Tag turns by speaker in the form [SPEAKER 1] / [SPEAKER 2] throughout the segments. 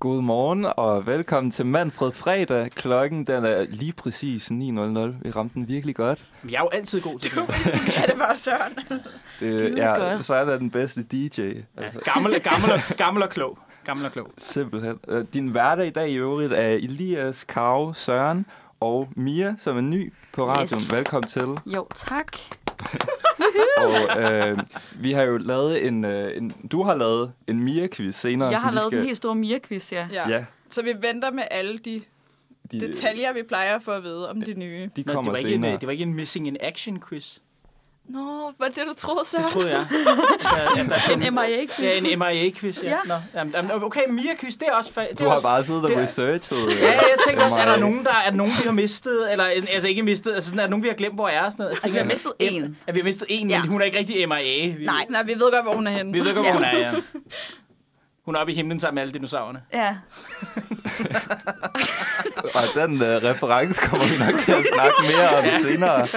[SPEAKER 1] God morgen og velkommen til Manfred Fredag. Klokken den er lige præcis 9.00. Vi ramte den virkelig godt.
[SPEAKER 2] Men Jeg er jo altid god til det.
[SPEAKER 3] Ja, det var Søren.
[SPEAKER 1] Det er, så er der den bedste DJ. Altså,
[SPEAKER 2] Gammel, gammel, og, gammel og klog. Gammel og klog.
[SPEAKER 1] simpelthen. Øh, Din hverdag i dag i øvrigt er Elias, Kau, Søren og Mia, som er ny på radioen.
[SPEAKER 4] Yes.
[SPEAKER 1] Velkommen til.
[SPEAKER 4] Jo, tak.
[SPEAKER 1] Og øh, vi har jo lavet en, øh, en... Du har lavet en Mia-quiz senere.
[SPEAKER 4] Jeg
[SPEAKER 1] som
[SPEAKER 4] har
[SPEAKER 1] vi
[SPEAKER 4] lavet
[SPEAKER 1] skal-
[SPEAKER 4] den helt store Mia-quiz, ja.
[SPEAKER 3] Ja.
[SPEAKER 1] Ja,
[SPEAKER 3] Så vi venter med alle de
[SPEAKER 1] de,
[SPEAKER 3] detaljer, vi plejer at få at vide om de nye.
[SPEAKER 1] De
[SPEAKER 2] Nå,
[SPEAKER 1] kommer
[SPEAKER 2] det, var ikke en,
[SPEAKER 1] senere.
[SPEAKER 2] øh, det var ikke en missing in action quiz.
[SPEAKER 3] Nå, var det, du troede,
[SPEAKER 2] Det
[SPEAKER 3] Søren?
[SPEAKER 2] troede jeg. Der, ja, der kom,
[SPEAKER 4] En MIA-quiz.
[SPEAKER 2] ja, en MIA-quiz. Ja.
[SPEAKER 4] Ja.
[SPEAKER 2] Nå, jamen, jamen, okay, Mia-quiz, det er også... Fa- det
[SPEAKER 1] Du
[SPEAKER 2] er
[SPEAKER 1] har
[SPEAKER 2] også
[SPEAKER 1] bare siddet og
[SPEAKER 2] det er-
[SPEAKER 1] researchet. øh,
[SPEAKER 2] Ja, jeg tænker også, er der
[SPEAKER 1] MIA.
[SPEAKER 2] nogen, der er der nogen, vi har mistet, eller altså ikke mistet, altså sådan, er der nogen, vi har glemt, hvor er og sådan noget. Altså,
[SPEAKER 4] Altså, vi har mistet én.
[SPEAKER 2] At vi har mistet en,
[SPEAKER 4] Ja.
[SPEAKER 2] men hun er ikke rigtig MIA. Vi,
[SPEAKER 4] Nej.
[SPEAKER 3] Nej, vi ved godt, hvor hun er henne.
[SPEAKER 2] Vi ved godt, hvor
[SPEAKER 4] Ja.
[SPEAKER 2] hun er, ja. Hun er oppe i himlen sammen med alle dinosaurerne.
[SPEAKER 4] Ja.
[SPEAKER 1] Og den uh, reference kommer vi nok til at snakke mere om senere.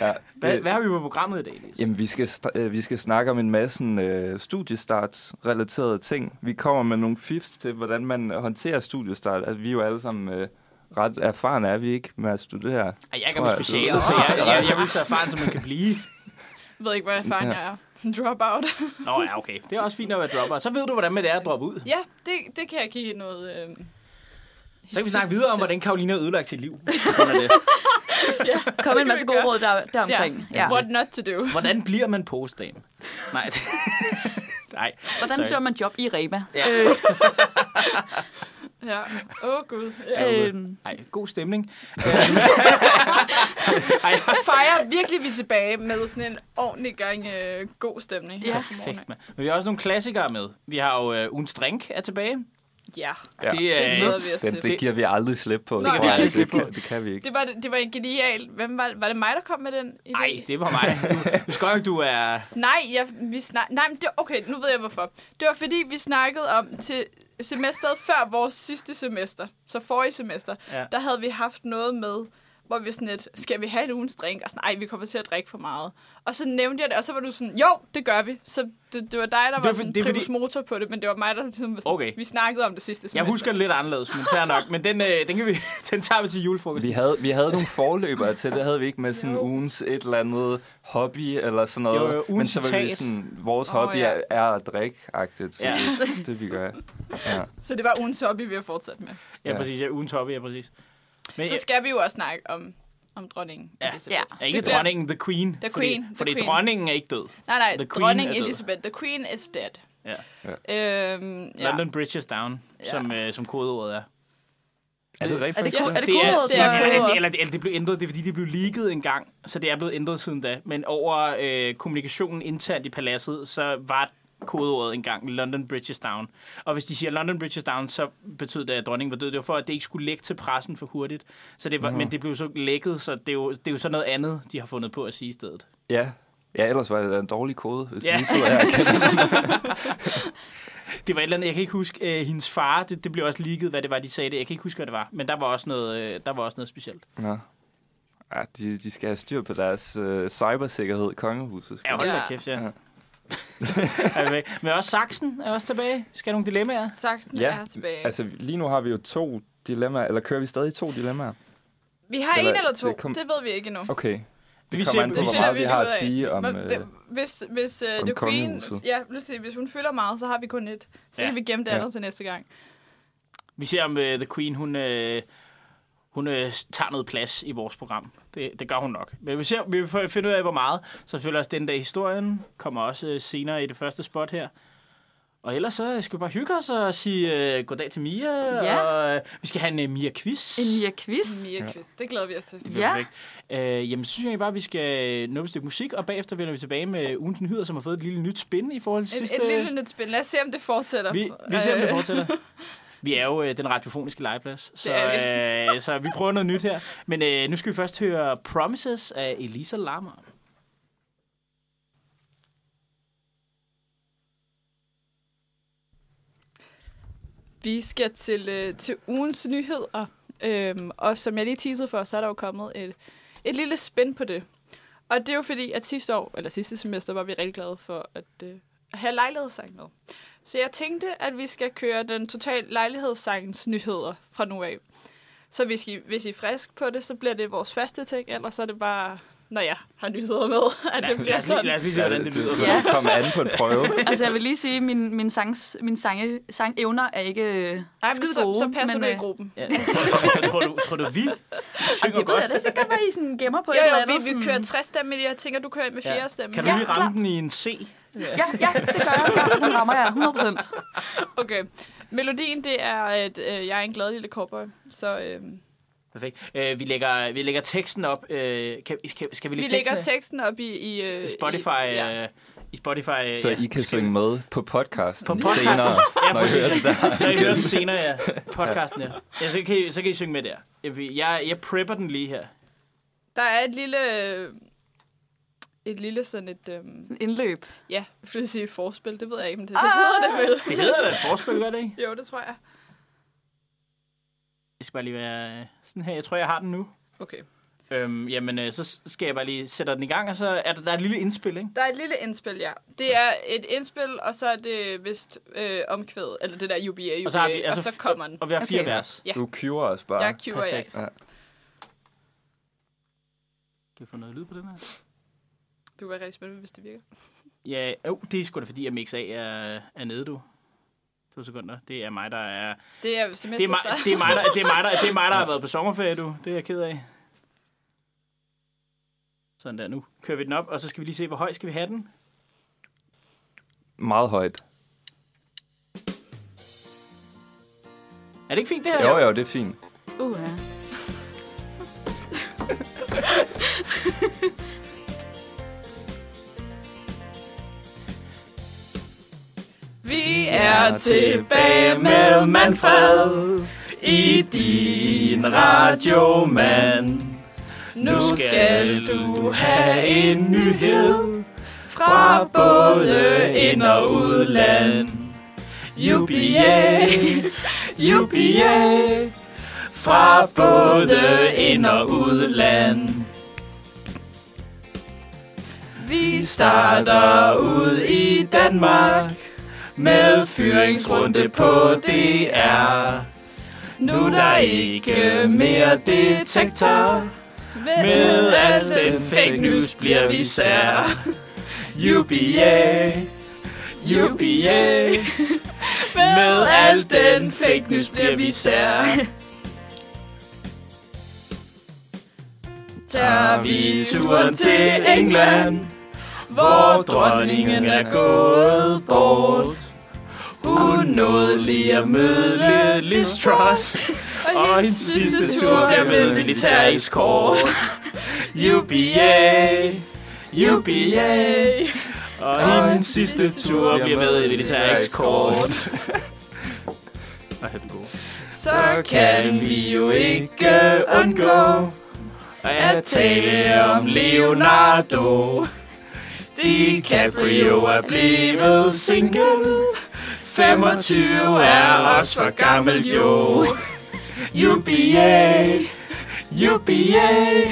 [SPEAKER 1] Ja,
[SPEAKER 2] Hvad,
[SPEAKER 1] det,
[SPEAKER 2] hvad har vi på programmet i dag, Lise?
[SPEAKER 1] jamen, vi skal, st- øh, vi skal snakke om en masse øh, studiestarts-relaterede ting. Vi kommer med nogle fifs til, hvordan man håndterer studiestart. Altså, vi er jo alle sammen øh, ret erfarne, er vi ikke, med at studere?
[SPEAKER 2] Ej, jeg kan
[SPEAKER 1] Tror
[SPEAKER 2] med
[SPEAKER 1] jeg, du-
[SPEAKER 2] speciale, så jeg, jeg, jeg vil så erfaren, som man kan blive.
[SPEAKER 3] Jeg ved ikke, hvor erfaren
[SPEAKER 1] Ja.
[SPEAKER 3] jeg er. Dropout.
[SPEAKER 2] Nå ja, okay. Det er også fint at være dropper. Så ved du, hvordan det er at droppe ud.
[SPEAKER 3] ja, det, det kan jeg give noget... Øh...
[SPEAKER 2] Så kan vi snakke videre om, hvordan Karoline har ødelagt sit liv. Sådan er det.
[SPEAKER 4] Kom med
[SPEAKER 3] kan
[SPEAKER 4] en masse
[SPEAKER 3] vi
[SPEAKER 4] gode
[SPEAKER 3] gøre.
[SPEAKER 4] råd der, deromkring.
[SPEAKER 3] Ja.
[SPEAKER 4] Ja.
[SPEAKER 3] What not to do.
[SPEAKER 2] Hvordan bliver man postdame? Nej. det- Nej. Øh,
[SPEAKER 4] Hvordan
[SPEAKER 2] Sorry.
[SPEAKER 4] søger man job i Rema?
[SPEAKER 2] Ja.
[SPEAKER 3] Ja. Åh, oh, Gud. Ja.
[SPEAKER 2] Ja.
[SPEAKER 4] Øhm,
[SPEAKER 2] Ej, god stemning. Ej,
[SPEAKER 3] Fejrer virkelig vi er tilbage med sådan en ordentlig gang øh, god stemning. her
[SPEAKER 4] Ja.
[SPEAKER 3] på morgenen.
[SPEAKER 2] perfekt, mand. Men vi har også nogle klassikere med. Vi har jo øh, ugens drink er tilbage.
[SPEAKER 3] Ja,
[SPEAKER 1] Ja.
[SPEAKER 2] Det,
[SPEAKER 3] det
[SPEAKER 2] øh,
[SPEAKER 3] glæder vi os
[SPEAKER 1] Den,
[SPEAKER 3] til.
[SPEAKER 1] det giver vi aldrig slip på.
[SPEAKER 3] Det kan
[SPEAKER 1] tror
[SPEAKER 3] vi
[SPEAKER 1] jeg.
[SPEAKER 2] aldrig
[SPEAKER 1] det,
[SPEAKER 2] slippe på.
[SPEAKER 1] kan, det kan vi ikke.
[SPEAKER 3] Det var, det var genialt. Hvem var, var det mig, der kom med den idé?
[SPEAKER 2] Nej, det var mig. Du, du skal jo ikke, du er...
[SPEAKER 3] Nej, jeg, vi snak... Nej men det, okay, nu ved jeg hvorfor. Det var fordi, vi snakkede om til semesteret før vores sidste semester, så forrige semester,
[SPEAKER 2] Ja.
[SPEAKER 3] ja. der havde vi haft noget med, hvor vi sådan lidt, skal vi have en ugens drink? Og sådan, nej, vi kommer til at drikke for meget. Og så nævnte jeg det, og så var du sådan, jo, det gør vi. Så det, det var dig, der
[SPEAKER 2] Det
[SPEAKER 3] det,
[SPEAKER 2] er
[SPEAKER 3] var
[SPEAKER 2] for-
[SPEAKER 3] sådan
[SPEAKER 2] det er
[SPEAKER 3] det,
[SPEAKER 2] fordi-
[SPEAKER 3] primus motor på det, men det var mig, der ligesom, var sådan,
[SPEAKER 2] Okay.
[SPEAKER 3] vi snakkede om det sidste semester.
[SPEAKER 2] Jeg husker det lidt anderledes, men fair nok. Men den, øh, den, kan vi, den tager vi til julefrokost.
[SPEAKER 1] Vi havde, vi havde nogle forløbere til, det havde vi ikke med sådan
[SPEAKER 3] Jo.
[SPEAKER 1] ugens et eller andet hobby eller sådan
[SPEAKER 2] Jo,
[SPEAKER 1] noget.
[SPEAKER 2] jo,
[SPEAKER 1] men
[SPEAKER 2] ugens
[SPEAKER 1] så var vi
[SPEAKER 2] citat.
[SPEAKER 1] sådan, vores
[SPEAKER 3] Åh,
[SPEAKER 1] hobby
[SPEAKER 3] ja.
[SPEAKER 1] er, er at drikke-agtigt, så
[SPEAKER 2] Ja.
[SPEAKER 1] ja. det, det vi gør. Ja.
[SPEAKER 3] Så det var ugens hobby, vi har fortsat med.
[SPEAKER 2] Ja,
[SPEAKER 1] Ja.
[SPEAKER 2] præcis. Ja, ugen toppe, ja, præcis. Men,
[SPEAKER 3] Så skal vi jo også snakke om, om dronningen.
[SPEAKER 2] Ja.
[SPEAKER 3] Elisabeth.
[SPEAKER 4] Ja.
[SPEAKER 2] Ja, ikke
[SPEAKER 3] Ah, Det bliver-
[SPEAKER 2] dronningen, the queen.
[SPEAKER 3] The
[SPEAKER 2] fordi,
[SPEAKER 3] queen, the
[SPEAKER 2] Fordi
[SPEAKER 3] queen.
[SPEAKER 2] dronningen er ikke død.
[SPEAKER 3] Nej, nej,
[SPEAKER 2] The
[SPEAKER 3] the
[SPEAKER 2] queen
[SPEAKER 3] dronning
[SPEAKER 2] er død.
[SPEAKER 3] Elizabeth. The queen is dead.
[SPEAKER 2] Ja.
[SPEAKER 3] Øhm, ja.
[SPEAKER 2] London Bridge is down,
[SPEAKER 3] Ja.
[SPEAKER 2] som, øh, som kodeordet er.
[SPEAKER 1] Er det
[SPEAKER 4] er det,
[SPEAKER 1] rigtigt?
[SPEAKER 4] ko- er det
[SPEAKER 2] det er,
[SPEAKER 4] kodeordet?
[SPEAKER 2] det er,
[SPEAKER 3] for-
[SPEAKER 2] eller, det, eller, det- eller det blev ændret, det er fordi, det blev leaget en gang, så det er blevet ændret siden da. Men over øh, kommunikationen internt i paladset, så var kodeordet engang London Bridges Down. Og hvis de siger London Bridges Down, så betød det, at dronningen var død. Det var for, at det ikke skulle lægge til pressen for hurtigt. Så det var, Men det blev så lækket, så det er, jo, det er jo så noget andet, de har fundet på at sige i stedet.
[SPEAKER 1] Ja. Ja, ellers var det da en dårlig kode, hvis
[SPEAKER 2] Ja.
[SPEAKER 1] vi lige sidder her og kender den.
[SPEAKER 2] Det var et eller andet, jeg kan ikke huske, øh, hendes far, det, det blev også ligget, hvad det var, de sagde det. Jeg kan ikke huske, hvad det var, men der var også noget, øh, der var også noget specielt.
[SPEAKER 1] Nå. Ja, de, de skal have styr på deres øh, cybersikkerhed i kongehuset. skal
[SPEAKER 2] Ja,
[SPEAKER 1] de.
[SPEAKER 2] hold da
[SPEAKER 3] Ja.
[SPEAKER 2] kæft, ja.
[SPEAKER 1] Ja.
[SPEAKER 2] Er vi væk? men også Saxen er også tilbage. Skal jeg have nogle dilemmaer?
[SPEAKER 3] Saksen ja.
[SPEAKER 1] ja.
[SPEAKER 3] er tilbage. Altså,
[SPEAKER 1] altså lige nu har vi jo to dilemmaer, eller kører vi stadig to dilemmaer?
[SPEAKER 3] vi har
[SPEAKER 1] eller-
[SPEAKER 3] en eller to,
[SPEAKER 1] det
[SPEAKER 3] det,
[SPEAKER 1] kom-
[SPEAKER 3] det ved vi ikke endnu.
[SPEAKER 1] Okay. Det
[SPEAKER 2] Vi
[SPEAKER 1] vi
[SPEAKER 2] ser-
[SPEAKER 1] kommer an på,
[SPEAKER 2] vi
[SPEAKER 1] hvor
[SPEAKER 2] ser,
[SPEAKER 1] meget
[SPEAKER 3] vi
[SPEAKER 1] vi
[SPEAKER 3] finder
[SPEAKER 1] har
[SPEAKER 3] ud
[SPEAKER 1] at
[SPEAKER 3] af.
[SPEAKER 1] sige om...
[SPEAKER 3] Men
[SPEAKER 1] Øh,
[SPEAKER 3] det, hvis hvis uh,
[SPEAKER 1] om
[SPEAKER 3] The Queen,
[SPEAKER 1] kongehuset.
[SPEAKER 3] ja, lad os sige, hvis hun fylder meget, så har vi kun et. Så
[SPEAKER 2] Ja.
[SPEAKER 3] ja. kan vi gemme det
[SPEAKER 1] Ja.
[SPEAKER 3] andet til næste gang.
[SPEAKER 2] Vi ser, om uh, The Queen, hun, uh, hun uh, tager noget plads i vores program. Det, det gør hun nok. Men vi ser, vi vil få- finde ud af, hvor meget. Så følger også den dag historien. Kommer også uh, senere i det første spot her. Og ellers så skal vi bare hygge os og sige uh, goddag til Mia.
[SPEAKER 4] Ja.
[SPEAKER 2] Og, uh, vi skal have en uh, Mia-quiz.
[SPEAKER 4] En Mia-quiz?
[SPEAKER 3] Mia quiz. Det glæder vi os til.
[SPEAKER 4] Ja.
[SPEAKER 2] Øh, jamen, så synes jeg bare, at vi skal nå et stykke musik, og bagefter vender vi tilbage med ugens nyheder, som har fået et lille nyt spin i forhold til
[SPEAKER 3] Et,
[SPEAKER 2] sidste...
[SPEAKER 3] et lille nyt spil. Lad os se, om det fortsætter.
[SPEAKER 2] Vi, vi ser, om det
[SPEAKER 3] Øh,
[SPEAKER 2] fortsætter. Vi er jo øh, den radiofoniske legeplads, så,
[SPEAKER 3] Det er
[SPEAKER 2] øh, så vi prøver noget nyt her. Men øh, nu skal vi først høre Promises af Elisa Lammer.
[SPEAKER 3] Vi skal til, øh, til ugens nyheder, øhm, og som jeg lige teasede for, så er der jo kommet et, et lille spænd på det. Og det er jo fordi, at sidste år, eller sidste semester, var vi rigtig glade for at øh, have lejlighedssang med. Så jeg tænkte, at vi skal køre den total lejlighedssangens nyheder fra nu af. Så hvis I, hvis I er frisk på det, så bliver det vores faste ting, ellers er det bare, når jeg har nyheder med, at det
[SPEAKER 2] lad,
[SPEAKER 3] bliver
[SPEAKER 2] os lige,
[SPEAKER 3] sådan.
[SPEAKER 2] lad os lige se, hvordan det lyder.
[SPEAKER 1] Du, du
[SPEAKER 4] Ja.
[SPEAKER 1] kom an på en prøve.
[SPEAKER 4] Altså, jeg vil lige sige, at min, min, sangs, min sange, sangevner er ikke øh,
[SPEAKER 3] Ej, men
[SPEAKER 4] skide
[SPEAKER 3] så,
[SPEAKER 4] gode.
[SPEAKER 3] så passer
[SPEAKER 4] men,
[SPEAKER 3] men, du i
[SPEAKER 4] øh,
[SPEAKER 3] gruppen.
[SPEAKER 2] Ja, tror, tror, tror, du, tror du, vi
[SPEAKER 4] Ej,
[SPEAKER 2] synger
[SPEAKER 4] det ved
[SPEAKER 2] godt?
[SPEAKER 4] jeg da ikke. Det kan være, I sådan gemmer på
[SPEAKER 3] Jo,
[SPEAKER 4] et eller
[SPEAKER 3] jo,
[SPEAKER 4] andet.
[SPEAKER 3] vi, vi kører
[SPEAKER 4] sådan-
[SPEAKER 3] 60 stemme, jeg tænker, du kører med 4 ja. stemme.
[SPEAKER 2] Kan du
[SPEAKER 4] Ja,
[SPEAKER 2] lige
[SPEAKER 4] klar.
[SPEAKER 2] ramme den i en C?
[SPEAKER 4] Ja, ja, det gør jeg. Ja, den rammer jeg 100 procent.
[SPEAKER 3] Okay. Melodien, det er, at øh, jeg er en glad lille cowboy. Så øh,
[SPEAKER 2] Perfekt. Øh, vi, lægger, vi lægger teksten op. Øh, kan, skal, skal vi
[SPEAKER 3] vi
[SPEAKER 2] lægge
[SPEAKER 3] lægger
[SPEAKER 2] teksten
[SPEAKER 3] teksten op i... i
[SPEAKER 2] af?
[SPEAKER 3] øh,
[SPEAKER 2] Spotify,
[SPEAKER 3] I, ja.
[SPEAKER 2] øh, i Spotify.
[SPEAKER 1] Så
[SPEAKER 2] ja,
[SPEAKER 1] I kan synge
[SPEAKER 2] beskrivelsen.
[SPEAKER 1] med på podcasten
[SPEAKER 2] På
[SPEAKER 1] på
[SPEAKER 2] podcast.
[SPEAKER 1] senere,
[SPEAKER 2] Ja,
[SPEAKER 1] når I
[SPEAKER 2] præcis.
[SPEAKER 1] hører det der.
[SPEAKER 2] Når I hører den senere, ja. Podcasten, ja. ja så, kan I, så kan I synge med der. Jeg, jeg, jeg prepper den lige her.
[SPEAKER 3] Der er et lille... Øh, et lille sådan et... Øh,
[SPEAKER 4] Indløb.
[SPEAKER 3] ja, for at sige forspil, det ved jeg ikke, men det, det hedder det vel.
[SPEAKER 2] Det hedder da et forspil, gør det ikke?
[SPEAKER 3] Jo, det tror jeg.
[SPEAKER 2] Jeg skal bare lige være øh, sådan her. Jeg tror, jeg har den nu.
[SPEAKER 3] Okay.
[SPEAKER 2] Øhm, jamen, øh, så skal jeg bare lige sætte den i gang, og så er der, der er et lille indspil, ikke?
[SPEAKER 3] Der er et lille indspil, ja. Det er et indspil, og så er det vist øh, omkvædet, eller det der UBA, UBA, og
[SPEAKER 2] Og
[SPEAKER 3] så,
[SPEAKER 2] så har vi-
[SPEAKER 3] altså,
[SPEAKER 2] altså
[SPEAKER 3] og så kommer den.
[SPEAKER 2] Og vi har fire
[SPEAKER 4] Okay.
[SPEAKER 2] vers.
[SPEAKER 3] Ja.
[SPEAKER 1] Du curer os bare.
[SPEAKER 3] Jeg køber jeg.
[SPEAKER 2] perfekt.
[SPEAKER 1] Ja.
[SPEAKER 2] Kan vi få noget lyd på den her?
[SPEAKER 3] Du var rigtig spændende, hvis det virker.
[SPEAKER 2] Ja, jo, det er sgu da fordi, at Mix A er, er nede, du. To sekunder. Det er mig, der er... Det
[SPEAKER 3] Det er
[SPEAKER 2] er mig,
[SPEAKER 3] semesterstart.
[SPEAKER 2] det er mig, der, det er mig, der, det er mig, der har været på sommerferie, du. Det er jeg ked af. Sådan der, nu kører vi den op, og så skal vi lige se, hvor høj skal vi have den.
[SPEAKER 1] Meget højt.
[SPEAKER 2] Er det ikke fint, det her?
[SPEAKER 1] Jo, jo, det er fint.
[SPEAKER 4] Uh, ja.
[SPEAKER 3] Vi er tilbage med Manfred.
[SPEAKER 2] i din radiomand.
[SPEAKER 3] Nu skal du have en nyhed fra både ind og udland.
[SPEAKER 2] Jubilæ, jubilæ, fra både ind og udland.
[SPEAKER 3] Vi
[SPEAKER 2] Starter ud i Danmark med fyringsrunde på DR. Nu er der ikke mere detektor. Med al den fake news bliver vi sær. UBA, UBA. Med al den fake news bliver vi sær.
[SPEAKER 3] Tager
[SPEAKER 2] Vi turen til England, hvor dronningen er gået bort. Hun nåede lige at møde Liz Truss. Og hendes sidste tur bliver med militær escort UBA UBA Og hendes sidste tur bliver med militær escort Ej, den god.
[SPEAKER 3] Så
[SPEAKER 2] Kan vi jo ikke undgå At tale om Leonardo DiCaprio er blevet single 25 er også for gammel jo UBA, UBA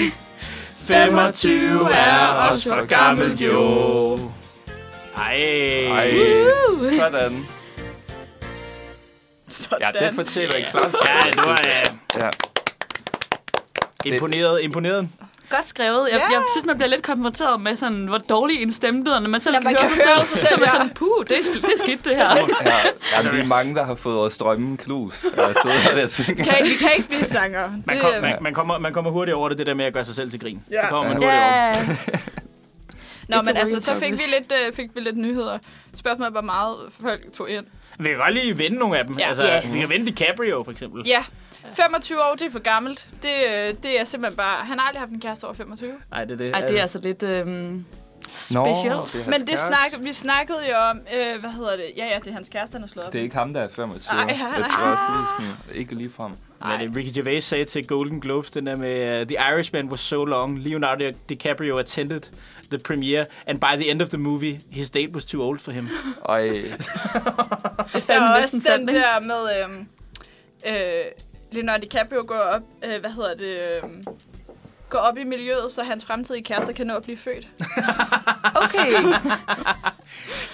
[SPEAKER 2] 25 er også for gammel jo Ej,
[SPEAKER 1] Ej, sådan.
[SPEAKER 3] Sådan.
[SPEAKER 1] Ja, det fortæller ikke klart.
[SPEAKER 2] Ja, det var ja.
[SPEAKER 1] Ja.
[SPEAKER 2] imponeret, imponeret.
[SPEAKER 4] Godt skrevet. Jeg,
[SPEAKER 3] Ja.
[SPEAKER 4] jeg synes, man bliver lidt konfronteret med, sådan, hvor dårlig en stemme lyder, når man selv
[SPEAKER 3] Ja,
[SPEAKER 4] kan,
[SPEAKER 3] man
[SPEAKER 4] høre
[SPEAKER 3] kan
[SPEAKER 4] sig
[SPEAKER 3] høre
[SPEAKER 4] selv.
[SPEAKER 3] sig selv,
[SPEAKER 4] så er man
[SPEAKER 3] ja.
[SPEAKER 4] sådan, puh, det er, sl- det er skidt, det her.
[SPEAKER 1] Ja, ja, vi er mange, der har fået vores drømme knus. Og jeg sidder der og synger.
[SPEAKER 3] Kan, vi kan ikke blive sanger.
[SPEAKER 2] Man, kom, man, man, kommer, man kommer hurtigt over det, det der med at gøre sig selv til grin.
[SPEAKER 3] Ja.
[SPEAKER 2] Det kommer man hurtigt over.
[SPEAKER 4] Ja,
[SPEAKER 3] Nå,
[SPEAKER 4] It's
[SPEAKER 3] men
[SPEAKER 4] a
[SPEAKER 3] altså,
[SPEAKER 4] worry,
[SPEAKER 3] så fik vi
[SPEAKER 4] Thomas.
[SPEAKER 3] lidt, øh, fik vi lidt nyheder. Spørgsmålet, hvor meget folk tog ind.
[SPEAKER 2] Vi kan godt lige vende nogle af dem.
[SPEAKER 3] Ja.
[SPEAKER 2] Ja. Altså,
[SPEAKER 4] Ja.
[SPEAKER 2] Vi kan vende DiCaprio, for eksempel.
[SPEAKER 3] Ja, 25 år, det er for gammelt. Det, øh, det er simpelthen bare... Han har aldrig haft en kæreste over 25.
[SPEAKER 2] Nej, det er det.
[SPEAKER 4] Ej, det er altså lidt øhm, specielt.
[SPEAKER 1] er hans
[SPEAKER 3] Men det
[SPEAKER 1] kæreste.
[SPEAKER 3] snak, vi snakkede jo om, øh, hvad hedder det? Ja, ja, det er hans kæreste, han har slået op.
[SPEAKER 1] Det er ikke ham, der er 25.
[SPEAKER 3] Ej,
[SPEAKER 1] Ej,
[SPEAKER 3] han er-
[SPEAKER 1] jeg tror også, det er sådan, ikke lige frem.
[SPEAKER 2] Hvad er det, Ricky Gervais sagde til Golden Globes, den der med, uh, The Irishman was so long, Leonardo DiCaprio attended the premiere, and by the end of the movie, his date was too old for him.
[SPEAKER 1] Ej,
[SPEAKER 4] Det er
[SPEAKER 3] Der
[SPEAKER 4] fandme
[SPEAKER 3] er også
[SPEAKER 4] næsten
[SPEAKER 3] den
[SPEAKER 4] sandt, ikke?
[SPEAKER 3] der med... øhm, Øh, øh, Leonardo DiCaprio går op, øh, hvad hedder det, øh, gå op i miljøet, så hans fremtidige kærester kan nå at blive født.
[SPEAKER 4] Okay.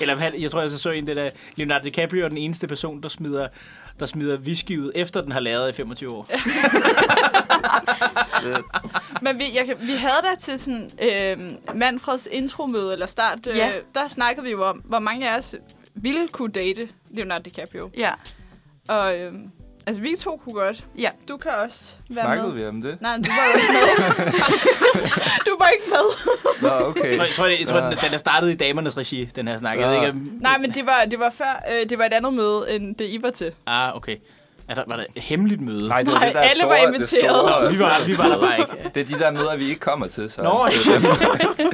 [SPEAKER 2] Eller han- jeg tror, jeg så så en, det der Leonardo DiCaprio er den eneste person, der smider, der smider whisky ud, efter den har lavet i 25 år.
[SPEAKER 1] Shit.
[SPEAKER 3] Men vi, jeg, kan- vi havde da til sådan, øh, Manfreds intromøde eller start, øh,
[SPEAKER 4] Ja.
[SPEAKER 3] der snakkede vi jo om, hvor mange af os ville kunne date Leonardo DiCaprio.
[SPEAKER 4] Ja.
[SPEAKER 3] Og øh, altså, vi to kunne godt.
[SPEAKER 4] Ja.
[SPEAKER 3] Du kan også være
[SPEAKER 1] Snakkede
[SPEAKER 3] med.
[SPEAKER 1] vi om det?
[SPEAKER 3] Nej, du var jo også med. du var ikke med.
[SPEAKER 1] Nå,
[SPEAKER 2] Jeg
[SPEAKER 1] okay.
[SPEAKER 2] tror, jeg tror, det, jeg tror den, den er startet i damernes regi, den her snak. Jeg ved
[SPEAKER 1] Ja.
[SPEAKER 2] ikke, om...
[SPEAKER 3] Nej, men det var, det var før, øh, det var et andet møde, end det I var til.
[SPEAKER 2] Ah, okay. Er der, var der et hemmeligt møde?
[SPEAKER 1] Nej, det var
[SPEAKER 3] Nej,
[SPEAKER 1] det, der er
[SPEAKER 3] alle var
[SPEAKER 1] store- det
[SPEAKER 3] inviteret.
[SPEAKER 1] store-
[SPEAKER 2] Nå, vi var, vi var der bare ikke.
[SPEAKER 1] Det er de der møder, vi ikke kommer til, så.
[SPEAKER 2] Nå,
[SPEAKER 1] det er dem.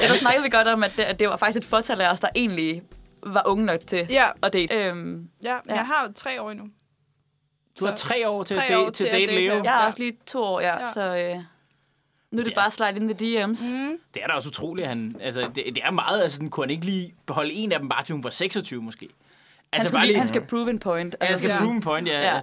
[SPEAKER 4] ja, der snakkede vi godt om, at det, at det var faktisk et fortal af os, der egentlig var unge nok til
[SPEAKER 3] Ja,
[SPEAKER 4] at date. Øhm,
[SPEAKER 3] ja, men
[SPEAKER 4] Ja.
[SPEAKER 3] jeg har jo tre år endnu.
[SPEAKER 2] Du har tre år til,
[SPEAKER 3] Tre
[SPEAKER 2] at, date,
[SPEAKER 3] år
[SPEAKER 2] til
[SPEAKER 3] til
[SPEAKER 2] at
[SPEAKER 3] at
[SPEAKER 2] date
[SPEAKER 3] date
[SPEAKER 2] Leo.
[SPEAKER 3] Leo.
[SPEAKER 4] jeg er
[SPEAKER 3] Ja.
[SPEAKER 4] også lige to år, ja,
[SPEAKER 3] Ja.
[SPEAKER 4] så øh, nu er det
[SPEAKER 2] Ja.
[SPEAKER 4] bare at slide ind i DM's.
[SPEAKER 3] Mm.
[SPEAKER 2] Det er da også utroligt, at han... Altså, det, det er meget, altså, den kunne han ikke lige beholde en af dem, bare til hun var 26 måske. Altså,
[SPEAKER 4] Han, skal,
[SPEAKER 2] bare
[SPEAKER 4] lige,
[SPEAKER 2] lige...
[SPEAKER 4] han skal prove en point.
[SPEAKER 2] Ja, han
[SPEAKER 4] Altså,
[SPEAKER 2] skal
[SPEAKER 3] Ja.
[SPEAKER 2] prove en point, ja.
[SPEAKER 4] Ja.
[SPEAKER 2] ja.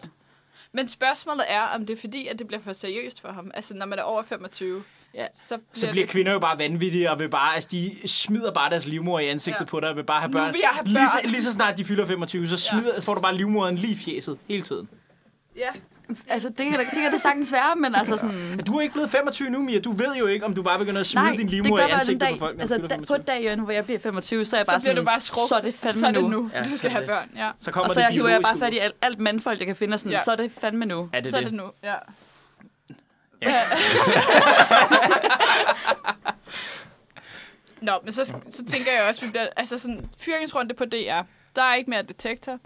[SPEAKER 3] Men spørgsmålet er, om det er fordi, at det bliver for seriøst for ham. Altså, når man er over 25,
[SPEAKER 2] Ja.
[SPEAKER 3] så bliver,
[SPEAKER 2] Så bliver
[SPEAKER 3] det...
[SPEAKER 2] kvinder jo bare vanvittige, og vil bare, altså, de smider bare deres livmor i ansigtet ja.
[SPEAKER 3] Ja.
[SPEAKER 2] på dig, og vil bare have
[SPEAKER 3] Nu
[SPEAKER 2] børn.
[SPEAKER 3] vil jeg have
[SPEAKER 2] Lige, så,
[SPEAKER 3] børn.
[SPEAKER 2] lige så snart de fylder 25, så smider, ja. får du bare livmoderen lige i fjeset hele tiden.
[SPEAKER 3] Ja.
[SPEAKER 4] altså det, kan da, det kan da sagtens være, men altså sådan...
[SPEAKER 2] Men du er ikke blevet 25 nu, Mia. Du ved jo ikke, om du bare begynder at smide
[SPEAKER 4] Nej,
[SPEAKER 2] din
[SPEAKER 4] det
[SPEAKER 2] livmor i
[SPEAKER 4] gør bare den
[SPEAKER 2] ansigtet
[SPEAKER 4] dag.
[SPEAKER 2] på folk, når altså,
[SPEAKER 4] altså,
[SPEAKER 2] fylder
[SPEAKER 4] da, på
[SPEAKER 2] 25.
[SPEAKER 4] et dag, Jørgen, hvor jeg bliver 25, så er jeg
[SPEAKER 3] Så
[SPEAKER 4] bare
[SPEAKER 3] bliver
[SPEAKER 4] sådan,
[SPEAKER 3] du bare skrubbet.
[SPEAKER 4] så er det fandme
[SPEAKER 3] så er det
[SPEAKER 4] nu.
[SPEAKER 3] nu.
[SPEAKER 2] Ja,
[SPEAKER 3] Ja, du
[SPEAKER 2] så er
[SPEAKER 3] skal have
[SPEAKER 2] det.
[SPEAKER 3] børn, ja.
[SPEAKER 2] Så kommer
[SPEAKER 4] Og så
[SPEAKER 2] det
[SPEAKER 4] jeg hiver jeg bare
[SPEAKER 2] biologiske
[SPEAKER 4] fat i
[SPEAKER 2] ud.
[SPEAKER 4] alt, alt mandfolk, jeg kan finde, og sådan,
[SPEAKER 3] Ja.
[SPEAKER 4] så er det fandme nu.
[SPEAKER 2] Er det
[SPEAKER 3] Så er
[SPEAKER 2] det?
[SPEAKER 3] det nu, ja.
[SPEAKER 2] Ja.
[SPEAKER 3] Nå, men så, så tænker jeg også, vi bliver, altså sådan, fyringsrunde på DR. Der er ikke mere detektor.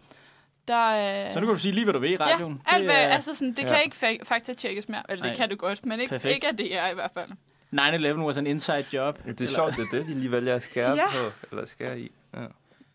[SPEAKER 3] Der er...
[SPEAKER 2] Så nu kan du sige lige, hvad du vil i radioen.
[SPEAKER 3] Ja, alt hvad,
[SPEAKER 2] det er
[SPEAKER 3] altså sådan, det
[SPEAKER 2] ja.
[SPEAKER 3] kan ikke fa- faktatjekkes mere. Eller det
[SPEAKER 2] Nej.
[SPEAKER 3] kan du godt, men ikke,
[SPEAKER 2] Perfekt.
[SPEAKER 3] ikke af DR i hvert fald.
[SPEAKER 2] 9-11 was an inside job.
[SPEAKER 1] Det er
[SPEAKER 2] Eller-
[SPEAKER 1] sjovt, det er det, de lige vælger at skære
[SPEAKER 3] Ja.
[SPEAKER 1] på, eller skære i. Ja.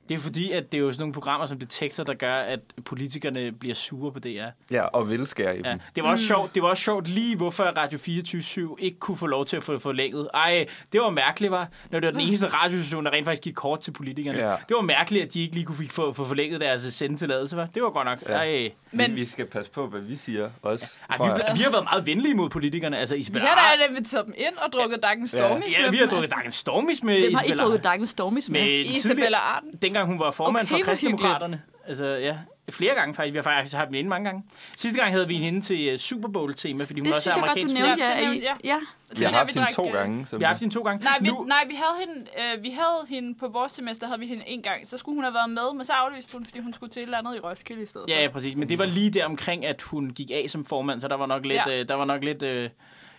[SPEAKER 2] Det er fordi, at det er jo sådan nogle programmer som Detektor, der gør, at politikerne bliver sure på DR. Ja.
[SPEAKER 1] ja, og vil skære i dem.
[SPEAKER 2] Det, var også sjovt, det var også sjovt lige, hvorfor Radio 24 ikke kunne få lov til at få det forlænget. Ej, det var mærkeligt, var, når det var den eneste radiostation, der rent faktisk gik kort til politikerne.
[SPEAKER 1] Ja.
[SPEAKER 2] Det var mærkeligt, at de ikke lige kunne få, få forlænget deres øh, sendetilladelse, var. Det var godt nok.
[SPEAKER 1] Ja.
[SPEAKER 2] Ja. Ej.
[SPEAKER 1] Men
[SPEAKER 3] Men-
[SPEAKER 1] vi, vi skal passe på, hvad vi siger også.
[SPEAKER 2] Ej,
[SPEAKER 1] tror
[SPEAKER 2] vi,
[SPEAKER 1] jeg.
[SPEAKER 2] vi har været meget venlige mod politikerne. Altså,
[SPEAKER 3] Vi
[SPEAKER 2] Isabella
[SPEAKER 3] har da inviteret dem ind og drukket Dakken Stormis
[SPEAKER 2] Ja,
[SPEAKER 3] med
[SPEAKER 2] vi har
[SPEAKER 3] dem,
[SPEAKER 2] drukket Dagen Stormis med
[SPEAKER 4] Hvem har ikke
[SPEAKER 2] Isabella
[SPEAKER 4] drukket Dagen Stormis med?
[SPEAKER 2] Med
[SPEAKER 3] altså.
[SPEAKER 2] tidligere-
[SPEAKER 3] Isabella Arden.
[SPEAKER 2] dengang hun var formand
[SPEAKER 4] Okay,
[SPEAKER 2] okay, for
[SPEAKER 4] hvor
[SPEAKER 2] Kristdemokraterne. Altså, ja. Flere gange faktisk. Vi har faktisk haft hende inde mange gange. Sidste gang havde vi hende inde til øh, Super Bowl-tema, fordi hun
[SPEAKER 4] Det
[SPEAKER 2] også er
[SPEAKER 4] synes jeg godt,
[SPEAKER 2] amerikansk.
[SPEAKER 4] du nævnte,
[SPEAKER 3] Ja,
[SPEAKER 4] ja.
[SPEAKER 3] det
[SPEAKER 4] i-
[SPEAKER 3] nævnte jeg.
[SPEAKER 4] ja.
[SPEAKER 3] Det
[SPEAKER 1] Vi har
[SPEAKER 3] var der,
[SPEAKER 1] haft hende
[SPEAKER 3] drak,
[SPEAKER 1] to
[SPEAKER 3] øh,
[SPEAKER 1] gange. Så
[SPEAKER 2] Vi har haft hende to gange.
[SPEAKER 3] Nej, vi,
[SPEAKER 2] nu,
[SPEAKER 3] nej, vi havde hende, øh, vi havde hende på vores semester, havde vi hende en gang. Så skulle hun have været med, men så aflyste hun, fordi hun skulle til et eller andet i Roskilde i stedet.
[SPEAKER 2] Ja, ja,
[SPEAKER 3] for.
[SPEAKER 2] præcis. Men det var lige der omkring, at hun gik af som formand, så der var nok lidt, ja.
[SPEAKER 3] Ja.
[SPEAKER 2] øh, der var nok lidt, øh,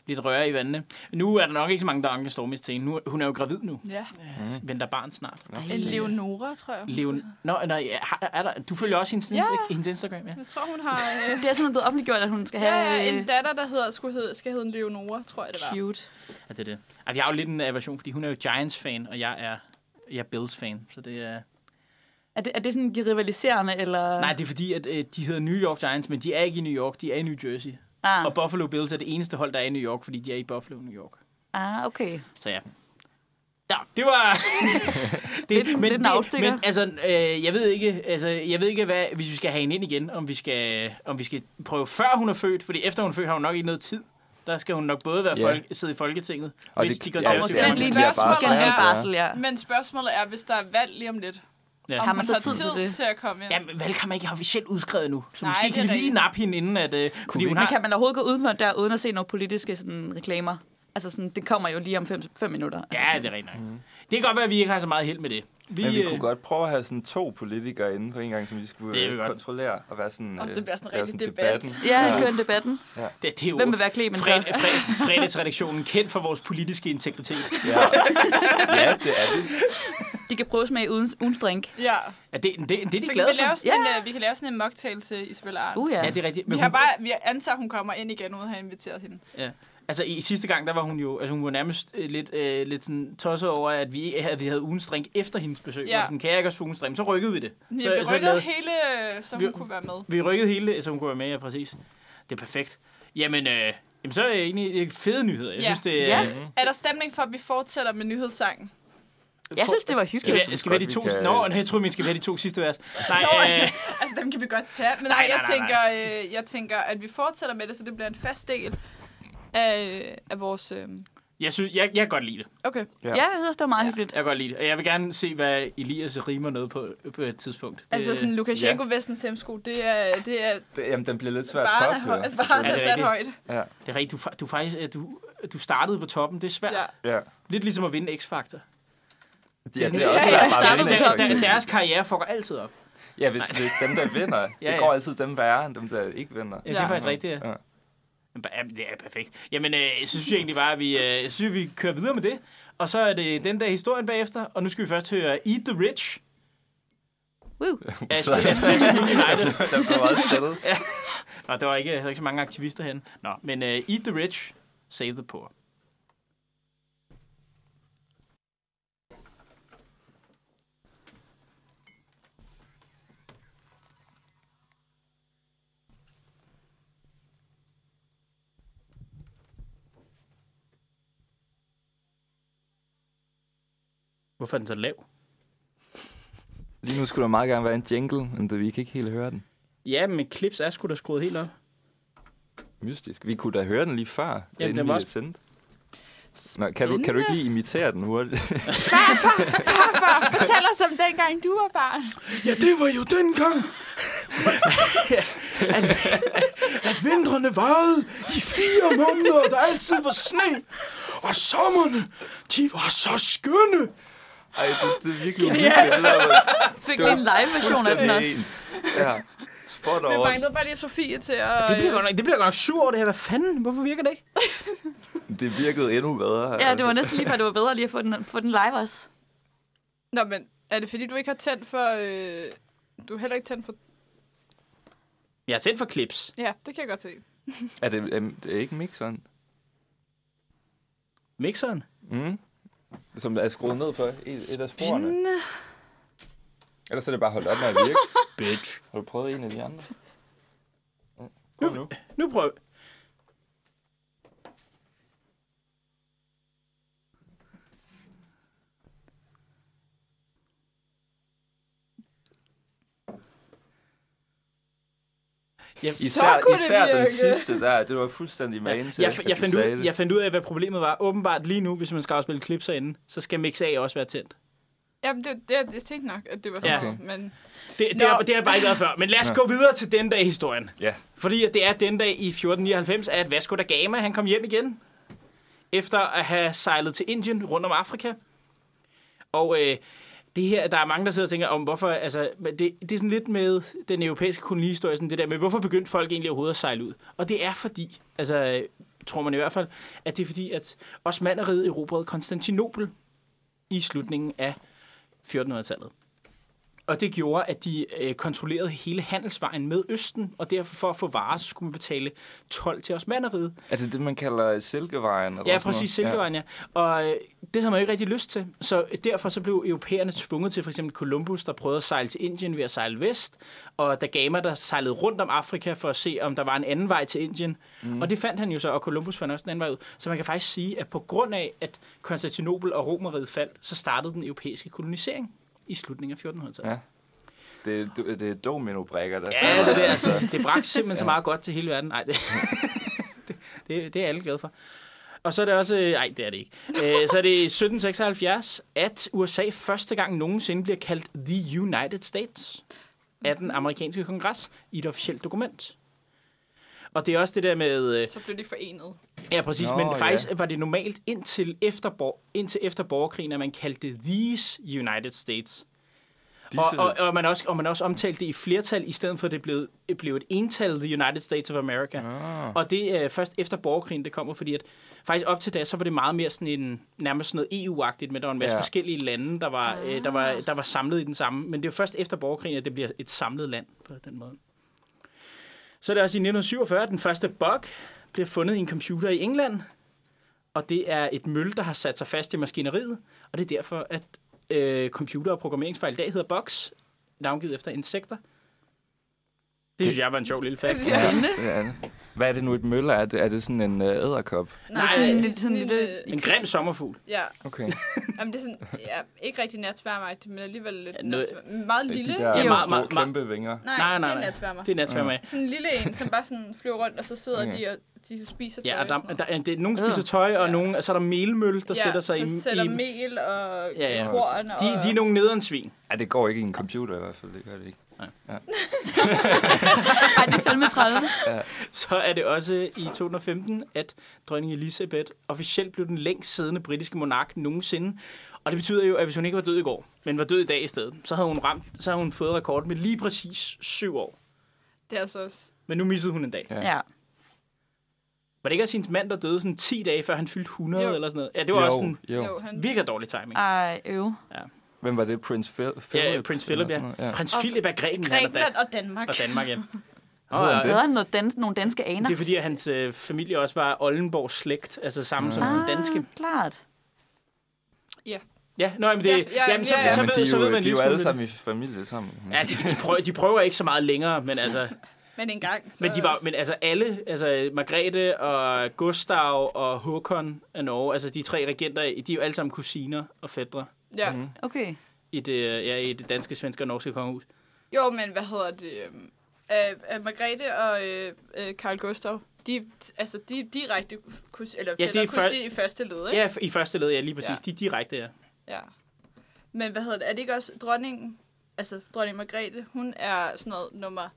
[SPEAKER 2] lidt røre i vandene. Nu er der nok ikke så mange, der anker Stormis til hende. Nu, hun er jo gravid nu.
[SPEAKER 3] ja.
[SPEAKER 2] Mm. Venter barn snart.
[SPEAKER 3] En Leonora, tror jeg. hun
[SPEAKER 2] Leon... Nå, nej, er, er der, du følger også hendes,
[SPEAKER 3] Ja.
[SPEAKER 2] Insta- hendes Instagram, ja.
[SPEAKER 3] Jeg tror, hun har øh,
[SPEAKER 4] Det er simpelthen blevet offentliggjort, at hun skal have
[SPEAKER 3] ja, ja,
[SPEAKER 4] øh,
[SPEAKER 3] en datter, der hedder, skulle hedde, skal hedde Leonora, tror jeg, det var.
[SPEAKER 4] cute.
[SPEAKER 2] ja det er det. Ej, vi har jo lidt en aversion, fordi hun er jo Giants-fan, og jeg er, jeg er Bills-fan. Så det er...
[SPEAKER 4] Er det, er det sådan de rivaliserende, eller?
[SPEAKER 2] Nej, det er fordi, at øh, de hedder New York Giants, men de er ikke i New York, de er i New Jersey.
[SPEAKER 4] Ah,
[SPEAKER 2] Og Buffalo Bills er det eneste hold, der er i New York, fordi de er i Buffalo, New York.
[SPEAKER 4] ah okay.
[SPEAKER 2] Så ja. Ja, det var...
[SPEAKER 4] Lidt- lidt en afstikker.
[SPEAKER 2] men altså, øh, jeg ved ikke, altså, jeg ved ikke hvad, hvis vi skal have hende ind igen, om vi skal, om vi skal prøve før hun er født, fordi efter hun er født har hun nok ikke noget tid. Der skal hun nok både være
[SPEAKER 1] Ja.
[SPEAKER 2] folk, sidde i Folketinget, og hvis det, de går
[SPEAKER 4] Og
[SPEAKER 2] til
[SPEAKER 4] måske
[SPEAKER 3] det er-
[SPEAKER 4] en lille
[SPEAKER 3] det er bare
[SPEAKER 4] måske en lille
[SPEAKER 3] sværere.
[SPEAKER 4] barsel, ja.
[SPEAKER 3] Men spørgsmålet er, hvis der er valg lige om lidt,
[SPEAKER 2] Ja.
[SPEAKER 3] ja. om
[SPEAKER 4] Har
[SPEAKER 3] har
[SPEAKER 4] man
[SPEAKER 3] man
[SPEAKER 4] så
[SPEAKER 3] har
[SPEAKER 4] tid
[SPEAKER 3] tid,
[SPEAKER 4] til det?
[SPEAKER 3] til at komme ind.
[SPEAKER 2] Jamen, valg har man ikke officielt udskrevet nu, så
[SPEAKER 3] Nej,
[SPEAKER 2] måske
[SPEAKER 3] det
[SPEAKER 2] kan vi
[SPEAKER 3] er
[SPEAKER 2] lige
[SPEAKER 3] rigtigt.
[SPEAKER 2] nappe hende inden, at, øh, fordi
[SPEAKER 1] vi-
[SPEAKER 2] hun
[SPEAKER 4] Men
[SPEAKER 2] har...
[SPEAKER 4] kan man overhovedet gå udenfor der, uden at se nogle politiske sådan, reklamer? Altså sådan, det kommer jo lige om 5 minutter. Altså,
[SPEAKER 2] Ja,
[SPEAKER 4] sådan.
[SPEAKER 2] det er rigtigt nok. Det kan godt være, at vi ikke har så meget held med det. Vi,
[SPEAKER 1] Mm. Men vi
[SPEAKER 2] øh,
[SPEAKER 1] kunne godt prøve at have sådan to politikere inde på en gang, som de skulle
[SPEAKER 2] Det er vi
[SPEAKER 1] øh,
[SPEAKER 2] godt.
[SPEAKER 1] kontrollere og være sådan...
[SPEAKER 3] Og det
[SPEAKER 1] øh,
[SPEAKER 3] bliver sådan en
[SPEAKER 1] lave
[SPEAKER 3] rigtig debat.
[SPEAKER 4] Ja, kørende debatten.
[SPEAKER 2] Det, det er jo
[SPEAKER 4] Hvem vil være Clemens så?
[SPEAKER 2] fred, fred, fredagsredaktionen kendt for vores politiske integritet.
[SPEAKER 1] Ja. ja, det er det.
[SPEAKER 4] De kan prøve at smage uden, uden drink.
[SPEAKER 3] Ja.
[SPEAKER 2] Ja, det, det, det er de
[SPEAKER 3] Så kan
[SPEAKER 2] glade
[SPEAKER 3] vi, lave
[SPEAKER 2] for.
[SPEAKER 3] sådan en, øh, vi kan lave sådan en mocktail til Isabella Arden.
[SPEAKER 4] Uh, ja.
[SPEAKER 2] Ja, det er rigtigt.
[SPEAKER 3] Vi
[SPEAKER 2] Men
[SPEAKER 3] har
[SPEAKER 2] hun,
[SPEAKER 3] bare, vi antager, hun kommer ind igen, uden at have inviteret hende.
[SPEAKER 2] altså, i sidste gang, der var hun jo, altså hun var nærmest øh, lidt, øh, lidt sådan tosset over, at vi, at vi havde ugens drink efter hendes besøg.
[SPEAKER 3] Ja.
[SPEAKER 2] Ja. Sådan, kan jeg ikke også få ugens drink? Så rykkede vi det.
[SPEAKER 3] Vi
[SPEAKER 2] så,
[SPEAKER 3] rykkede
[SPEAKER 2] lavede-
[SPEAKER 3] hele, øh, så
[SPEAKER 2] Vi-
[SPEAKER 3] hun kunne være med.
[SPEAKER 2] vi rykkede hele det, så hun kunne være med, ja, præcis. Det er perfekt. Jamen, øh, jamen så er det egentlig det er fede nyheder. Jeg
[SPEAKER 3] Ja.
[SPEAKER 2] synes, det er...
[SPEAKER 4] Ja.
[SPEAKER 3] Er der stemning for, at vi fortsætter med nyhedssangen?
[SPEAKER 4] Jeg synes, det var
[SPEAKER 2] Skal
[SPEAKER 4] hyggeligt.
[SPEAKER 2] vi,
[SPEAKER 1] Jeg
[SPEAKER 2] skal
[SPEAKER 1] synes
[SPEAKER 2] vi have de to...
[SPEAKER 1] godt, vi kan-
[SPEAKER 2] Nå, jeg troede, vi skal have de to sidste vers. Nej,
[SPEAKER 3] Nå,
[SPEAKER 2] øh,
[SPEAKER 3] Altså, dem kan vi godt tage, men nej,
[SPEAKER 2] Nej, nej,
[SPEAKER 3] jeg,
[SPEAKER 2] nej,
[SPEAKER 3] tænker, øh, jeg tænker, at vi fortsætter med det, så det bliver en fast del af, af vores... Øh...
[SPEAKER 2] Jeg, synes, jeg, jeg kan godt lide det.
[SPEAKER 3] Okay.
[SPEAKER 1] Ja.
[SPEAKER 4] Ja, jeg synes, det var meget
[SPEAKER 3] Ja.
[SPEAKER 4] hyggeligt.
[SPEAKER 2] Jeg kan godt lide det. Og jeg vil gerne se, hvad Elias rimer noget på, øh, på et tidspunkt. Det,
[SPEAKER 3] Altså sådan Lukashenko-vestens hemsko, det er, det er
[SPEAKER 1] Det, jamen, den bliver lidt svær at
[SPEAKER 3] bare
[SPEAKER 1] toppe. jo,
[SPEAKER 3] højt. Bare
[SPEAKER 2] Ja, det
[SPEAKER 3] er
[SPEAKER 2] er
[SPEAKER 3] sat
[SPEAKER 2] rigtigt.
[SPEAKER 3] højt.
[SPEAKER 1] Ja,
[SPEAKER 2] det er rigtigt. Du, fa- du, faktisk, øh, du, du startede på toppen. Det er svært.
[SPEAKER 3] Ja.
[SPEAKER 2] Ja.
[SPEAKER 1] ja.
[SPEAKER 2] Lidt ligesom at vinde X-Factor.
[SPEAKER 1] Ja, det
[SPEAKER 2] Ja,
[SPEAKER 1] er også
[SPEAKER 4] ja,
[SPEAKER 1] svært
[SPEAKER 4] starter
[SPEAKER 1] at
[SPEAKER 4] på
[SPEAKER 1] vinde,
[SPEAKER 4] toppen.
[SPEAKER 1] for
[SPEAKER 2] der,
[SPEAKER 1] eksempel.
[SPEAKER 2] deres karriere fucker altid op.
[SPEAKER 1] Ja, hvis, hvis dem, der vinder, ja,
[SPEAKER 2] ja.
[SPEAKER 1] det går altid dem værre, end dem, der ikke vinder.
[SPEAKER 2] Ja, det er
[SPEAKER 3] Ja.
[SPEAKER 2] faktisk rigtigt, ja.
[SPEAKER 1] Ja.
[SPEAKER 2] Jamen, Ja, det er perfekt. Jamen, øh, så synes jeg egentlig bare, at vi, øh, jeg synes, vi kører videre med det. Og så er det den der historien bagefter, og nu skal vi først høre Eat the Rich.
[SPEAKER 4] Woo.
[SPEAKER 2] af
[SPEAKER 1] Så-
[SPEAKER 2] Asper Asper United.
[SPEAKER 1] Der blev meget stillet.
[SPEAKER 2] Nå, der var ikke, der var ikke så mange aktivister hen. Nå, men øh, Eat the Rich, Save the Poor. Hvorfor er den så lav?
[SPEAKER 1] Lige nu skulle der meget gerne være en jingle, men det, vi kan ikke helt høre den.
[SPEAKER 2] Ja, men Clips er sgu da skruet helt op.
[SPEAKER 1] Mystisk. Vi kunne da høre den lige før, Jamen,
[SPEAKER 2] den
[SPEAKER 1] inden vi
[SPEAKER 2] var
[SPEAKER 1] også...
[SPEAKER 2] også-
[SPEAKER 1] sendte. Nå, kan, du, kan du ikke lige imitere den hurtigt?
[SPEAKER 3] Fortæl os om dengang, du var barn.
[SPEAKER 2] Ja, det var jo dengang, at, at vintrene varede i fire måneder, og der altid var sne. Og sommerne, de var så skønne.
[SPEAKER 1] Ej, det, det er virkelig uhyggeligt. Yeah.
[SPEAKER 4] Fik
[SPEAKER 1] Det
[SPEAKER 4] lige
[SPEAKER 1] var
[SPEAKER 4] en live-version af den også.
[SPEAKER 1] Ja. Spot
[SPEAKER 3] Vi
[SPEAKER 1] over.
[SPEAKER 3] manglede bare lige Sofie til at... øh,
[SPEAKER 2] Det bliver godt nok, det bliver godt nok sur over det her. Hvad fanden? Hvorfor virker det ikke?
[SPEAKER 1] Det virkede endnu bedre.
[SPEAKER 4] Ja, det var næsten lige før, det var bedre lige at få den, få den live også.
[SPEAKER 3] Nå, men er det fordi, du ikke har tændt for... Øh... Du er heller ikke tændt for...
[SPEAKER 2] Jeg har tændt for Clips.
[SPEAKER 3] Ja, det kan jeg godt se.
[SPEAKER 1] Er det, er, det er ikke mixeren?
[SPEAKER 2] Mixeren?
[SPEAKER 1] Mm. Som er skruet ned på et, et af sporene. Ellers er det bare holdt op med at virke.
[SPEAKER 2] Bitch.
[SPEAKER 1] Har du prøvet en af de andre? Mm. Prøv nu.
[SPEAKER 2] Nu prøv. Jeg,
[SPEAKER 1] Især,
[SPEAKER 3] kunne det
[SPEAKER 1] især den
[SPEAKER 3] virke.
[SPEAKER 1] sidste der, det var fuldstændig magen til,
[SPEAKER 2] jeg,
[SPEAKER 1] at
[SPEAKER 2] jeg,
[SPEAKER 1] du
[SPEAKER 2] fandt
[SPEAKER 1] sagde
[SPEAKER 2] ud,
[SPEAKER 1] det.
[SPEAKER 2] jeg fandt ud af, hvad problemet var. Åbenbart lige nu, hvis man skal afspille clips herinde, så skal mix A også være tændt.
[SPEAKER 3] Jamen, det, det, det tænkte nok, at det var
[SPEAKER 2] Ja.
[SPEAKER 3] sådan noget, men...
[SPEAKER 2] Det, det,
[SPEAKER 3] Nå.
[SPEAKER 2] har, det har jeg bare ikke været før. Men lad os
[SPEAKER 1] Ja.
[SPEAKER 2] gå videre til den dag i historien.
[SPEAKER 1] Ja,
[SPEAKER 2] Fordi at det er den dag i 1499, at Vasco da Gama han kom hjem igen. Efter at have sejlet til Indien rundt om Afrika. Og øh, det her, der er mange, der sidder og tænker om, hvorfor, altså, men det, det er sådan lidt med den europæiske kolonihistorie, sådan det der, men hvorfor begyndte folk egentlig overhovedet at sejle ud? Og det er fordi, altså, øh, tror man i hvert fald, at det er fordi, at osmanderiet erobrede Konstantinopel i slutningen af 1400-tallet. Og det gjorde, at de øh, kontrollerede hele handelsvejen med Østen, og derfor for at få varer, så skulle man betale 12 til osmanderiet.
[SPEAKER 1] er det det, man kalder Silkevejen? Eller
[SPEAKER 2] Ja,
[SPEAKER 1] sådan noget?
[SPEAKER 2] præcis, Silkevejen, ja. Og øh, det havde man jo ikke rigtig lyst til. Så derfor så blev europæerne tvunget til for eksempel Columbus, der prøvede at sejle til Indien ved at sejle vest, og da Gama, der sejlede rundt om Afrika for at se, om der var en anden vej til Indien.
[SPEAKER 1] Mhm.
[SPEAKER 2] Mm. Og det fandt han jo så, og Columbus fandt også en anden vej ud. Så man kan faktisk sige, at på grund af, at Konstantinopel og Romeriet faldt, så startede den europæiske kolonisering i slutningen af 1400-tallet.
[SPEAKER 1] Ja. Det, det, det er domino-brækker, der
[SPEAKER 2] Ja, det er det, altså. Det bragte simpelthen så meget godt til hele verden. Nej, det, det, det, det er alle glade for. Og så er det også... øh, Ej, det er det ikke. Øh, så er det 1776, at USA første gang nogensinde bliver kaldt The United States af den amerikanske kongres i et officielt dokument. Og det er også det der med... øh,
[SPEAKER 3] Så blev de forenet.
[SPEAKER 2] Ja, præcis.
[SPEAKER 1] Nå,
[SPEAKER 2] Nå, men
[SPEAKER 1] ja.
[SPEAKER 2] faktisk var det normalt indtil efter, bor- indtil efter borgerkrigen, at man kaldte det These United States. Og,
[SPEAKER 1] Disse-
[SPEAKER 2] og, og, man også, og man også omtalte det i flertal, i stedet for at det blev, blev et ental, The United States of America.
[SPEAKER 1] Ah.
[SPEAKER 2] Og det er først efter borgerkrigen, det kommer, fordi at faktisk op til da, så var det meget mere sådan en, nærmest sådan noget EU-agtigt, men der var en masse
[SPEAKER 1] Ja.
[SPEAKER 2] ja. forskellige lande, der var, øh, der, var, der var samlet i den samme. Men det er jo først efter borgerkrigen, at det bliver et samlet land på den måde. Så er det også i 1947, at den første bug bliver fundet i en computer i England. Og det er et møl, der har sat sig fast i maskineriet. Og det er derfor, at øh, computer- og programmeringsfejl i dag hedder bugs, navngivet efter insekter. Det synes jeg var en sjov lille fact.
[SPEAKER 1] Ja, det er det. Hvad er det nu, et mølle er? Er det, er det sådan en øh, æderkop?
[SPEAKER 3] Nej,
[SPEAKER 4] sådan,
[SPEAKER 3] det
[SPEAKER 4] det
[SPEAKER 3] er
[SPEAKER 4] er sådan
[SPEAKER 3] sådan
[SPEAKER 4] lidt...
[SPEAKER 3] en,
[SPEAKER 2] En grim sommerfugl.
[SPEAKER 3] Ja,
[SPEAKER 1] Okay.
[SPEAKER 3] Jamen, det er sådan, ja, ikke rigtig natsværmagtigt, men alligevel lidt
[SPEAKER 2] Ja,
[SPEAKER 3] ja,
[SPEAKER 2] noget-
[SPEAKER 3] Meget
[SPEAKER 1] Det er
[SPEAKER 3] lille.
[SPEAKER 1] de der
[SPEAKER 2] Ja,
[SPEAKER 1] ja, meget,
[SPEAKER 2] meget, meget,
[SPEAKER 1] store,
[SPEAKER 2] meget-
[SPEAKER 1] kæmpe vinger.
[SPEAKER 3] Nej,
[SPEAKER 2] Nej, nej,
[SPEAKER 3] det er
[SPEAKER 2] nej.
[SPEAKER 3] natsværmer.
[SPEAKER 2] Det er natsværmer.
[SPEAKER 3] Sådan en lille en, som bare sådan flyver rundt, og så sidder
[SPEAKER 1] Okay.
[SPEAKER 3] de og de spiser tøj.
[SPEAKER 2] Ja, og der,
[SPEAKER 3] og sådan noget.
[SPEAKER 2] der, er- det, nogen spiser
[SPEAKER 4] Øh.
[SPEAKER 2] tøj, og
[SPEAKER 3] Ja.
[SPEAKER 2] nogen, så er der melmøl, der
[SPEAKER 3] ja,
[SPEAKER 2] sætter sig
[SPEAKER 3] der
[SPEAKER 2] i,
[SPEAKER 3] sætter
[SPEAKER 2] i
[SPEAKER 3] mel og
[SPEAKER 2] Ja,
[SPEAKER 3] ja,
[SPEAKER 2] ja.
[SPEAKER 3] ja. korn. Og,
[SPEAKER 2] de, de er nogle nederen svin.
[SPEAKER 1] Ja, det går ikke i en computer i hvert fald, det gør det ikke.
[SPEAKER 4] Ej, det er fandme træls.
[SPEAKER 2] Så er det også i 2015, at dronning Elisabeth officielt blev den længst siddende britiske monark nogensinde. Og det betyder jo, at hvis hun ikke var død i går, men var død i dag i stedet, så havde hun, ramt, så havde hun fået rekord med lige præcis syv år.
[SPEAKER 3] Det er altså også...
[SPEAKER 2] Men nu missede hun en dag.
[SPEAKER 1] Ja.
[SPEAKER 4] Ja.
[SPEAKER 2] Var det ikke også hendes mand, der døde sådan 10 dage, før han fyldte 100
[SPEAKER 3] Jo. Ah.
[SPEAKER 2] eller sådan noget? Ja, det var jo. også sådan
[SPEAKER 1] jo.
[SPEAKER 3] Jo, han,
[SPEAKER 2] virkelig dårlig timing.
[SPEAKER 4] Ej, øv.
[SPEAKER 1] Hvem var det? Prince Phil- Philip?
[SPEAKER 2] Ja, Prins Philip,
[SPEAKER 1] eller
[SPEAKER 2] ja.
[SPEAKER 1] sådan noget?
[SPEAKER 2] Prins
[SPEAKER 3] Og-
[SPEAKER 2] Philip af Grækenland, Grækenland
[SPEAKER 3] Grækenland og Danmark.
[SPEAKER 2] og Danmark, ja.
[SPEAKER 1] Hedder han
[SPEAKER 2] Og,
[SPEAKER 1] det?
[SPEAKER 4] Bedre end noget dans, nogle danske aner.
[SPEAKER 2] det er fordi, at hans øh, familie også var Oldenborgs slægt, altså samme som
[SPEAKER 1] Ah.
[SPEAKER 2] den danske.
[SPEAKER 4] Ah, klart.
[SPEAKER 2] Ja, nå, men det, ja, ja,
[SPEAKER 3] Ja, ja,
[SPEAKER 2] jamen, så,
[SPEAKER 3] ja,
[SPEAKER 2] ja,
[SPEAKER 3] ja.
[SPEAKER 2] så,
[SPEAKER 1] men
[SPEAKER 2] ved,
[SPEAKER 1] de, er
[SPEAKER 2] så
[SPEAKER 1] jo,
[SPEAKER 2] ved man
[SPEAKER 1] de er
[SPEAKER 2] lige
[SPEAKER 1] jo alle sammen i familie sammen.
[SPEAKER 2] Ja, de, de, prøver, de prøver ikke så meget længere, men altså,
[SPEAKER 3] Men engang. Så,
[SPEAKER 2] men de var, men altså alle, altså Margrethe og Gustav og Håkon af Norge, altså de tre regenter, de er jo alle sammen kusiner og fædre
[SPEAKER 3] Ja.
[SPEAKER 1] Mhm.
[SPEAKER 4] Okay.
[SPEAKER 2] i det, ja, i det danske, svenske og norske kongehus.
[SPEAKER 3] Jo, men hvad hedder det? øhm, Øh, øh, Margrethe og øh, øh, Carl Gustav, de, er- altså, de er direkte kus, eller
[SPEAKER 2] Ja,
[SPEAKER 3] ja,
[SPEAKER 2] det
[SPEAKER 3] det
[SPEAKER 2] er før-
[SPEAKER 3] i første led, ikke?
[SPEAKER 2] Ja, i første led, ja, lige præcis.
[SPEAKER 3] Ja.
[SPEAKER 2] De er direkte, ja.
[SPEAKER 3] Ja. Men hvad hedder det? Er det ikke også dronningen? Altså, dronning Margrethe, hun er sådan noget nummer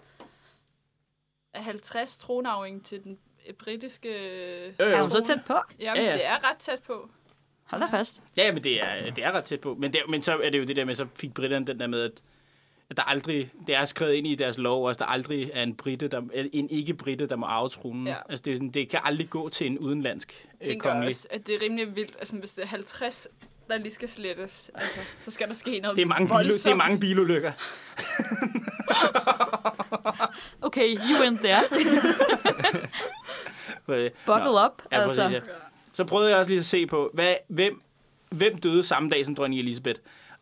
[SPEAKER 3] 50 tronarving til den øh, britiske...
[SPEAKER 2] Øh,
[SPEAKER 4] Er
[SPEAKER 2] jo.
[SPEAKER 4] hun så tæt på?
[SPEAKER 2] Ja,
[SPEAKER 3] Jamen, ja,
[SPEAKER 2] ja.
[SPEAKER 3] ja. det er ret tæt på.
[SPEAKER 4] Hold da fast.
[SPEAKER 2] Ja, men det er, det er ret tæt på. Men, det, men så er det jo det der med, så fik britterne den der med, at at der aldrig, det er skrevet ind i deres lov, også, der aldrig er en, britte, der, eller en ikke-britte, der må arve tronen. Ja.
[SPEAKER 3] Ja.
[SPEAKER 2] Altså, det, er sådan, det kan aldrig gå til en udenlandsk øh,
[SPEAKER 3] tænker
[SPEAKER 2] kongelig.
[SPEAKER 3] også, at det er rimelig vildt. Altså, hvis det er 50, der lige skal slettes, altså, så skal der ske noget
[SPEAKER 2] Det er mange, bilu, det er
[SPEAKER 3] voldsomt.
[SPEAKER 2] mange bilulykker.
[SPEAKER 4] Okay, you went there.
[SPEAKER 2] Øh,
[SPEAKER 4] Buckle
[SPEAKER 2] nå.
[SPEAKER 4] up,
[SPEAKER 2] Ja, altså.
[SPEAKER 4] altså.
[SPEAKER 2] præcis, ja. Så prøvede jeg også lige at se på, hvad, hvem, hvem døde samme dag som dronning Elisabeth.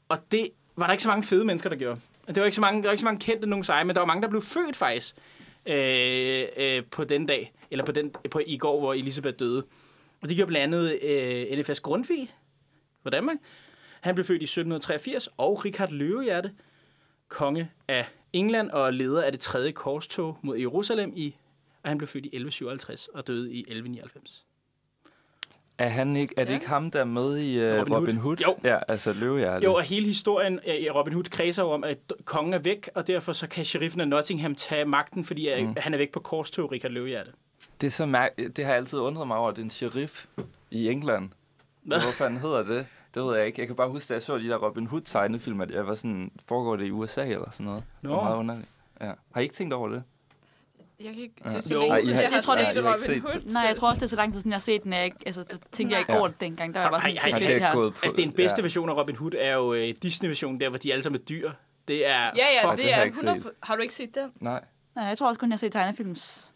[SPEAKER 2] Og det var der ikke så mange fede mennesker, der gjorde. Det var ikke så mange, der var ikke så mange kendte nogen seje, men der var mange, der blev født faktisk øh, øh, på den dag, eller på den, på, i går, hvor Elisabeth døde. Og det gjorde blandt andet øh, NFS Grundtvig fra Danmark. Han blev født i 1783, og Richard Løvehjerte, konge af England og leder af det tredje korstog mod Jerusalem i og han blev født i 1157 og døde i 1199.
[SPEAKER 1] Er, han ikke, er det ikke ham, der er med i uh, Robin,
[SPEAKER 2] Robin Hood?
[SPEAKER 1] Robin Hood?
[SPEAKER 2] Jo.
[SPEAKER 1] Ja, altså løvehjerte.
[SPEAKER 2] Jo, og hele historien øh, i Robin Hood kredser jo om, at d- kongen er væk, og derfor så kan sheriffen af Nottingham tage magten, fordi øh, han er væk på korstog, Richard Løvehjerte.
[SPEAKER 1] Det, er så mær- det har jeg altid undret mig over, at det er en sheriff i England.
[SPEAKER 2] Hvad?
[SPEAKER 1] Hvad? Hvorfor han hedder det? Det ved jeg ikke. Jeg kan bare huske, da jeg så de der Robin Hood tegnefilm, at jeg var sådan, foregår det i USA eller sådan noget?
[SPEAKER 2] Nå.
[SPEAKER 1] Det var meget underligt. Ja. Har I ikke tænkt over det?
[SPEAKER 3] Jeg kan ikke... Det er så
[SPEAKER 2] Jo.
[SPEAKER 3] længe
[SPEAKER 2] Ej, I
[SPEAKER 3] siden,
[SPEAKER 4] har-
[SPEAKER 3] jeg
[SPEAKER 4] jeg tror, det
[SPEAKER 3] har
[SPEAKER 4] er-
[SPEAKER 3] set
[SPEAKER 1] I har ikke
[SPEAKER 3] Robin
[SPEAKER 1] set
[SPEAKER 3] Hood.
[SPEAKER 4] Nej, jeg
[SPEAKER 3] så
[SPEAKER 4] tror også, det er så lang tid siden, jeg har set den. Jeg, ikke- altså, der tænkte jeg ikke
[SPEAKER 3] Nej.
[SPEAKER 4] over det dengang. Der var jeg bare sådan,
[SPEAKER 2] Ej, ej,
[SPEAKER 4] det
[SPEAKER 1] Har
[SPEAKER 2] ej,
[SPEAKER 4] er
[SPEAKER 1] det
[SPEAKER 4] fedt
[SPEAKER 1] ikke
[SPEAKER 4] her.
[SPEAKER 1] gået på?
[SPEAKER 2] Altså, den bedste
[SPEAKER 1] ja.
[SPEAKER 2] ja. version af Robin Hood er jo øh, Disney-versionen der, hvor de alle sammen er dyr. Det er,
[SPEAKER 3] Ja, ja,
[SPEAKER 2] fuck,
[SPEAKER 1] det
[SPEAKER 3] det
[SPEAKER 1] har jeg
[SPEAKER 3] er
[SPEAKER 1] ikke
[SPEAKER 3] 100... Har du ikke set den?
[SPEAKER 1] Nej.
[SPEAKER 4] Nej, jeg tror også kun, jeg har set tegnefilms.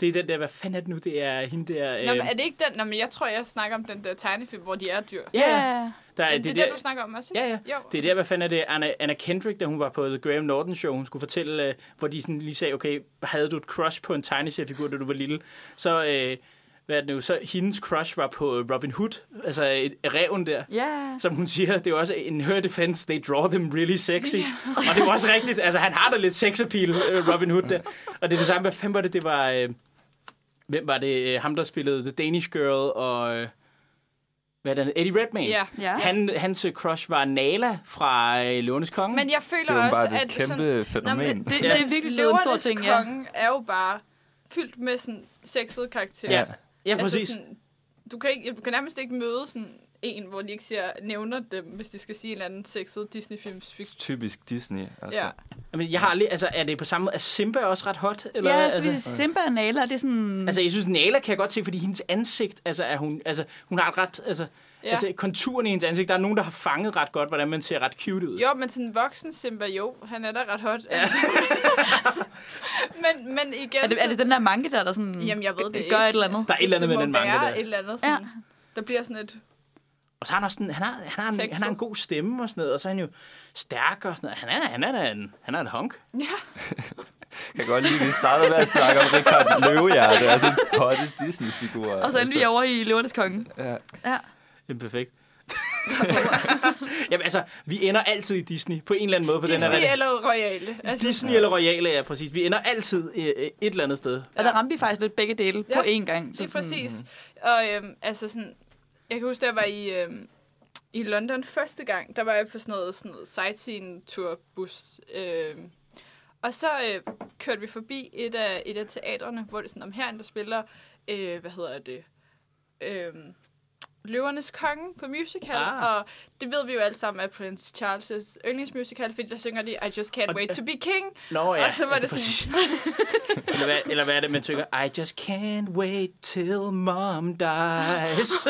[SPEAKER 2] det er den der, hvad fanden er det nu, det er hende der... Øh,
[SPEAKER 3] Nå, men er det ikke den? Nå, men jeg tror, jeg snakker om den der tegnefilm, hvor de er dyr.
[SPEAKER 2] Ja,
[SPEAKER 4] Ja, yeah.
[SPEAKER 2] der,
[SPEAKER 3] Ej, det, er det, der, du snakker om også, ikke?
[SPEAKER 2] Ja, ja.
[SPEAKER 3] Jo.
[SPEAKER 2] Det er der, hvad fanden er det, Anna, Anna Kendrick, da hun var på The Graham Norton Show, hun skulle fortælle, øh, hvor de sådan lige sagde, okay, havde du et crush på en tegneseriefigur, da du var lille? Så, øh, hvad er det nu, så hendes crush var på øh, Robin Hood, altså et, reven der.
[SPEAKER 4] ja.
[SPEAKER 2] Som hun siger, det er jo også en her defense, they draw them really sexy. Og det er jo også rigtigt, altså han har da lidt sex appeal, øh, Robin Hood der. Og det er det samme, hvad fanden var det, det var, øh, hvem var det, øh, ham der spillede The Danish Girl og, øh, hvad er det, Eddie Redmayne.
[SPEAKER 3] Ja.
[SPEAKER 4] ja.
[SPEAKER 2] Han, hans øh, crush var Nala fra øh, Løvenes Konge.
[SPEAKER 3] Men jeg føler
[SPEAKER 1] Det var
[SPEAKER 3] også,
[SPEAKER 1] bare et
[SPEAKER 3] at
[SPEAKER 1] kæmpe
[SPEAKER 3] sådan,
[SPEAKER 1] fænomen.
[SPEAKER 3] Nå, men
[SPEAKER 4] Det,
[SPEAKER 2] Ja.
[SPEAKER 4] det er virkelig blevet en stor
[SPEAKER 3] Løvernes
[SPEAKER 4] ting, ja.
[SPEAKER 3] konge er jo bare fyldt med sådan sexede karakterer.
[SPEAKER 2] ja, ja, præcis.
[SPEAKER 3] Altså sådan, du, kan ikke, du kan nærmest ikke møde sådan en, hvor de ikke siger, nævner dem, hvis de skal sige en eller anden sexet Disney-films. fik-
[SPEAKER 1] Typisk Disney. Altså.
[SPEAKER 3] Ja.
[SPEAKER 2] Men jeg har aldrig, altså, er det på samme måde, er Simba også ret hot? Eller
[SPEAKER 4] Ja,
[SPEAKER 2] hvad?
[SPEAKER 4] jeg skulle lige
[SPEAKER 2] altså,
[SPEAKER 4] sige, Simba og Nala, det er sådan...
[SPEAKER 2] altså, jeg synes, Nala kan jeg godt se, fordi hendes ansigt, altså, er hun, altså, hun har et ret, altså, ja.
[SPEAKER 3] Ja.
[SPEAKER 2] altså, konturen i hendes ansigt, der er nogen, der har fanget ret godt, hvordan man ser ret cute ud.
[SPEAKER 3] Jo, men sådan voksen Simba, jo, han er da ret hot. Altså. men, men igen...
[SPEAKER 4] Er det, er det den der manke der, der sådan
[SPEAKER 3] Jamen, jeg ved det
[SPEAKER 4] gør
[SPEAKER 3] ikke.
[SPEAKER 4] et eller andet?
[SPEAKER 2] Der er et eller andet med den
[SPEAKER 3] mange
[SPEAKER 2] manga
[SPEAKER 3] der.
[SPEAKER 2] der.
[SPEAKER 3] et eller andet
[SPEAKER 4] Ja.
[SPEAKER 3] sådan... Ja. Der bliver sådan et...
[SPEAKER 2] Og så har han også sådan, han har, han har, en,
[SPEAKER 3] Sexet.
[SPEAKER 2] han har en god stemme og sådan noget, og så er han jo stærk og sådan noget. Han er, han er, da en, han er en honk.
[SPEAKER 3] Ja,
[SPEAKER 1] Jeg kan godt lide, at vi starter med at snakke om Richard Løvehjerte, altså en potte Disney-figur. altså.
[SPEAKER 3] altså-
[SPEAKER 4] Og så endte vi over i Løvernes Konge.
[SPEAKER 1] Ja.
[SPEAKER 4] Ja.
[SPEAKER 2] Det er perfekt. Jamen altså, vi ender altid i Disney på en eller anden måde. På den
[SPEAKER 3] Disney
[SPEAKER 2] her,
[SPEAKER 3] eller Royale. Altså,
[SPEAKER 2] Disney eller Royale, ja, præcis. Vi ender altid øh, øh, et eller andet sted.
[SPEAKER 4] Og der ramte vi faktisk lidt begge dele
[SPEAKER 3] Ja,
[SPEAKER 4] på én gang.
[SPEAKER 3] Lige præcis.
[SPEAKER 2] mhm.
[SPEAKER 3] Og øhm, altså sådan, jeg kan huske, da jeg var i, øhm, i London første gang, der var jeg på sådan noget, sådan noget sightseeing-turbus. Øhm, og så øh, kørte vi forbi et af, et af teaterne, hvor det er sådan om herren, der spiller, øh, hvad hedder det, øhm, Løvernes Konge på musical,
[SPEAKER 2] Ah.
[SPEAKER 3] ah. og det ved vi jo alle sammen er Prince Charles' yndlingsmusical, fordi der synger de, I just can't
[SPEAKER 2] Og-
[SPEAKER 3] wait to be king.
[SPEAKER 2] Nå ja,
[SPEAKER 3] Og så var
[SPEAKER 2] ja,
[SPEAKER 3] det sådan-
[SPEAKER 2] præcis. eller, hvad, eller hvad er det, man tykker? I just can't wait till mom dies.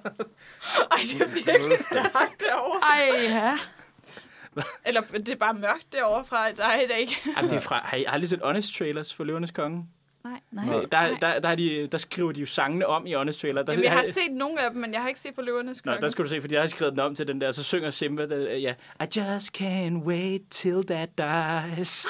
[SPEAKER 3] Ej, det er virkelig stærkt derovre.
[SPEAKER 4] Ej, ja.
[SPEAKER 3] Eller det er bare mørkt derovre fra dig i dag.
[SPEAKER 2] Jamen, det er fra, har I aldrig set Honest Trailers for Løvernes Konge?
[SPEAKER 4] Nej, nej.
[SPEAKER 2] Der, Øh, der, der, der, er de, der skriver de jo sangene om i Honest Trailer. Der,
[SPEAKER 3] Jamen, jeg har
[SPEAKER 2] har-
[SPEAKER 3] set nogle af dem, men jeg har ikke set på Løvernes
[SPEAKER 2] Nå,
[SPEAKER 3] Konge.
[SPEAKER 2] der skal du se, fordi jeg har skrevet den om til den der, så synger Simba, der, ja, I just can't wait till that dies.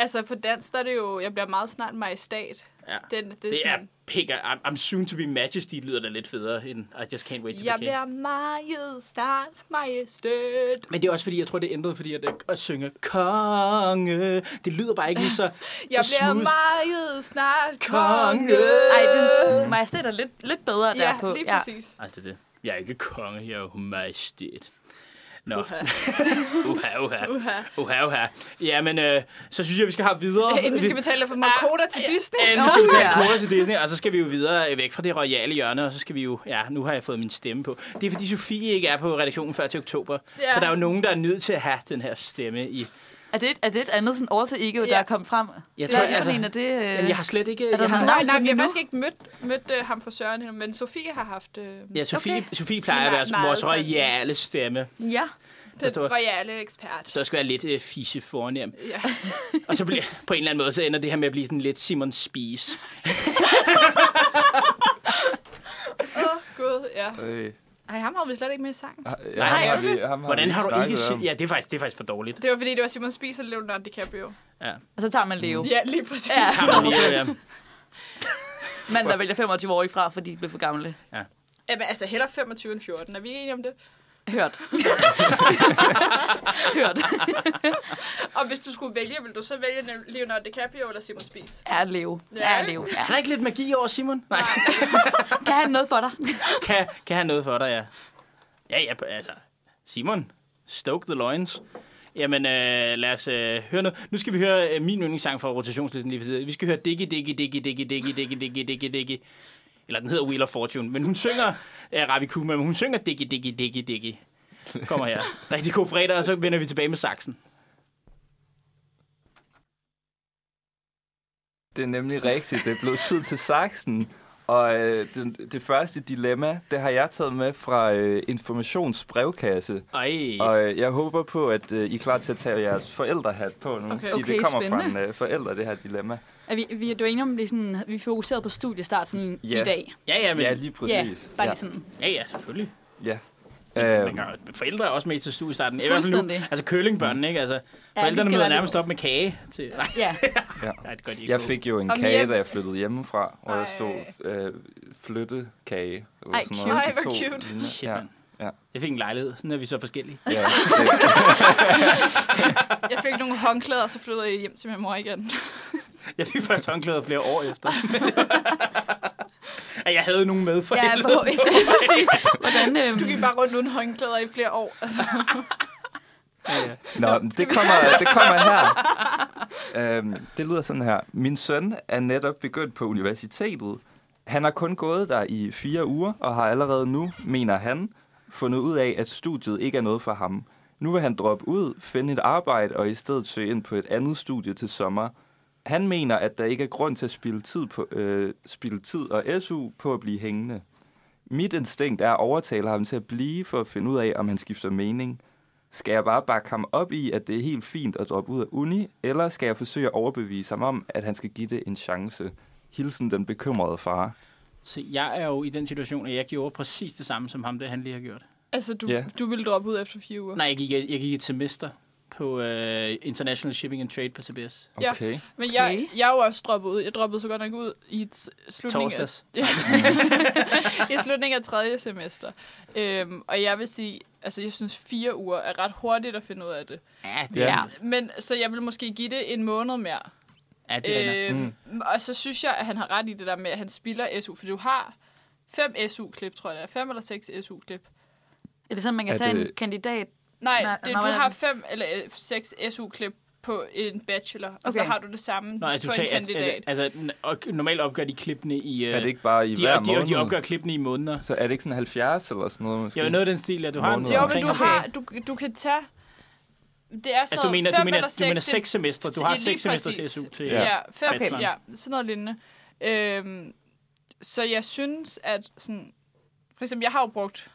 [SPEAKER 3] Altså, på dansk, der er det jo, jeg bliver meget snart majestat.
[SPEAKER 2] Ja.
[SPEAKER 3] Den, det,
[SPEAKER 2] Det er
[SPEAKER 3] sådan,
[SPEAKER 2] pikker. I'm, I'm soon to be majesty lyder da lidt federe end I just can't wait to
[SPEAKER 3] jeg
[SPEAKER 2] be king.
[SPEAKER 3] bliver meget snart majestat.
[SPEAKER 2] Men det er også fordi, jeg tror, det ændrede, fordi at, øh, at synge konge, det lyder bare ikke lige så
[SPEAKER 3] Jeg bliver
[SPEAKER 2] smooth.
[SPEAKER 3] meget snart
[SPEAKER 2] Konge.
[SPEAKER 3] konge.
[SPEAKER 4] Ej, den majestæt er lidt, lidt bedre
[SPEAKER 3] ja,
[SPEAKER 4] derpå.
[SPEAKER 3] lige præcis.
[SPEAKER 2] Ej, det er det. Jeg er ikke konge, jeg er jo majestæt. Nå,
[SPEAKER 3] Uha.
[SPEAKER 2] uha, uha,
[SPEAKER 3] Uha.
[SPEAKER 2] uha, uha. Jamen, øh, så synes jeg, vi skal have videre.
[SPEAKER 3] Inden vi skal betale for Makoda til Disney.
[SPEAKER 2] Ja, nu
[SPEAKER 4] Sådan
[SPEAKER 2] skal vi tage
[SPEAKER 4] der.
[SPEAKER 2] koder til Disney, og så skal vi jo videre øh, væk fra det royale hjørne, og så skal vi jo... Ja, nu har jeg fået min stemme på. Det er, fordi Sofie ikke er på redaktionen før til oktober.
[SPEAKER 3] Ja.
[SPEAKER 2] Så der er jo nogen, der er nødt til at have den her stemme i...
[SPEAKER 4] Er det, et- er det et andet sådan alter ego, der
[SPEAKER 3] Ja. altså-
[SPEAKER 4] er kommet frem? Hvad
[SPEAKER 2] Jeg
[SPEAKER 4] er det for en af det? øh,
[SPEAKER 2] altså, Jamen, jeg har slet ikke...
[SPEAKER 4] der
[SPEAKER 2] Jeg har,
[SPEAKER 4] nogen-
[SPEAKER 3] Nej, nej,
[SPEAKER 4] Nå,
[SPEAKER 3] vi har
[SPEAKER 4] nu.
[SPEAKER 3] faktisk ikke mødt, mødt uh, ham for Søren endnu, men Sofie har haft uh,
[SPEAKER 2] ja, Sofie,
[SPEAKER 4] Okay.
[SPEAKER 2] okay. Sofie plejer at
[SPEAKER 3] Sådan
[SPEAKER 2] være
[SPEAKER 3] meget
[SPEAKER 2] vores
[SPEAKER 3] sådan-
[SPEAKER 2] royale stemme.
[SPEAKER 4] ja.
[SPEAKER 2] der står-
[SPEAKER 3] den royale ekspert.
[SPEAKER 2] Så der skal være lidt øh, fise fornem.
[SPEAKER 3] Ja.
[SPEAKER 2] Og så bliver, på en eller anden måde, så ender det her med at blive sådan lidt Simon Spies.
[SPEAKER 3] Åh, oh, gud, ja.
[SPEAKER 1] Øh,
[SPEAKER 3] Ej, ham har vi slet ikke med i sangen.
[SPEAKER 1] Nej, ham har vi,
[SPEAKER 3] ærgerligt.
[SPEAKER 1] ham har
[SPEAKER 2] Hvordan
[SPEAKER 1] vi
[SPEAKER 2] har du ikke...
[SPEAKER 1] snakket om.
[SPEAKER 2] si- Ja, det er faktisk, det er faktisk for dårligt.
[SPEAKER 3] Det var fordi, det var Simon Spies og Leonardo DiCaprio.
[SPEAKER 2] Ja.
[SPEAKER 4] Og så tager man Leo.
[SPEAKER 3] Ja, lige præcis.
[SPEAKER 4] Ja.
[SPEAKER 2] Har man lige, ja.
[SPEAKER 4] Mand, der vælger 25 år fra, fordi de blev for gamle.
[SPEAKER 3] Jamen, altså, heller 25 end 14. Er vi enige om det?
[SPEAKER 4] Hørt. Hørt.
[SPEAKER 3] Og hvis du skulle vælge, vil du så vælge Leonardo DiCaprio eller Simon Spies?
[SPEAKER 4] Er Leo.
[SPEAKER 3] Ja.
[SPEAKER 4] Er Leo. Ja.
[SPEAKER 2] Er der ikke lidt magi over Simon? Nej.
[SPEAKER 4] Kan han noget for dig?
[SPEAKER 2] kan, kan have noget for dig, ja. Ja, ja, altså. Simon, stoke the loins. Jamen, øh, lad os øh, høre noget. Nu skal vi høre øh, min yndlingssang fra rotationslisten lige for tiden. Vi skal høre Diggy, Diggy, Diggy, Diggy, Diggy, Diggy, Diggy, Diggy, Diggy. Eller den hedder Wheel of Fortune, men hun synger øh, Ravi Kuma, men hun synger Diggy, Diggy, Diggy, Diggy. Kommer her. Rigtig god fredag, og så vender vi tilbage med saksen.
[SPEAKER 1] Det er nemlig rigtigt. Det er blevet tid til saksen. Og øh, det, det første dilemma, det har jeg taget med fra øh, Informations brevkasse.
[SPEAKER 2] Ej.
[SPEAKER 1] Og øh, jeg håber på, at øh, I er klar til at tage jeres forældrehat på nu.
[SPEAKER 3] Okay.
[SPEAKER 1] fordi
[SPEAKER 4] Okay,
[SPEAKER 1] det kommer
[SPEAKER 4] spændende.
[SPEAKER 1] fra en øh, forælder, det her dilemma.
[SPEAKER 4] Er vi, vi, du er enige om, at vi, sådan, vi fokuserede på studiestart sådan
[SPEAKER 1] Ja.
[SPEAKER 4] i dag.
[SPEAKER 2] Ja, ja, men,
[SPEAKER 1] Ja, lige
[SPEAKER 4] Ja,
[SPEAKER 1] præcis.
[SPEAKER 4] bare lige sådan.
[SPEAKER 2] ja, ja, selvfølgelig.
[SPEAKER 1] ja.
[SPEAKER 2] Man
[SPEAKER 1] Øhm,
[SPEAKER 2] gør, forældre er også med til studiestarten. I hvert fald nu.
[SPEAKER 4] Fuldstændig.
[SPEAKER 2] Altså kølingbørn, ikke? Altså,
[SPEAKER 4] de
[SPEAKER 2] forældrene
[SPEAKER 4] skal
[SPEAKER 2] møder
[SPEAKER 4] være lidt-
[SPEAKER 2] nærmest op med kage. Til, nej,
[SPEAKER 4] Ja,
[SPEAKER 2] nej, det gør de ikke.
[SPEAKER 1] jeg fik jo en
[SPEAKER 3] Om
[SPEAKER 1] kage,
[SPEAKER 3] hjem-
[SPEAKER 1] da jeg flyttede hjemmefra, hvor
[SPEAKER 3] Ej.
[SPEAKER 1] jeg stod øh, flyttekage. eller
[SPEAKER 4] Ej,
[SPEAKER 1] sådan
[SPEAKER 4] cute.
[SPEAKER 1] noget.
[SPEAKER 3] Ej, hvor
[SPEAKER 1] To
[SPEAKER 3] cute.
[SPEAKER 1] ligner-
[SPEAKER 2] Shit,
[SPEAKER 1] ja,
[SPEAKER 2] mand.
[SPEAKER 1] ja.
[SPEAKER 2] Jeg fik en lejlighed, sådan er vi så forskellige.
[SPEAKER 1] ja.
[SPEAKER 3] Jeg fik nogle håndklæder, og så flyttede jeg hjem til min mor igen.
[SPEAKER 2] Jeg fik først håndklæder flere år efter. At jeg havde nogen med for
[SPEAKER 4] ja
[SPEAKER 2] helvede.
[SPEAKER 4] på, jeg skulle lige sige, hvordan... Øhm,
[SPEAKER 3] Du gik bare rundt uden håndklæder i flere år. Altså,
[SPEAKER 1] Nå, men det kommer, det kommer her. Øhm, det lyder sådan her. Min søn er netop begyndt på universitetet. Han har kun gået der i fire uger, og har allerede nu, mener han, fundet ud af, at studiet ikke er noget for ham. Nu vil han droppe ud, finde et arbejde og i stedet søge ind på et andet studie til sommer. Han mener, at der ikke er grund til at spille tid, på, øh, spille tid og SU på at blive hængende. Mit instinkt er at overtale ham til at blive for at finde ud af, om han skifter mening. Skal jeg bare bakke ham op i, at det er helt fint at droppe ud af uni, eller skal jeg forsøge at overbevise ham om, at han skal give det en chance? Hilsen den bekymrede far.
[SPEAKER 2] Så jeg er jo i den situation, at jeg gjorde præcis det samme som ham, det han lige har gjort.
[SPEAKER 3] altså du,
[SPEAKER 1] Ja.
[SPEAKER 3] du ville droppe ud efter fire uger.
[SPEAKER 2] Nej, jeg gik, jeg gik et semester på på øh, International Shipping and Trade på CBS.
[SPEAKER 3] Ja.
[SPEAKER 1] Okay. Ja.
[SPEAKER 3] Men jeg,
[SPEAKER 4] Okay.
[SPEAKER 3] jeg er jo også droppet ud. Jeg droppede så godt nok ud i et s- slutningen af,
[SPEAKER 2] Torsdags.
[SPEAKER 3] Ja. I slutningen af tredje semester. Øhm, og jeg vil sige, altså jeg synes fire uger er ret hurtigt at finde ud af det.
[SPEAKER 2] Ja,
[SPEAKER 1] Ja.
[SPEAKER 4] Ja.
[SPEAKER 3] Men så jeg vil måske give det en måned mere.
[SPEAKER 2] ja det er øh,
[SPEAKER 3] Øhm, Og så synes jeg, at han har ret i det der med, at han spilder SU, for du har fem SU-klip, tror jeg det er. Fem eller seks SU-klip.
[SPEAKER 4] Er det sådan, man kan
[SPEAKER 1] Er
[SPEAKER 4] tage
[SPEAKER 1] det-
[SPEAKER 2] øh,
[SPEAKER 4] en kandidat? Nej,
[SPEAKER 3] Nej, Nej det,
[SPEAKER 4] nå,
[SPEAKER 3] du
[SPEAKER 4] hvordan?
[SPEAKER 3] har fem eller øh, seks SU-klip på en bachelor, okay. og så
[SPEAKER 4] Okay.
[SPEAKER 3] har du det samme
[SPEAKER 2] Nå, altså,
[SPEAKER 3] på
[SPEAKER 2] du
[SPEAKER 3] en
[SPEAKER 2] tager, altså,
[SPEAKER 3] kandidat.
[SPEAKER 2] altså, n- og normalt opgør de klippene i... Øh,
[SPEAKER 1] Er det ikke bare i
[SPEAKER 2] de,
[SPEAKER 1] hver
[SPEAKER 2] de,
[SPEAKER 1] måned?
[SPEAKER 2] de, opgør klippene i måneder.
[SPEAKER 1] Så er det ikke sådan 70 eller sådan noget måske?
[SPEAKER 2] Jeg ved noget af den stil, at du har en,
[SPEAKER 1] Måneder.
[SPEAKER 3] Jo, men
[SPEAKER 2] omkring
[SPEAKER 3] du
[SPEAKER 2] en-
[SPEAKER 3] har, du, du kan tage... Det er sådan
[SPEAKER 2] Altså, du
[SPEAKER 3] noget
[SPEAKER 2] mener,
[SPEAKER 3] fem
[SPEAKER 2] du mener,
[SPEAKER 3] eller
[SPEAKER 2] du
[SPEAKER 3] seks,
[SPEAKER 2] mener
[SPEAKER 3] det-
[SPEAKER 2] seks semestre. Du
[SPEAKER 3] Ja,
[SPEAKER 2] har
[SPEAKER 3] lige
[SPEAKER 2] seks semesters
[SPEAKER 3] præcis.
[SPEAKER 2] SU til...
[SPEAKER 1] Ja.
[SPEAKER 2] Ja.
[SPEAKER 3] Ja, fem,
[SPEAKER 2] bacheloren.
[SPEAKER 3] ja, sådan noget lignende. Øhm, så jeg synes, at sådan... For eksempel, jeg har jo brugt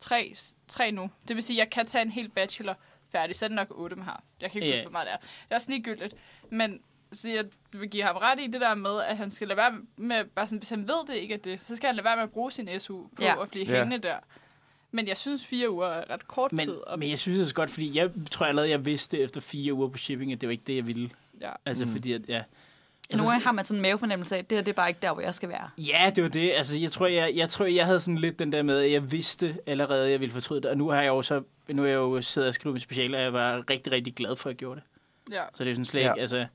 [SPEAKER 3] tre, tre nu. Det vil sige, at jeg kan tage en hel bachelor færdig. Så er det nok otte, man har. Jeg kan ikke
[SPEAKER 2] Ja.
[SPEAKER 3] yeah. huske, hvor meget det er. Det er også ligegyldigt. Men så jeg vil give ham ret i det der med, at han skal lade være med, bare sådan, hvis han ved det ikke er det, så skal han lade være med at bruge sin SU på
[SPEAKER 4] Ja.
[SPEAKER 3] at blive
[SPEAKER 1] Ja.
[SPEAKER 3] hængende der. Men jeg synes, fire uger er ret kort tid.
[SPEAKER 2] Men,
[SPEAKER 3] og-
[SPEAKER 2] men jeg synes det er så godt, fordi jeg tror allerede, jeg vidste efter fire uger på shipping, at det var ikke det, jeg ville.
[SPEAKER 3] ja.
[SPEAKER 2] Altså,
[SPEAKER 1] Mm.
[SPEAKER 2] mm. fordi at, ja. altså-
[SPEAKER 4] Nogle gange har man sådan en mavefornemmelse af, at det her det er bare ikke der, hvor jeg skal være.
[SPEAKER 2] Ja, det var det. Altså, jeg tror, jeg, jeg tror, jeg havde sådan lidt den der med, at jeg vidste allerede, at jeg ville fortryde det. Og nu har jeg jo så, nu er jeg jo siddet og skrive mit speciale, og jeg var rigtig, rigtig glad for, at jeg gjorde det.
[SPEAKER 3] ja.
[SPEAKER 2] Så det er sådan slet
[SPEAKER 1] Ja.
[SPEAKER 2] ja. ikke, altså, altså,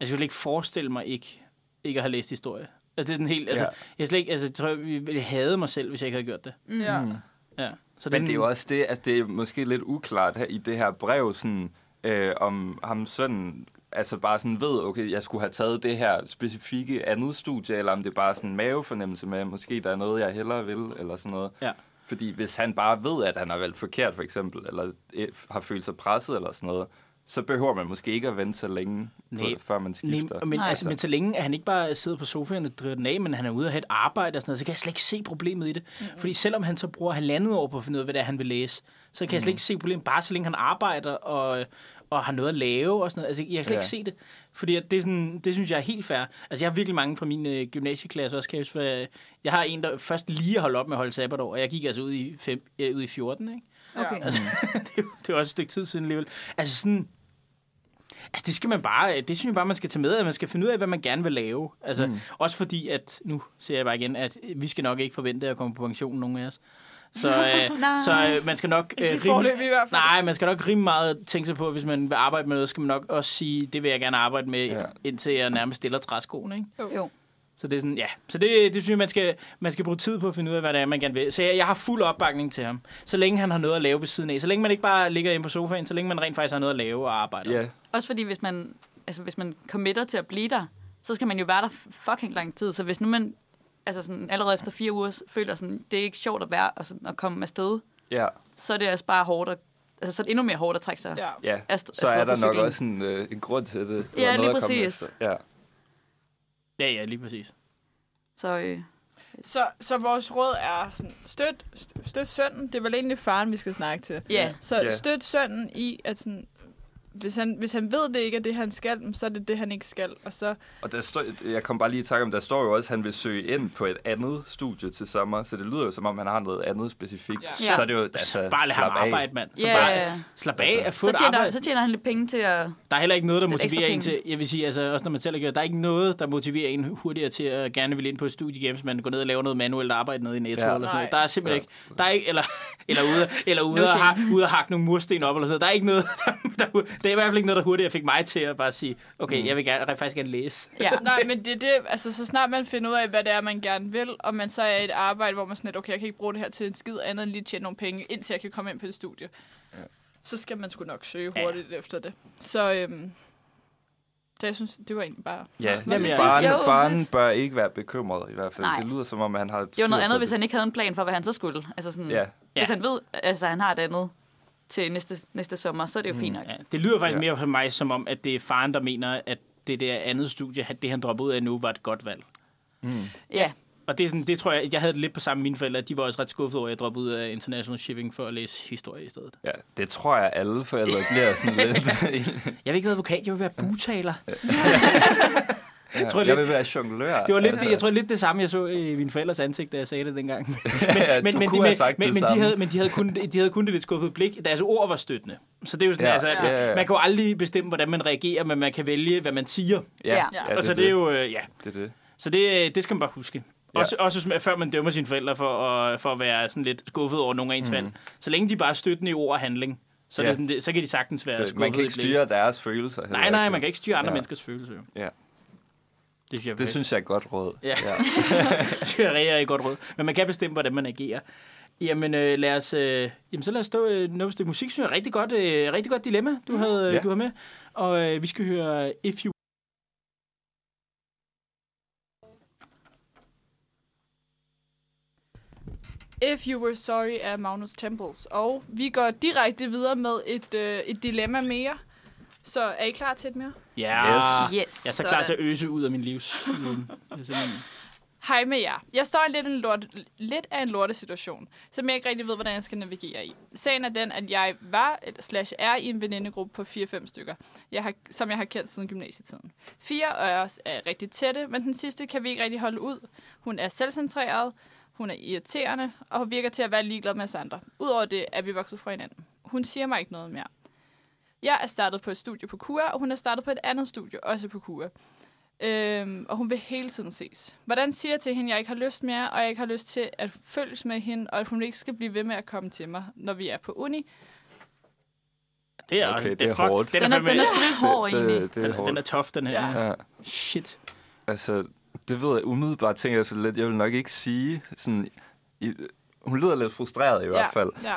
[SPEAKER 2] jeg kan slet ikke forestille mig ikke, ikke at have læst historie. Altså, det er den helt, altså,
[SPEAKER 1] Ja.
[SPEAKER 2] ja. jeg slet ikke, altså, jeg tror, jeg ville hade mig selv, hvis jeg ikke havde gjort det.
[SPEAKER 3] Ja.
[SPEAKER 1] Mm.
[SPEAKER 2] Ja. Så
[SPEAKER 1] Men
[SPEAKER 2] sådan-
[SPEAKER 1] det er jo også det, at det er måske lidt uklart her i det her brev, sådan, øh, om ham sønnen altså bare sådan ved, okay, jeg skulle have taget det her specifikke andet studie, eller om det er bare sådan en mavefornemmelse med, at måske der er noget, jeg hellere vil, eller sådan noget.
[SPEAKER 2] Ja.
[SPEAKER 1] Fordi hvis han bare ved, at han har valgt forkert, for eksempel, eller øh, har følt sig presset, eller sådan noget, så behøver man måske ikke at vente så længe, på,
[SPEAKER 2] Nej.
[SPEAKER 1] før man
[SPEAKER 2] Nej,
[SPEAKER 1] skifter.
[SPEAKER 2] men,
[SPEAKER 4] Nej.
[SPEAKER 2] altså, men så længe at han ikke bare sidder på sofaen og driver den af, men han er ude og have et arbejde og sådan noget, så kan jeg slet ikke se problemet i det. Mm-hmm. Fordi selvom han så bruger halvandet år på at finde ud af, hvad det er, han vil læse, så kan jeg
[SPEAKER 1] Mm.
[SPEAKER 2] slet ikke se problemet, bare så længe han arbejder og, og har noget at lave og sådan noget. Altså, jeg kan slet
[SPEAKER 1] Ja.
[SPEAKER 2] ja. ikke se det, fordi at det, er sådan, det synes jeg er helt fair. Altså, jeg har virkelig mange fra min øh, gymnasieklasse også, kan jeg huske, for jeg, jeg har en, der først lige holdt op med at holde sabbatår, og jeg gik altså ud i, fem, øh, ud i 14, ikke?
[SPEAKER 4] Okay.
[SPEAKER 2] Altså, det, er jo- det er jo også et stykke tid siden alligevel. Altså sådan... Altså det skal man bare, det synes jeg bare, man skal tage med, at man skal finde ud af, hvad man gerne vil lave. Altså mm. også fordi, at nu ser jeg bare igen, at vi skal nok ikke forvente at komme på pension, nogen af os. Så, øh,
[SPEAKER 4] Nej.
[SPEAKER 2] så øh, man skal nok...
[SPEAKER 3] Ikke lige foreløbig i hvert fald.
[SPEAKER 2] Nej, man skal nok rimelig meget tænke sig på, at hvis man vil arbejde med noget, skal man nok også sige, det vil jeg gerne arbejde med,
[SPEAKER 1] Ja.
[SPEAKER 2] ja. indtil jeg nærmest stiller træskoene, ikke?
[SPEAKER 4] Jo.
[SPEAKER 2] Så det er sådan, ja. Så det, det synes jeg, man skal, man skal bruge tid på at finde ud af, hvad det er, man gerne vil. Så jeg, jeg har fuld opbakning til ham. Så længe han har noget at lave ved siden af. Så længe man ikke bare ligger hjemme på sofaen. Så længe man rent faktisk har noget at lave og arbejde.
[SPEAKER 1] Ja,
[SPEAKER 4] Også fordi, hvis man, altså, hvis man committer til at blive der, så skal man jo være der fucking lang tid. Så hvis nu man altså sådan, allerede efter fire uger s- føler, sådan, det er ikke sjovt at være og sådan, at komme afsted,
[SPEAKER 1] ja,
[SPEAKER 4] så er det altså bare hårdt at, altså, så er det endnu mere hårdt at trække sig.
[SPEAKER 3] ja.
[SPEAKER 1] ja.
[SPEAKER 4] Afsted-
[SPEAKER 1] Så er
[SPEAKER 4] afsted på
[SPEAKER 1] der nok
[SPEAKER 4] cyklen.
[SPEAKER 1] også en, øh, en grund til det. eller
[SPEAKER 4] Altså, Ja, lige
[SPEAKER 1] noget at komme
[SPEAKER 4] præcis.
[SPEAKER 1] efter. Ja.
[SPEAKER 2] ja, ja lige præcis.
[SPEAKER 4] Så øh,
[SPEAKER 3] Så, så vores råd er sådan, støt, st- støt sønnen. Det er vel egentlig faren, vi skal snakke til.
[SPEAKER 4] ja,
[SPEAKER 3] Så
[SPEAKER 1] Ja.
[SPEAKER 3] yeah. støt sønnen i, at sådan, hvis, han, hvis han ved, det ikke er det, han skal, men så er det det, han ikke skal. Og så,
[SPEAKER 1] Og der står, jeg kom bare lige i tanke om, der står jo også, at han vil søge ind på et andet studie til sommer, så det lyder jo som om, han har noget andet specifikt.
[SPEAKER 3] Ja.
[SPEAKER 1] Så er det jo, altså,
[SPEAKER 2] Bare lad ham
[SPEAKER 1] slap af. Altså,
[SPEAKER 2] arbejde, mand. Så
[SPEAKER 4] Ja,
[SPEAKER 2] bare
[SPEAKER 4] ja, ja.
[SPEAKER 2] slap af at få
[SPEAKER 4] så
[SPEAKER 2] et
[SPEAKER 4] tjener,
[SPEAKER 2] arbejde.
[SPEAKER 4] så tjener han lidt penge til at...
[SPEAKER 2] Der er heller ikke noget, der
[SPEAKER 4] Lidt ekstra
[SPEAKER 2] motiverer en
[SPEAKER 4] penge.
[SPEAKER 2] til, jeg vil sige, altså også når man selv har gjort, der er ikke noget, der motiverer en hurtigere til at gerne vil ind på et studie igen, hvis man går ned og laver noget manuelt arbejde nede i Netto
[SPEAKER 1] Ja.
[SPEAKER 2] ja. eller sådan noget.
[SPEAKER 3] Nej.
[SPEAKER 2] Der er simpelthen
[SPEAKER 1] Ja.
[SPEAKER 2] ja. ikke, der er ikke, eller, eller ude, eller ude,
[SPEAKER 4] No
[SPEAKER 2] og,
[SPEAKER 4] shame.
[SPEAKER 2] har, ude og hakke nogle mursten op eller sådan noget. Der er ikke noget, der, der, der er i hvert fald ikke noget, der hurtigere fik mig til at bare sige, okay, mm. jeg vil gerne, rent faktisk gerne læse.
[SPEAKER 4] Ja.
[SPEAKER 3] nej, men det er det, altså så snart man finder ud af, hvad det er, man gerne vil, og man så er i et arbejde, hvor man sådan lidt, okay, jeg kan ikke bruge det her til en skid andet end lige tjene nogle penge, indtil jeg kan komme ind på et studie. Så skal man sgu nok søge
[SPEAKER 2] Ja.
[SPEAKER 3] hurtigt efter det. Så, øhm, så jeg synes, det var egentlig bare...
[SPEAKER 1] Ja,
[SPEAKER 2] Jamen,
[SPEAKER 1] Jamen,
[SPEAKER 2] ja.
[SPEAKER 4] Jo,
[SPEAKER 1] faren,
[SPEAKER 4] hvis-
[SPEAKER 1] faren bør ikke være bekymret i hvert fald.
[SPEAKER 4] Nej.
[SPEAKER 1] Det lyder som om, at han har
[SPEAKER 4] Det var noget
[SPEAKER 1] styr på
[SPEAKER 4] andet, hvis
[SPEAKER 1] det.
[SPEAKER 4] han ikke havde en plan for, hvad han så skulle. Altså sådan,
[SPEAKER 1] Ja,
[SPEAKER 4] Hvis
[SPEAKER 2] Ja.
[SPEAKER 4] han ved, altså han har et andet til næste, næste sommer, så er det
[SPEAKER 1] Mm.
[SPEAKER 4] jo fint nok.
[SPEAKER 2] Ja, det lyder faktisk
[SPEAKER 1] Ja.
[SPEAKER 2] ja. mere for mig, som om, at det er faren, der mener, at det der andet studie, at det han droppede ud af nu, var et godt valg.
[SPEAKER 4] Ja.
[SPEAKER 2] Og det, er sådan, det tror jeg, jeg havde det lidt på samme mine forældre, de var også ret skuffede over, at jeg droppede ud af International Shipping for at læse historie i stedet.
[SPEAKER 1] ja, det tror jeg, alle forældre bliver sådan lidt...
[SPEAKER 2] Jeg vil ikke være advokat, jeg vil være butaler.
[SPEAKER 1] Ja, jeg,
[SPEAKER 2] tror
[SPEAKER 1] jeg
[SPEAKER 2] lidt-
[SPEAKER 1] vil være jonglør.
[SPEAKER 2] Det var lidt, det, jeg tror lidt det samme, jeg så i mine forældres ansigt, da jeg sagde det dengang. Men,
[SPEAKER 1] Ja, du kunne
[SPEAKER 2] de,
[SPEAKER 1] have
[SPEAKER 2] men,
[SPEAKER 1] sagt
[SPEAKER 2] men,
[SPEAKER 1] det
[SPEAKER 2] men, de
[SPEAKER 1] samme.
[SPEAKER 2] havde, men de havde, kun, de havde kun det lidt skuffet blik. Deres ord var støttende. Så det er jo sådan,
[SPEAKER 1] Ja,
[SPEAKER 2] altså,
[SPEAKER 1] ja,
[SPEAKER 2] man,
[SPEAKER 1] ja, ja.
[SPEAKER 2] man kan jo aldrig bestemme, hvordan man reagerer, men man kan vælge, hvad man siger.
[SPEAKER 1] Ja,
[SPEAKER 4] Ja.
[SPEAKER 1] ja,
[SPEAKER 2] og så det er jo, øh, ja.
[SPEAKER 1] Det er det.
[SPEAKER 2] Så det, øh, det skal man bare huske. Også, også som- før man dømmer sine forældre for at, for at være sådan lidt skuffet over nogle af ens valg. Så længe de bare er støttende i ord og handling, så, er
[SPEAKER 1] Mm. Ja.
[SPEAKER 2] det sådan, det, så kan de sagtens være
[SPEAKER 1] Så
[SPEAKER 2] skuffet
[SPEAKER 1] man kan
[SPEAKER 2] i
[SPEAKER 1] ikke
[SPEAKER 2] blikket.
[SPEAKER 1] styre deres følelser. heller
[SPEAKER 2] Nej, nej, man
[SPEAKER 1] ikke.
[SPEAKER 2] kan ikke styre andre
[SPEAKER 1] Ja.
[SPEAKER 2] ja. menneskers følelser. jo.
[SPEAKER 1] Ja.
[SPEAKER 2] Det synes jeg,
[SPEAKER 1] Det synes jeg er et godt råd.
[SPEAKER 2] Ja. Tyveri er et godt råd. Men man kan bestemme, hvordan man agerer. Jamen, øh, lad os, øh, jamen så lad os stå øh, noget stykke musik, synes jeg. Rigtig godt, øh, rigtig godt dilemma, du havde, øh,
[SPEAKER 1] Mm. Ja.
[SPEAKER 2] du havde med. Og øh, vi skal høre If You...
[SPEAKER 3] If You Were Sorry af Magnus Temples. Og vi går direkte videre med et, øh, et dilemma mere. Så er I klar til et mere?
[SPEAKER 2] Ja, yes.
[SPEAKER 4] Yes.
[SPEAKER 2] Ah. jeg er så
[SPEAKER 3] Sådan.
[SPEAKER 2] klar til at øse ud af min livs. lune. Jeg er simpelthen-
[SPEAKER 3] Hej med jer. Jeg står i lidt, en lort, lidt af en lortesituation, som jeg ikke rigtig ved, hvordan jeg skal navigere i. Sagen er den, at jeg var, eller slash er i en venindegruppe på 4-5 stykker, jeg har, som jeg har kendt siden gymnasietiden. Fire af os er rigtig tætte, men den sidste kan vi ikke rigtig holde ud. Hun er selvcentreret, hun er irriterende, og hun virker til at være ligeglad med os andre. Udover det er vi vokset fra hinanden. Hun siger mig ikke noget mere. Jeg er startet på et studie på KUA, og hun er startet på et andet studie, også på KUA. Øhm, og hun vil hele tiden ses. Hvordan siger jeg til hende, at jeg ikke har lyst mere, og jeg ikke har lyst til at følges med hende, og at hun ikke skal blive ved med at komme til mig, når vi er på uni?
[SPEAKER 2] Det er,
[SPEAKER 1] Okay,
[SPEAKER 2] okay,
[SPEAKER 1] det
[SPEAKER 2] det
[SPEAKER 1] er
[SPEAKER 2] er fucked.
[SPEAKER 1] hårdt.
[SPEAKER 2] Den,
[SPEAKER 4] Den er, den er sgu lidt hård,
[SPEAKER 1] det,
[SPEAKER 4] egentlig.
[SPEAKER 1] det, det
[SPEAKER 2] den,
[SPEAKER 1] er
[SPEAKER 2] er, den er
[SPEAKER 1] hårdt.
[SPEAKER 2] tough, den her. Ja.
[SPEAKER 1] Ja.
[SPEAKER 2] Shit.
[SPEAKER 1] Altså, det ved jeg umiddelbart, tænker jeg så lidt. Jeg vil nok ikke sige sådan... I, hun lyder lidt frustreret i hvert fald.
[SPEAKER 3] Ja.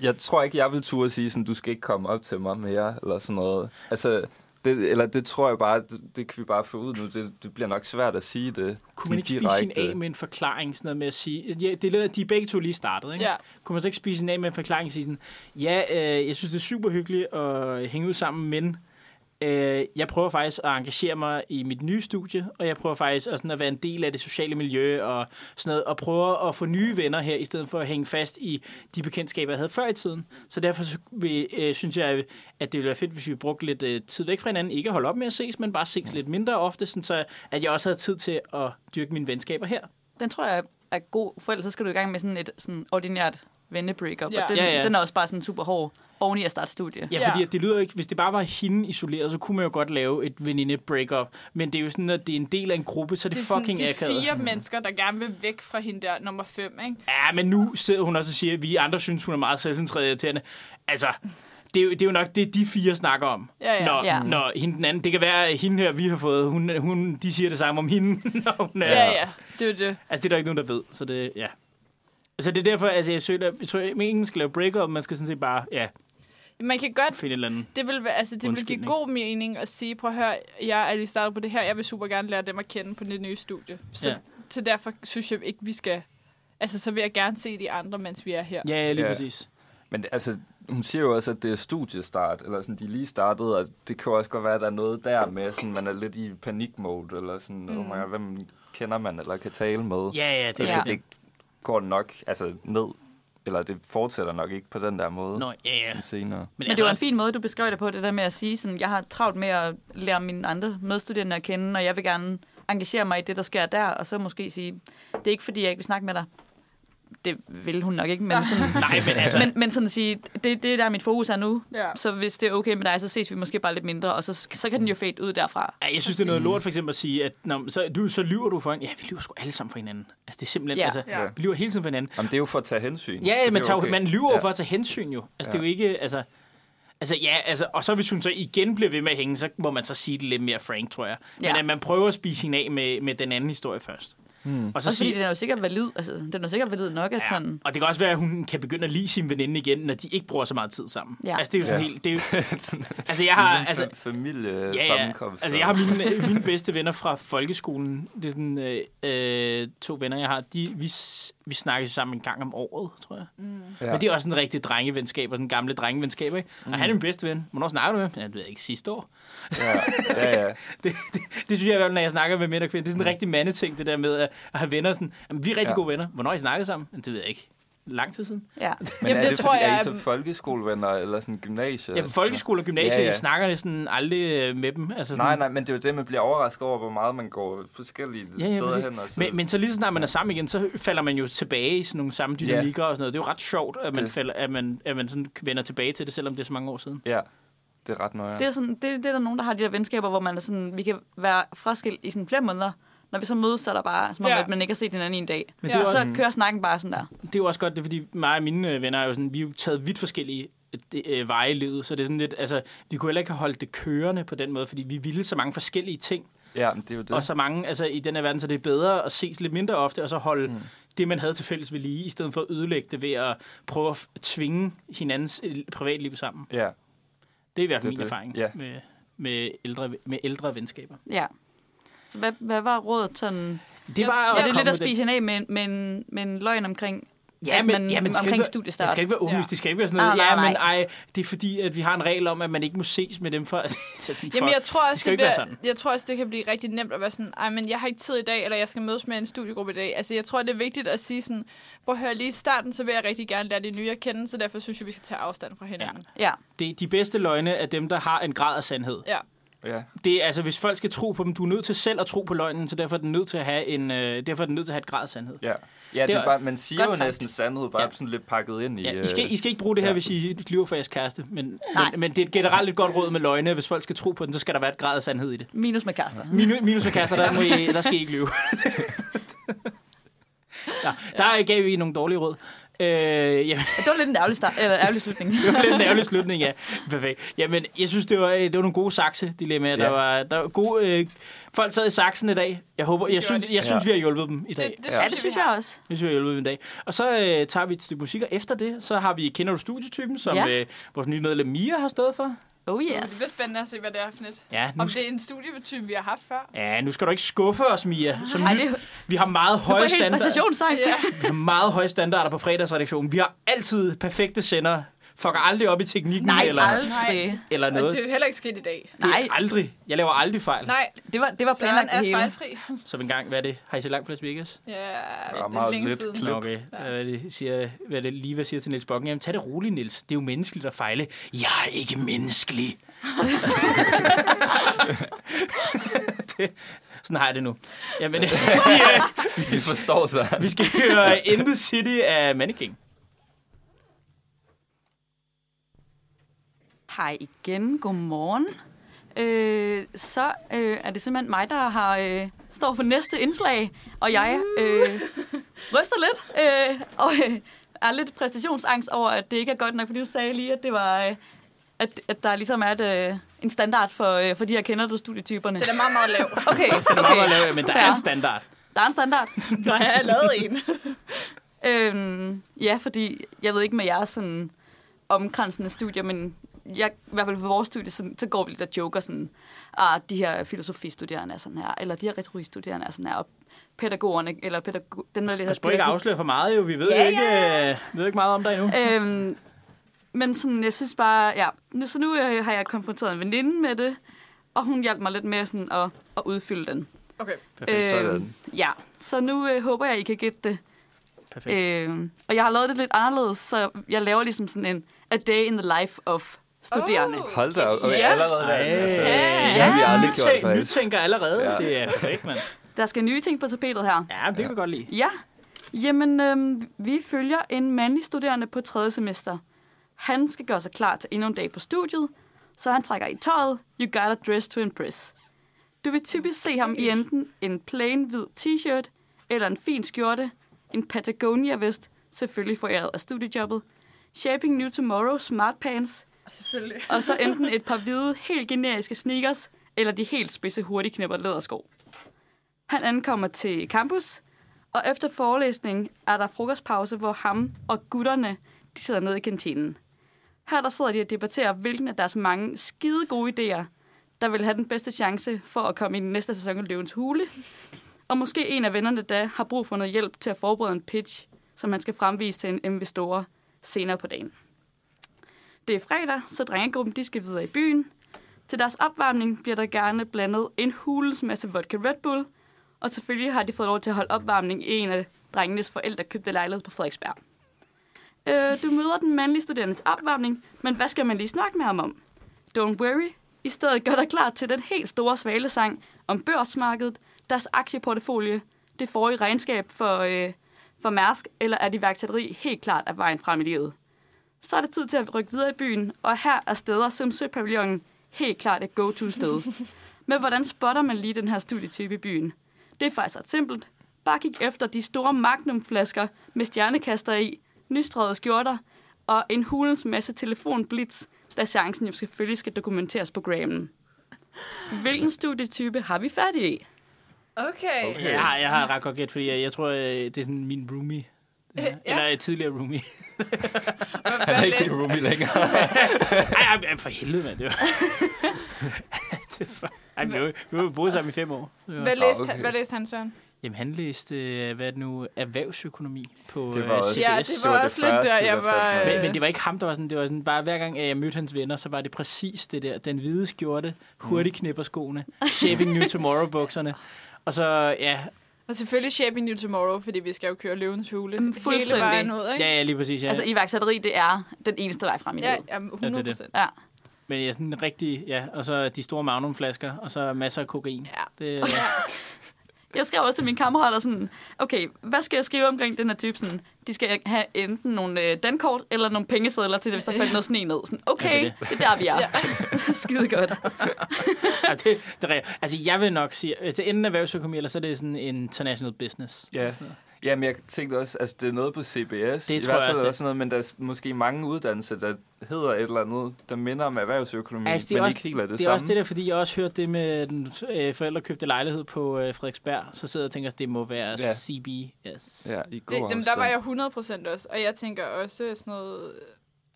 [SPEAKER 1] Jeg tror ikke, jeg vil turde sige sådan, du skal ikke komme op til mig mere, eller sådan noget. Altså, det, eller det tror jeg bare, det, det kan vi bare få ud nu. Det, det bliver nok svært at sige det.
[SPEAKER 2] Kunne man ikke spise sin af med en forklaring, sådan noget med at sige... Ja, det er lidt, at de er begge to lige startede, ikke?
[SPEAKER 3] Ja.
[SPEAKER 2] Kunne man så ikke spise en af med en forklaring og sige sådan, ja, øh, jeg synes, det er super hyggeligt at hænge ud sammen, men øh, jeg prøver faktisk at engagere mig i mit nye studie, og jeg prøver faktisk at, sådan, at være en del af det sociale miljø og sådan noget, og prøve at få nye venner her, i stedet for at hænge fast i de bekendtskaber, jeg havde før i tiden. Så derfor så vil, øh, synes jeg, at det ville være fedt, hvis vi brugte lidt øh, tid væk fra hinanden. Ikke at holde op med at ses, men bare ses lidt mindre ofte, sådan så at jeg også havde tid til at dyrke mine venskaber her.
[SPEAKER 4] Den tror jeg er god, for ellers så skal du i gang med sådan et sådan ordinært vennebreakup,
[SPEAKER 3] Ja.
[SPEAKER 4] og den,
[SPEAKER 2] Ja, ja.
[SPEAKER 4] den er også bare sådan super hård oven i at starte studie.
[SPEAKER 2] Ja,
[SPEAKER 3] Ja.
[SPEAKER 2] fordi at det lyder jo ikke, hvis det bare var hende isoleret, så kunne man jo godt lave et veninde breakup, men det er jo sådan at det er en del af en gruppe, så er det,
[SPEAKER 3] Det er
[SPEAKER 2] det fucking
[SPEAKER 3] sådan, de
[SPEAKER 2] akavet.
[SPEAKER 3] fire mennesker, der gerne vil væk fra hende der nummer fem, ikke?
[SPEAKER 2] Ja, men nu sidder hun også og siger, at vi andre synes, hun er meget selvcentreret og irriterende. Altså, det er, jo, det er jo nok det, de fire snakker om.
[SPEAKER 3] Ja, ja.
[SPEAKER 2] Når,
[SPEAKER 4] Ja.
[SPEAKER 2] når hende den anden, det kan være, at hende her, vi har fået, hun, hun, de siger det samme om hende, når hun er...
[SPEAKER 3] Ja, ja. ja. Det er jo det.
[SPEAKER 2] Altså, det er der ikke nogen, der ved, så det, ja. Så det er derfor, altså, jeg, søger, jeg tror, at ingen skal lave breakup, man skal sådan set bare, ja,
[SPEAKER 3] Man kan godt...
[SPEAKER 2] finde et eller andet.
[SPEAKER 3] Det vil, være- altså, det vil give
[SPEAKER 2] Undskyldning.
[SPEAKER 3] god mening at sige, prøv at høre, jeg er lige startet på det her, jeg vil super gerne lære dem at kende på det nye studie. Så,
[SPEAKER 2] Ja.
[SPEAKER 3] ja. så derfor synes jeg ikke, vi skal... Altså, så vil jeg gerne se de andre, mens vi er her.
[SPEAKER 2] Ja, ja lige
[SPEAKER 1] Ja.
[SPEAKER 2] præcis.
[SPEAKER 1] Men det- altså, hun siger jo også, at det er studiestart, eller sådan, de er lige startede, og det kan jo også godt være, at der er noget der med, sådan, man er lidt i panikmode, eller sådan, mm. oh my God, hvem kender man, eller kan tale med.
[SPEAKER 2] Ja, ja, det er
[SPEAKER 1] altså,
[SPEAKER 4] Ja.
[SPEAKER 2] ja.
[SPEAKER 1] det går nok altså, ned, eller det fortsætter nok ikke på den der måde
[SPEAKER 2] Nå, ja, ja.
[SPEAKER 1] sådan senere.
[SPEAKER 4] Men det var en
[SPEAKER 2] altså-
[SPEAKER 4] fin måde, du beskrev det på, det der med at sige, sådan, jeg har travlt med at lære mine andre medstuderende at kende, og jeg vil gerne engagere mig i det, der sker der, og så måske sige, det er ikke fordi, jeg ikke vil snakke med dig. Det vil hun nok ikke, men sådan,
[SPEAKER 2] Nej, men altså,
[SPEAKER 4] men, men sådan at sige, det, det er der mit fokus er nu,
[SPEAKER 3] Ja.
[SPEAKER 4] så hvis det er okay med dig, så ses vi måske bare lidt mindre, og så, så
[SPEAKER 2] Mm.
[SPEAKER 4] kan den jo fade ud derfra.
[SPEAKER 2] Ja, jeg synes, det er noget lort for eksempel at sige, at nå, men så, du, så lyver du for hinanden. Ja, vi lyver sgu alle sammen for hinanden. Altså, det er simpelthen,
[SPEAKER 4] Ja.
[SPEAKER 2] altså,
[SPEAKER 3] Ja.
[SPEAKER 2] vi lyver hele tiden for hinanden.
[SPEAKER 1] Jamen, det er jo for at tage hensyn. så det
[SPEAKER 2] Ja,
[SPEAKER 1] er
[SPEAKER 2] man, tager, okay.
[SPEAKER 1] okay.
[SPEAKER 2] man lyver ja.
[SPEAKER 1] Ja.
[SPEAKER 2] for at tage hensyn jo. Altså, ja. det er
[SPEAKER 1] Ja.
[SPEAKER 2] jo ikke, altså... Altså, ja, altså, og så hvis hun så igen bliver ved med at hænge, så må man så sige det lidt mere frank, tror jeg. Men
[SPEAKER 4] Ja.
[SPEAKER 2] at man prøver at spise hende af med, med den anden historie først. Hmm. Og så
[SPEAKER 4] Også fordi den
[SPEAKER 2] sige,
[SPEAKER 4] er jo sikkert valid, altså, den er jo sikkert valid nok, at
[SPEAKER 2] ja.
[SPEAKER 4] sådan,
[SPEAKER 2] Og det kan også være, at hun kan begynde at lide sin veninde igen, når de ikke bruger så meget tid sammen.
[SPEAKER 4] Ja.
[SPEAKER 2] Altså, det er jo sådan
[SPEAKER 1] Ja.
[SPEAKER 2] helt... Det er jo, altså, jeg har... Altså,
[SPEAKER 1] altså, familie
[SPEAKER 2] Ja, ja. Altså, jeg har mine, mine bedste venner fra folkeskolen. Det er sådan øh, øh, to venner, jeg har. De, vi, s- vi snakkes sammen en gang om året, tror jeg. Mm. Ja. Men det er også en rigtig drengevenskab, og sådan gamle drengevenskab, ikke? Mm. Og han er min bedste ven. Hvornår snakker du med ham? Ja, det ved jeg ikke, sidste år.
[SPEAKER 1] ja, ja, ja.
[SPEAKER 2] Det, det, det synes jeg i hvert fald, når jeg snakker med mænd og kvinder. Det er sådan en rigtig mandeting, det der med at, at have venner. Sådan, jamen, vi er rigtig Mm. ja.
[SPEAKER 1] Ja.
[SPEAKER 2] gode venner. Hvornår har I snakket sammen? Jamen, det ved jeg ikke. lang tid siden.
[SPEAKER 4] Ja.
[SPEAKER 1] Men
[SPEAKER 3] Jamen,
[SPEAKER 1] er
[SPEAKER 3] det
[SPEAKER 1] det,
[SPEAKER 3] tror
[SPEAKER 1] fordi,
[SPEAKER 3] jeg
[SPEAKER 1] er I
[SPEAKER 3] er-
[SPEAKER 1] så folkeskolevenner eller sådan gymnasier?
[SPEAKER 2] Ja, folkeskole og gymnasie,
[SPEAKER 1] Ja,
[SPEAKER 2] ja,
[SPEAKER 1] ja.
[SPEAKER 2] ja. jeg snakker næsten aldrig øh, med dem. Altså sådan,
[SPEAKER 1] Nej, nej, men det er jo det, man bliver overrasket over, hvor meget man går forskellige
[SPEAKER 2] Ja,
[SPEAKER 1] ja,
[SPEAKER 2] ja,
[SPEAKER 1] steder
[SPEAKER 2] præcis.
[SPEAKER 1] hen. Og så.
[SPEAKER 2] Men, men så lige så snart man er sammen igen, så falder man jo tilbage i sådan nogle samme dynamikker og sådan noget. Det er jo ret sjovt, at man,
[SPEAKER 1] Det-
[SPEAKER 2] falder, at man, at man sådan vender tilbage til det, selvom det er så mange år siden.
[SPEAKER 1] Ja, det er ret nøjere.
[SPEAKER 4] Det er, sådan, det, det er der nogen, der har de der venskaber, hvor man er sådan, vi kan være fraskilt i sådan flere måneder. Når vi så mødes, så er der bare, som om
[SPEAKER 3] Ja.
[SPEAKER 4] ja. at man ikke har set hinanden i en dag.
[SPEAKER 2] Men
[SPEAKER 4] Men
[SPEAKER 2] det er
[SPEAKER 4] det
[SPEAKER 2] jo
[SPEAKER 4] så kører snakken bare sådan der.
[SPEAKER 2] Det er jo også godt, det er, fordi mig og mine øh, venner er jo sådan, vi er jo taget vidt forskellige øh, de- øh, veje i livet, så det er sådan lidt, altså, vi kunne heller ikke have holdt det kørende på den måde, fordi vi ville så mange forskellige ting,
[SPEAKER 1] Ja, men det er jo det.
[SPEAKER 2] det. og så mange, altså i den her verden, så det er bedre at ses lidt mindre ofte, og så holde mm. det, man havde til fælles ved lige, i stedet for at ødelægge det ved at prøve at f- tvinge hinandens øh, privatliv sammen.
[SPEAKER 1] Ja,
[SPEAKER 2] Det er i hvert
[SPEAKER 1] Det er
[SPEAKER 2] fald min
[SPEAKER 1] det.
[SPEAKER 2] erfaring
[SPEAKER 1] Ja.
[SPEAKER 2] med, med, ældre, med ældre venskaber.
[SPEAKER 4] Ja. Så hvad, hvad var rådet sådan?
[SPEAKER 2] Det var
[SPEAKER 4] Ja, det er
[SPEAKER 2] komme
[SPEAKER 4] lidt at
[SPEAKER 2] med den-
[SPEAKER 4] spise hende af med, en- med, en, med en løgn omkring,
[SPEAKER 2] Ja,
[SPEAKER 4] at
[SPEAKER 2] men,
[SPEAKER 4] man-
[SPEAKER 2] ja, men det skal
[SPEAKER 4] omkring
[SPEAKER 2] ikke være-
[SPEAKER 4] studiestart.
[SPEAKER 2] Det skal ikke være åbenlyst.
[SPEAKER 3] Ja.
[SPEAKER 2] Det skal ikke være sådan noget,
[SPEAKER 4] Ah, nej,
[SPEAKER 2] ja, men ej, det er fordi, at vi har en regel om, at man ikke må ses med dem for...
[SPEAKER 3] Jamen, jeg tror,
[SPEAKER 2] Det skal
[SPEAKER 3] også, det
[SPEAKER 2] jo ikke
[SPEAKER 3] bliver,
[SPEAKER 2] være
[SPEAKER 3] jeg tror også, det kan blive rigtig nemt at være sådan, ej, men jeg har ikke tid i dag, eller jeg skal mødes med en studiegruppe i dag. Altså, jeg tror, det er vigtigt at sige sådan, hvor hør lige i starten, så vil jeg rigtig gerne lære de nye at kende, så derfor synes jeg, vi skal tage afstand fra hinanden.
[SPEAKER 4] ja,
[SPEAKER 2] det, de bedste løgne er dem, der har en grad af sandhed.
[SPEAKER 3] Ja. ja.
[SPEAKER 1] ja.
[SPEAKER 2] Det er, altså, hvis folk skal tro på dem, du er nødt til selv at tro på løgnen, så derfor er den nødt til at have, en, øh, derfor er den nødt til at have et grad af sandhed.
[SPEAKER 1] Ja, ja det,
[SPEAKER 2] Det
[SPEAKER 1] det
[SPEAKER 2] var-
[SPEAKER 1] er bare, man siger
[SPEAKER 4] godt
[SPEAKER 1] jo
[SPEAKER 4] sagt.
[SPEAKER 1] næsten sandhed, bare
[SPEAKER 2] Ja.
[SPEAKER 1] ja. sådan lidt pakket ind i...
[SPEAKER 2] Ja, I, skal,
[SPEAKER 1] øh,
[SPEAKER 2] I skal ikke bruge det her,
[SPEAKER 1] ja.
[SPEAKER 2] hvis I lyver for jeres kæreste, men,
[SPEAKER 4] Nej.
[SPEAKER 2] men, men det er generelt et godt råd med løgne. Hvis folk skal tro på den, så skal der være et grad af sandhed i det.
[SPEAKER 4] minus med kærester.
[SPEAKER 2] Minus, minus med kærester, der, må I, der skal I ikke lyve. ja, der gav vi nogle dårlige råd. Øh, jamen,
[SPEAKER 4] Det var lidt en ærgerlig, start, eller ærgerlig slutning.
[SPEAKER 2] det var lidt en ærgerlig slutning, ja. Perfekt. Jamen, jeg synes, det var, øh, det var nogle gode sakse-dilemmaer. Der
[SPEAKER 1] Ja.
[SPEAKER 2] var, der var gode, øh, folk sad i saksen i dag. Jeg, håber, jeg,
[SPEAKER 3] Det gjorde
[SPEAKER 2] synes, jeg synes,
[SPEAKER 1] Ja.
[SPEAKER 2] vi har hjulpet dem i dag.
[SPEAKER 3] Det, det,
[SPEAKER 1] Ja.
[SPEAKER 4] Ja, det synes jeg også.
[SPEAKER 2] Det synes jeg hjælper en dag. Og så øh, tager vi et stykke musik, og efter det, så har vi Kender du studietypen, som ja.
[SPEAKER 4] Ja.
[SPEAKER 2] øh, vores nye medlem Mia har stået for.
[SPEAKER 4] Oh
[SPEAKER 3] Yes. Det bliver
[SPEAKER 4] yes.
[SPEAKER 3] spændende at se, hvad det er for net.
[SPEAKER 2] Ja, nu,
[SPEAKER 3] Om
[SPEAKER 2] skal,
[SPEAKER 3] det er en studiebetype, vi har haft før.
[SPEAKER 2] ja, nu skal du ikke skuffe os, Mia. Som
[SPEAKER 4] Ej,
[SPEAKER 2] ny,
[SPEAKER 4] det er
[SPEAKER 2] vi har meget
[SPEAKER 4] du får altså,
[SPEAKER 2] høje
[SPEAKER 4] helt
[SPEAKER 2] standarder.
[SPEAKER 4] præstationsangst.
[SPEAKER 3] Ja.
[SPEAKER 2] Vi har meget høje standarder på fredagsredaktionen. Vi har altid perfekte sender. Fucker aldrig op i teknikken
[SPEAKER 4] Nej,
[SPEAKER 2] eller,
[SPEAKER 4] aldrig.
[SPEAKER 2] eller
[SPEAKER 3] Og
[SPEAKER 2] noget.
[SPEAKER 3] det
[SPEAKER 2] Det,
[SPEAKER 3] er heller ikke sket i dag.
[SPEAKER 4] Nej,
[SPEAKER 2] Aldrig. Jeg laver aldrig fejl. Nej.
[SPEAKER 3] Nej,
[SPEAKER 4] det var, det var planlagt det
[SPEAKER 3] Søren
[SPEAKER 4] hele.
[SPEAKER 3] er fejlfri.
[SPEAKER 2] Som en gang, hvad er det? Har I set langt fra Las Vegas?
[SPEAKER 3] Ja, det
[SPEAKER 1] meget
[SPEAKER 3] er længe
[SPEAKER 1] lidt
[SPEAKER 3] siden.
[SPEAKER 1] klip.
[SPEAKER 2] Nå, okay. Hvad er det, siger, hvad er det lige, hvad siger til Niels Buckingham? Tag det roligt, Niels. Det er jo menneskeligt at fejle. Jeg er ikke menneskelig. det, sådan har jeg det nu. Jamen, vi, øh,
[SPEAKER 1] Vi forstår sig.
[SPEAKER 2] vi skal høre In the City af Mannequin.
[SPEAKER 4] Hej igen, godmorgen. Øh, så øh, er det simpelthen mig, der har øh, står for næste indslag, og jeg øh, ryster lidt øh, og øh, er lidt præstationsangst over, at det ikke er godt nok, fordi du sagde lige, at det var... Øh, at, at der ligesom er et, øh, en standard for, øh, for de her kender du studietyperne.
[SPEAKER 3] Den er meget, meget lav.
[SPEAKER 4] Okay, okay.
[SPEAKER 2] Okay. Men der er
[SPEAKER 4] Fair.
[SPEAKER 2] en standard.
[SPEAKER 4] Der er en standard.
[SPEAKER 3] Der er lavet en.
[SPEAKER 4] Øhm, ja, fordi jeg ved ikke med jeres sådan, omkransende studier, men jeg, i hvert fald på vores studie, sådan, så går vi lidt og joker sådan, ah, de her filosofistuderende er sådan her, eller de her retorikstuderende er sådan her, og pædagogerne, eller pædagog, den der læser
[SPEAKER 2] Pas på ikke at
[SPEAKER 4] pædagog-
[SPEAKER 2] afsløre for meget, jo. Vi ved
[SPEAKER 4] Ja,
[SPEAKER 2] jo ikke, øh, vi ved ikke meget om dig endnu.
[SPEAKER 4] Øhm, men sådan, jeg synes bare, ja. Nu, så nu øh, har jeg konfronteret en veninde med det, og hun hjalp mig lidt med sådan, at, at udfylde den. Øhm,
[SPEAKER 3] Okay.
[SPEAKER 1] Sådan.
[SPEAKER 4] ja, så nu øh, håber jeg, I kan gætte det.
[SPEAKER 2] Perfekt.
[SPEAKER 4] Øh, og jeg har lavet det lidt anderledes, så jeg laver ligesom sådan en A Day in the Life of studerende.
[SPEAKER 3] Oh.
[SPEAKER 1] Hold da op. Okay,
[SPEAKER 4] Ja.
[SPEAKER 1] allerede der. Altså,
[SPEAKER 2] Ej,
[SPEAKER 1] det har vi aldrig gjort,
[SPEAKER 2] Nytæn-
[SPEAKER 1] faktisk.
[SPEAKER 2] nytænker allerede.
[SPEAKER 1] Ja.
[SPEAKER 2] Det er perfekt, mand.
[SPEAKER 4] Der skal nye ting på tapetet her.
[SPEAKER 2] Ja, men det kan vi godt lide.
[SPEAKER 4] Ja, jamen øh, vi følger en mandlig studerende på tredje semester. Han skal gøre sig klar til endnu en dag på studiet, så han trækker i tøjet, you gotta dress to impress. Du vil typisk se ham i enten en plain hvid t-shirt, eller en fin skjorte, en Patagonia-vest, selvfølgelig foræret af studiejobbet, Shaping New Tomorrow smart pants,
[SPEAKER 3] Selvfølgelig.
[SPEAKER 4] og så enten et par hvide, helt generiske sneakers, eller de helt spidse hurtigknæpper lædersko. Han ankommer til campus, og efter forelæsningen er der frokostpause, hvor ham og gutterne de sidder nede i kantinen. Her der sidder de og debatterer, hvilken af deres mange skide gode idéer, der vil have den bedste chance for at komme i den næste sæson af Løvens Hule. Og måske en af vennerne da har brug for noget hjælp til at forberede en pitch, som han skal fremvise til en investor senere på dagen. Det er fredag, så drengegruppen de skal videre i byen. Til deres opvarmning bliver der gerne blandet en hulens masse vodka Red Bull, og selvfølgelig har de fået lov til at holde opvarmning i en af drengenes forældre købte lejlighed på Frederiksberg.
[SPEAKER 5] Øh, du møder den mandlige studerende til opvarmning, men hvad skal man lige snakke med ham om? Don't worry. I stedet gør dig klar til den helt store svalesang om børsmarkedet, deres aktieportefølje, det forrige regnskab for, øh, for Mærsk, eller er de værksætteri helt klart af vejen frem i livet. Så er det tid til at rykke videre i byen, og her er steder som Søpavillonen helt klart et go-to-sted. Men hvordan spotter man lige den her studietype i byen? Det er faktisk ret simpelt. Bare kig efter de store magnumflasker med stjernekaster i, nystrøget skjorter og en hulens masse telefonblitz, da chancen jo selvfølgelig skal dokumenteres på Grammen. Hvilken studietype har vi fat i?
[SPEAKER 3] Okay. okay.
[SPEAKER 2] Jeg har, jeg har et ret godt gæt, fordi jeg, jeg tror, øh, det er sådan min roomie. Eller
[SPEAKER 3] Ja.
[SPEAKER 2] øh, tidligere roomie.
[SPEAKER 1] Han er ikke det roomie længere.
[SPEAKER 2] Ej, ej, ej, for helvede, mand. Det var... det var... Ej, vi har jo- vi har jo boet sammen i fem år. Det var-
[SPEAKER 3] Hvad læste, okay.
[SPEAKER 1] okay.
[SPEAKER 3] hvad læste han, Søren?
[SPEAKER 2] Jamen, han læste, øh, hvad er det nu, erhvervsøkonomi på
[SPEAKER 1] Det
[SPEAKER 2] øh,
[SPEAKER 1] var også-
[SPEAKER 2] CBS.
[SPEAKER 3] Ja, det var,
[SPEAKER 1] Det var det
[SPEAKER 3] også lidt
[SPEAKER 1] første,
[SPEAKER 3] der,
[SPEAKER 1] i
[SPEAKER 3] jeg
[SPEAKER 1] hvert fald,
[SPEAKER 3] var...
[SPEAKER 1] for mig.
[SPEAKER 2] Men, men det var ikke ham, der var sådan, det var sådan bare hver gang, at jeg mødte hans venner, så var det præcis det der. Den hvide skjorte,
[SPEAKER 1] Mm.
[SPEAKER 2] hurtig knipper skoene, Shaping New Tomorrow-bukserne. Og så, ja,
[SPEAKER 3] Og selvfølgelig Shaping New Tomorrow, fordi vi skal jo køre løvens hule.
[SPEAKER 4] Jamen,
[SPEAKER 3] Hele
[SPEAKER 4] fuldstændig.
[SPEAKER 3] vejen ud, ikke?
[SPEAKER 2] ja, ja lige præcis. Ja.
[SPEAKER 4] Altså, iværksætteri, det er den eneste vej frem i
[SPEAKER 3] Ja,
[SPEAKER 4] livet.
[SPEAKER 3] jamen,
[SPEAKER 2] det er
[SPEAKER 3] 100
[SPEAKER 2] det.
[SPEAKER 3] procent.
[SPEAKER 4] Ja.
[SPEAKER 2] Men ja, sådan rigtig, ja. Og så de store magnumflasker, og så masser af kokain.
[SPEAKER 3] Ja.
[SPEAKER 2] Det, øh,
[SPEAKER 4] Jeg skrev også til mine kammerater sådan, okay, hvad skal jeg skrive omkring den her type? Sådan, de skal have enten nogle øh, dankort eller nogle pengesedler til det, hvis der faldt noget sne ned. Sådan, okay,
[SPEAKER 2] Ja, det
[SPEAKER 4] det
[SPEAKER 2] er
[SPEAKER 4] er der, vi er. Skide godt.
[SPEAKER 2] ja, det, det, er rigtigt. altså, jeg vil nok sige, altså enten erhvervsøkonomi, eller så er det sådan international business.
[SPEAKER 1] Ja. Jamen, jeg tænkte også, altså det er noget på CBS.
[SPEAKER 2] Det
[SPEAKER 1] I
[SPEAKER 2] tror
[SPEAKER 1] hvert fald
[SPEAKER 2] jeg også,
[SPEAKER 1] er
[SPEAKER 2] det.
[SPEAKER 1] der sådan noget, men der er måske mange uddannelser, der hedder et eller andet, der minder om erhvervsøkonomi,
[SPEAKER 2] Altså, det er,
[SPEAKER 1] men
[SPEAKER 2] også,
[SPEAKER 1] ikke helt er det,
[SPEAKER 2] det er
[SPEAKER 1] samme.
[SPEAKER 2] også det der, fordi jeg også hørte det med den øh, forældre købte lejlighed på øh, Frederiksberg, så sidder jeg og tænker, at det må være
[SPEAKER 1] Ja.
[SPEAKER 2] CBS.
[SPEAKER 1] Ja, i god
[SPEAKER 3] Det, jamen, der
[SPEAKER 1] afstand.
[SPEAKER 3] var jeg 100 procent også. Og jeg tænker også sådan noget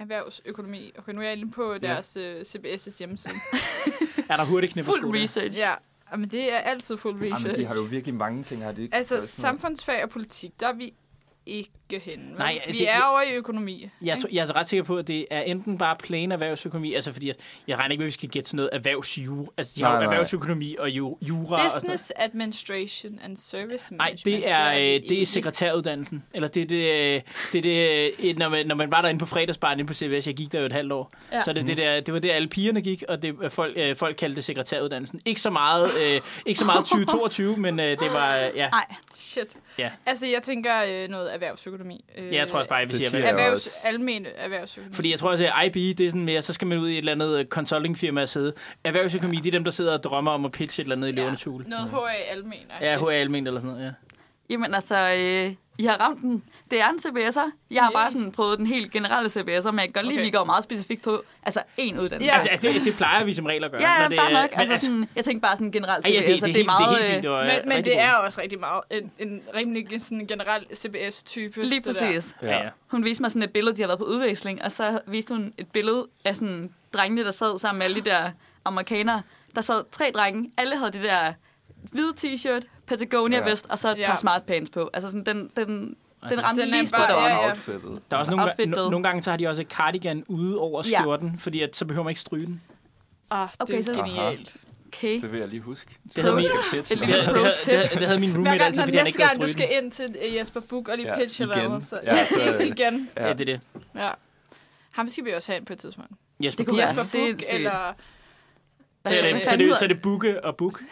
[SPEAKER 3] øh, erhvervsøkonomi. Okay, nu er jeg inde på deres øh, CBS' hjemmeside.
[SPEAKER 2] Er der hurtigt knipper
[SPEAKER 4] Fuld research.
[SPEAKER 3] ja, men det er altid fuld research.
[SPEAKER 1] Jamen, de har jo virkelig mange ting, har de ikke?
[SPEAKER 3] Altså,
[SPEAKER 1] Der er sådan
[SPEAKER 3] samfundsfag og politik, der er vi ikke henne. vel?
[SPEAKER 2] Nej,
[SPEAKER 3] vi
[SPEAKER 2] det-
[SPEAKER 3] er over i økonomi.
[SPEAKER 2] Jeg, tror, jeg er altså ret sikker på, at det er enten bare plain erhvervsøkonomi, altså fordi jeg, jeg regner ikke med, at vi skal gætte sådan noget erhvervsjura. Altså de har
[SPEAKER 1] Nej,
[SPEAKER 2] jo
[SPEAKER 1] nej.
[SPEAKER 2] erhvervsøkonomi og ju, jura. og sådan noget.
[SPEAKER 3] Business Administration and Service
[SPEAKER 2] Nej,
[SPEAKER 3] Management.
[SPEAKER 2] det er,
[SPEAKER 3] vi
[SPEAKER 2] øh, det er
[SPEAKER 3] ikke.
[SPEAKER 2] sekretæruddannelsen. Eller det er det, øh, det, er det øh, når, man, når man var derinde på fredagsbaren inde på CVS, jeg gik der jo et halvt år,
[SPEAKER 4] Ja.
[SPEAKER 2] ja. så er det, det, der, det var der, alle pigerne gik, og det, øh, folk, øh, folk kaldte det sekretæruddannelsen. Ikke så meget, øh, ikke så meget 2022, men øh, det var, øh, ja,
[SPEAKER 4] Nej,
[SPEAKER 3] Shit.
[SPEAKER 2] Ja.
[SPEAKER 3] Altså, jeg tænker øh, noget erhvervsøkonomi. Øh,
[SPEAKER 2] ja, jeg tror også bare, at vi
[SPEAKER 1] Det
[SPEAKER 2] siger,
[SPEAKER 1] siger
[SPEAKER 2] hvad-
[SPEAKER 1] jeg.
[SPEAKER 3] Erhvervs,
[SPEAKER 1] også.
[SPEAKER 3] almen erhvervsøkonomi.
[SPEAKER 2] Mm. fordi jeg tror også, at IB, E, det er sådan mere, så skal man ud i et eller andet øh, consultingfirma og sidde. Erhvervsøkonomi, det er dem, der sidder og drømmer om at pitche et eller andet i løvernes hule.
[SPEAKER 3] Noget HA almen.
[SPEAKER 2] Mm. Ja, HA almindeligt eller sådan noget, ja.
[SPEAKER 4] jamen altså, øh, I har ramt den. Det er en CBS'er. Jeg har bare sådan prøvet den helt generelle CBS'er, men jeg kan godt lide,
[SPEAKER 3] Okay.
[SPEAKER 4] at vi går meget specifikt på altså én uddannelse.
[SPEAKER 3] Ja.
[SPEAKER 2] Altså, altså det, det plejer vi som regel at gøre.
[SPEAKER 4] Ja, ja
[SPEAKER 2] når det,
[SPEAKER 4] fair
[SPEAKER 2] er-
[SPEAKER 4] nok.
[SPEAKER 2] men
[SPEAKER 4] Altså, sådan, jeg tænkte bare sådan generelt
[SPEAKER 2] ej, ja,
[SPEAKER 4] CBS'er.
[SPEAKER 2] det, det, er helt, det
[SPEAKER 4] meget,
[SPEAKER 2] er helt fint. Det var, øh,
[SPEAKER 3] Men, men
[SPEAKER 2] rigtig
[SPEAKER 3] det
[SPEAKER 2] god.
[SPEAKER 3] er også rigtig meget en, en rimelig sådan, generel CBS-type.
[SPEAKER 4] øh, lige
[SPEAKER 3] det der.
[SPEAKER 4] præcis.
[SPEAKER 1] noget- Ja.
[SPEAKER 4] Hun viste mig sådan et billede, de har været på udveksling, og så viste hun et billede af sådan drengene, der sad sammen med alle de der amerikanere. Der sad tre drenge, alle havde det der hvide t-shirt,
[SPEAKER 1] Ja.
[SPEAKER 4] Patagonia-vest, og så et
[SPEAKER 3] Ja.
[SPEAKER 4] par smartpants på. Altså sådan, den, den, den
[SPEAKER 2] Altså,
[SPEAKER 4] ramte
[SPEAKER 3] den er
[SPEAKER 4] lige spot
[SPEAKER 3] bare-
[SPEAKER 4] on.
[SPEAKER 3] ja, ja.
[SPEAKER 1] outfittet.
[SPEAKER 2] Der er også nogle,
[SPEAKER 4] Outfittet.
[SPEAKER 2] no, nogle gange, så har de også et cardigan ude over
[SPEAKER 4] Ja.
[SPEAKER 2] skjorten, ja. fordi at, så behøver man ikke stryge den.
[SPEAKER 3] Ah, det
[SPEAKER 4] Okay,
[SPEAKER 3] okay,
[SPEAKER 4] så-
[SPEAKER 3] er genialt.
[SPEAKER 4] Okay.
[SPEAKER 1] Det vil jeg lige huske.
[SPEAKER 2] Det havde min,
[SPEAKER 1] Jeg skal pitche
[SPEAKER 4] Et
[SPEAKER 2] det,
[SPEAKER 1] noget.
[SPEAKER 4] lille-
[SPEAKER 2] havde, det, havde, det, havde, det havde min
[SPEAKER 3] Hver
[SPEAKER 2] roommate
[SPEAKER 3] gang,
[SPEAKER 2] altid,
[SPEAKER 3] når
[SPEAKER 2] fordi han ikke
[SPEAKER 3] næste gang,
[SPEAKER 2] gad
[SPEAKER 3] du
[SPEAKER 2] stryge
[SPEAKER 3] skal
[SPEAKER 2] den.
[SPEAKER 3] ind til øh, Jesper Buch og lige
[SPEAKER 1] Ja,
[SPEAKER 3] pitche eller
[SPEAKER 1] igen.
[SPEAKER 3] noget. Så,
[SPEAKER 1] Ja, så-
[SPEAKER 3] igen.
[SPEAKER 2] Ja. det er det.
[SPEAKER 3] Ja. Ham skal vi også have ind på et tidspunkt.
[SPEAKER 2] Jesper
[SPEAKER 4] Det
[SPEAKER 2] det
[SPEAKER 4] kunne
[SPEAKER 2] kunne
[SPEAKER 4] være
[SPEAKER 2] Buch.
[SPEAKER 3] Jesper Buch
[SPEAKER 4] sindssygt.
[SPEAKER 3] eller...
[SPEAKER 4] Hvad
[SPEAKER 2] Så er
[SPEAKER 4] hedder
[SPEAKER 2] det,
[SPEAKER 4] det?
[SPEAKER 2] så er det,
[SPEAKER 4] Fanden
[SPEAKER 2] så er det Bukke og Buk.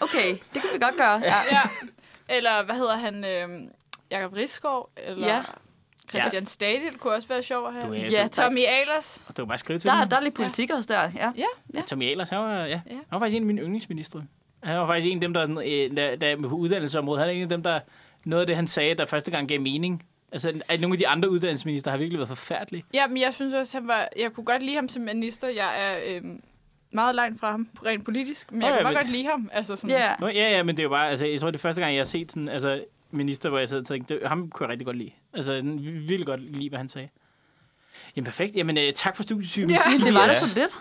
[SPEAKER 4] Okay, det kan vi godt gøre. Ja.
[SPEAKER 3] Ja. Eller hvad hedder han? Øh, Jakob Risgaard? Eller
[SPEAKER 4] Ja.
[SPEAKER 3] ja. Christian Stadil kunne også være sjov at have.
[SPEAKER 2] Du er-
[SPEAKER 4] Ja, tak.
[SPEAKER 3] Tommy Ahlers.
[SPEAKER 2] Og det var bare at skrive til
[SPEAKER 4] Der,
[SPEAKER 2] der,
[SPEAKER 4] er- der er lidt politik også der, ja. ja.
[SPEAKER 2] Ja. Tommy Ahlers, han var, ja.
[SPEAKER 3] Ja.
[SPEAKER 2] han var faktisk en af mine yndlingsministre. Han var faktisk en af dem, der, sådan, øh, der, der på uddannelsesområdet, han er en af dem, der noget af det, han sagde, der første gang gav mening. Altså, at nogle af de andre uddannelsesminister har virkelig været forfærdelige.
[SPEAKER 3] Ja, men jeg synes også, han var... Jeg kunne godt lide ham som minister. Jeg er øh, meget langt fra ham, rent politisk. Men jeg
[SPEAKER 2] Nå,
[SPEAKER 3] kunne
[SPEAKER 2] ja,
[SPEAKER 3] meget
[SPEAKER 2] men-
[SPEAKER 3] godt lide ham. Altså sådan,
[SPEAKER 4] Ja,
[SPEAKER 2] Nå, ja, ja, men det er jo bare, altså, jeg tror, det er første gang, jeg har set sådan, altså, minister, hvor jeg sad og tænkte, det, ham kunne jeg rigtig godt lide. Altså, jeg ville godt lide, hvad han sagde. Jamen, perfekt. Jamen, øh, tak for studietypen.
[SPEAKER 3] Ja,
[SPEAKER 4] det var
[SPEAKER 1] Ja.
[SPEAKER 4] det så lidt.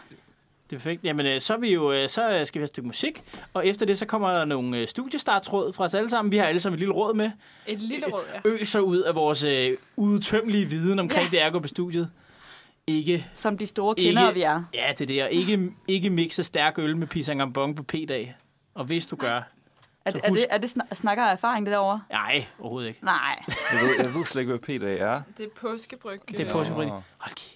[SPEAKER 2] Det er perfekt. Jamen, øh, så, er vi jo, øh, så øh, skal vi have et stykke musik, og efter det, så kommer der nogle øh, studiestartsråd fra os alle sammen. Vi har alle sammen et lille råd med.
[SPEAKER 3] Et lille råd, ja.
[SPEAKER 2] Øser ud af vores øh, udtømmelige viden omkring
[SPEAKER 3] Ja.
[SPEAKER 2] ja. det er at gå på studiet. Ikke,
[SPEAKER 4] Som de store kender,
[SPEAKER 2] Ikke-
[SPEAKER 4] vi er.
[SPEAKER 2] ja, det er det. Og ikke, ikke mixe stærk øl med pisangambong på p-dag. Og hvis du gør,
[SPEAKER 4] Er,
[SPEAKER 2] Så
[SPEAKER 4] er, det,
[SPEAKER 2] husk-
[SPEAKER 4] er det snak- snakker af erfaring, det derovre?
[SPEAKER 2] Nej, overhovedet ikke.
[SPEAKER 4] Nej.
[SPEAKER 1] Jeg ved, jeg ved slet ikke, hvad PDA er.
[SPEAKER 3] Det er påskebryg.
[SPEAKER 2] Det
[SPEAKER 1] Nå.
[SPEAKER 2] er
[SPEAKER 1] altså-
[SPEAKER 3] øh,
[SPEAKER 2] påskebryg. Hold kæft.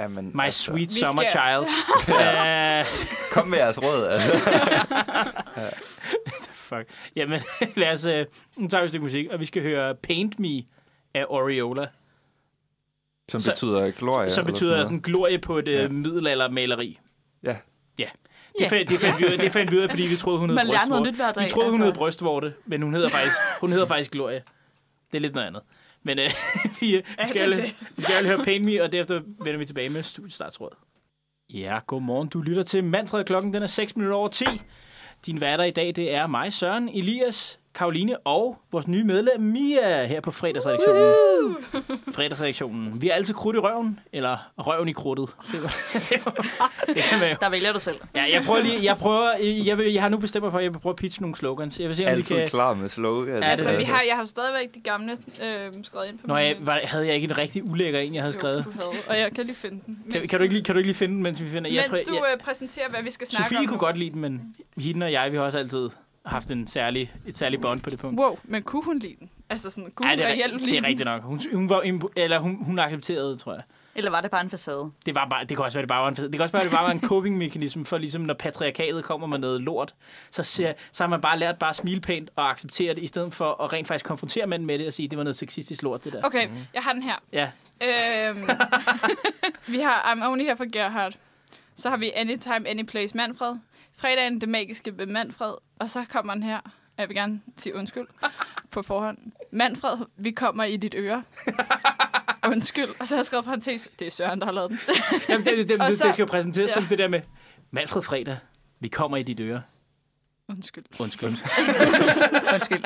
[SPEAKER 1] Jamen,
[SPEAKER 2] My sweet
[SPEAKER 3] Vi
[SPEAKER 2] summer
[SPEAKER 3] skal-
[SPEAKER 2] child. Øh,
[SPEAKER 1] Kom med jeres råd. Altså.
[SPEAKER 2] Fuck. Jamen, lad os... Øh, nu tager vi et stykke musik, og vi skal høre Paint Me af Oriola,
[SPEAKER 1] Som
[SPEAKER 2] Så-
[SPEAKER 1] betyder glorie.
[SPEAKER 2] ja, som
[SPEAKER 1] eller
[SPEAKER 2] betyder
[SPEAKER 1] sådan
[SPEAKER 2] sådan glorie på et
[SPEAKER 1] Ja.
[SPEAKER 2] ja. middelaldermaleri.
[SPEAKER 1] noget. Ja.
[SPEAKER 2] Det, fandt, det, fandt vi, ud af- det fandt vi ud af, fordi vi troede, hun hed
[SPEAKER 4] Man lærer noget nyt
[SPEAKER 2] brystvorte.
[SPEAKER 4] hver dag. Altså,
[SPEAKER 2] Vi troede, hun
[SPEAKER 3] altså.
[SPEAKER 2] hed brystvorte, men hun hedder faktisk, hun hedder faktisk glorie. Det er lidt noget andet. Men øh, vi, øh, vi, skal,
[SPEAKER 3] det er
[SPEAKER 2] alle- vi skal alle høre Paint Me, og derefter vender vi tilbage med studiestartrådet. Ja, godmorgen. Du lytter til Manfred. Klokken den er 6 minutter over 10. Din værter i dag, det er mig, Søren, Elias, Karoline og vores nye medlem, Mia, her på fredagsredaktionen. Fredagsredaktionen. Vi er altid krudt i røven, eller røven i krudtet. Det, var, det kan man jo.
[SPEAKER 4] Der vælger du selv.
[SPEAKER 2] Ja, jeg prøver lige, jeg prøver, jeg, vil, jeg har nu bestemt mig for, at jeg vil prøve at pitche nogle slogans. Jeg vil se, om
[SPEAKER 1] Altid
[SPEAKER 2] vi kan...
[SPEAKER 1] klar med slogan.
[SPEAKER 2] det
[SPEAKER 3] Altså,
[SPEAKER 2] er
[SPEAKER 3] vi har, jeg har jo stadigvæk de gamle øh, skrevet ind på
[SPEAKER 2] Nå, jeg, var, havde jeg ikke en rigtig ulækker en, jeg havde skrevet?
[SPEAKER 3] Jo, du havde, og jeg kan lige finde den.
[SPEAKER 2] Kan, kan, du ikke lige, kan du ikke lige finde den, mens vi finder...
[SPEAKER 3] Mens
[SPEAKER 2] jeg tror,
[SPEAKER 3] du
[SPEAKER 2] jeg,
[SPEAKER 3] øh, præsenterer, hvad vi skal snakke om.
[SPEAKER 2] Sofie kunne
[SPEAKER 3] nu.
[SPEAKER 2] godt lide den, men hende og jeg, vi har også altid haft en særlig, et særligt bånd på det punkt.
[SPEAKER 3] Wow, men kunne hun lide den? Altså sådan, kunne
[SPEAKER 2] Ej,
[SPEAKER 3] hun
[SPEAKER 2] det er,
[SPEAKER 3] reelt
[SPEAKER 2] rig-
[SPEAKER 3] lide
[SPEAKER 2] det er
[SPEAKER 3] den?
[SPEAKER 2] rigtigt nok. Hun, hun, var, impo- eller hun, hun accepterede, tror jeg.
[SPEAKER 4] Eller var det bare en facade?
[SPEAKER 2] Det, var bare, det kan også være, det bare var en, det kan også være, det bare var en coping-mekanisme for, ligesom når patriarkatet kommer med noget lort, så, ser, så har man bare lært bare at smile pænt og acceptere det, i stedet for at rent faktisk konfrontere mænd med det og sige, det var noget sexistisk lort, det der.
[SPEAKER 3] Okay, jeg har den her.
[SPEAKER 2] Ja,
[SPEAKER 3] Øhm, vi har I'm Only Here for Gerhard. Så har vi Anytime, Anyplace, Manfred. Fredagen, det magiske ved Manfred. Og så kommer den her. Jeg vil gerne sige undskyld på forhånd. Manfred, vi kommer i dit øre. Undskyld. Og så har jeg skrevet parentes. Det er Søren, der har lavet den.
[SPEAKER 2] Jamen, det, det, det,
[SPEAKER 3] Og
[SPEAKER 2] det,
[SPEAKER 3] så-
[SPEAKER 2] det skal jo præsenteres ja.
[SPEAKER 3] ja.
[SPEAKER 2] som det der med, Manfred Fredag, vi kommer i dit øre.
[SPEAKER 3] Undskyld.
[SPEAKER 2] Undskyld.
[SPEAKER 4] Undskyld.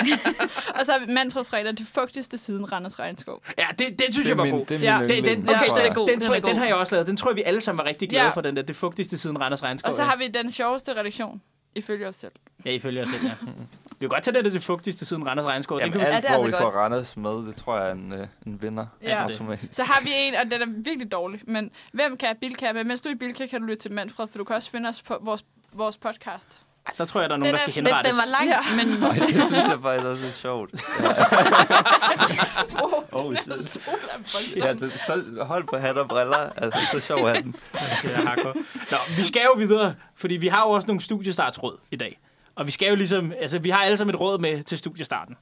[SPEAKER 3] Og så har vi Manfred Fredag, det fugtigste siden Randers Regnskov.
[SPEAKER 2] Ja, det, det synes
[SPEAKER 1] Det
[SPEAKER 2] jeg
[SPEAKER 1] er
[SPEAKER 2] var
[SPEAKER 1] min,
[SPEAKER 2] god.
[SPEAKER 1] det er min
[SPEAKER 3] Ja,
[SPEAKER 2] det- den-
[SPEAKER 1] yndlings,
[SPEAKER 2] okay,
[SPEAKER 1] tror
[SPEAKER 4] den er
[SPEAKER 1] jeg.
[SPEAKER 4] god.
[SPEAKER 2] Den, tror, jeg,
[SPEAKER 4] er god.
[SPEAKER 2] den har jeg også lavet. Den tror jeg, vi alle sammen var rigtig glade
[SPEAKER 3] Ja.
[SPEAKER 2] for, den der. Det fugtigste siden Randers Regnskov.
[SPEAKER 3] Og så
[SPEAKER 2] ja.
[SPEAKER 3] har vi den sjoveste redaktion, ifølge os selv.
[SPEAKER 2] Ja, ifølge os selv, ja. Vi kan godt tage det, det, er det fugtigste siden Randers Regnskov. Den
[SPEAKER 1] Jamen,
[SPEAKER 2] kan vi-
[SPEAKER 4] Ja,
[SPEAKER 1] alt,
[SPEAKER 4] det er
[SPEAKER 1] hvor
[SPEAKER 4] altså
[SPEAKER 1] vi får Randers med, det tror jeg er en, øh, en vinder.
[SPEAKER 3] Ja.
[SPEAKER 1] Automatisk.
[SPEAKER 3] Så har vi en, og den er virkelig dårlig, men hvem kan Bilka? Men mens du er i Bilka, kan du lytte til Manfred, for du kan også finde os på vores, vores podcast. Uh,
[SPEAKER 2] der tror jeg, der er nogen,
[SPEAKER 3] Den
[SPEAKER 2] der skal
[SPEAKER 3] er-
[SPEAKER 2] henrettes.
[SPEAKER 4] Den, den var lang,
[SPEAKER 3] Ja.
[SPEAKER 4] men
[SPEAKER 1] Ej, det synes jeg faktisk også er sjovt.
[SPEAKER 3] Oh,
[SPEAKER 1] Oh, shit.
[SPEAKER 3] shit.
[SPEAKER 1] Ja, det, så hold på hat og briller. Altså, så sjov er den.
[SPEAKER 2] Det er hardcore. Nå, vi skal jo videre, fordi vi har jo også nogle studiestartsråd i dag. Og vi skal jo ligesom, altså vi har alle sammen et råd med til studiestarten.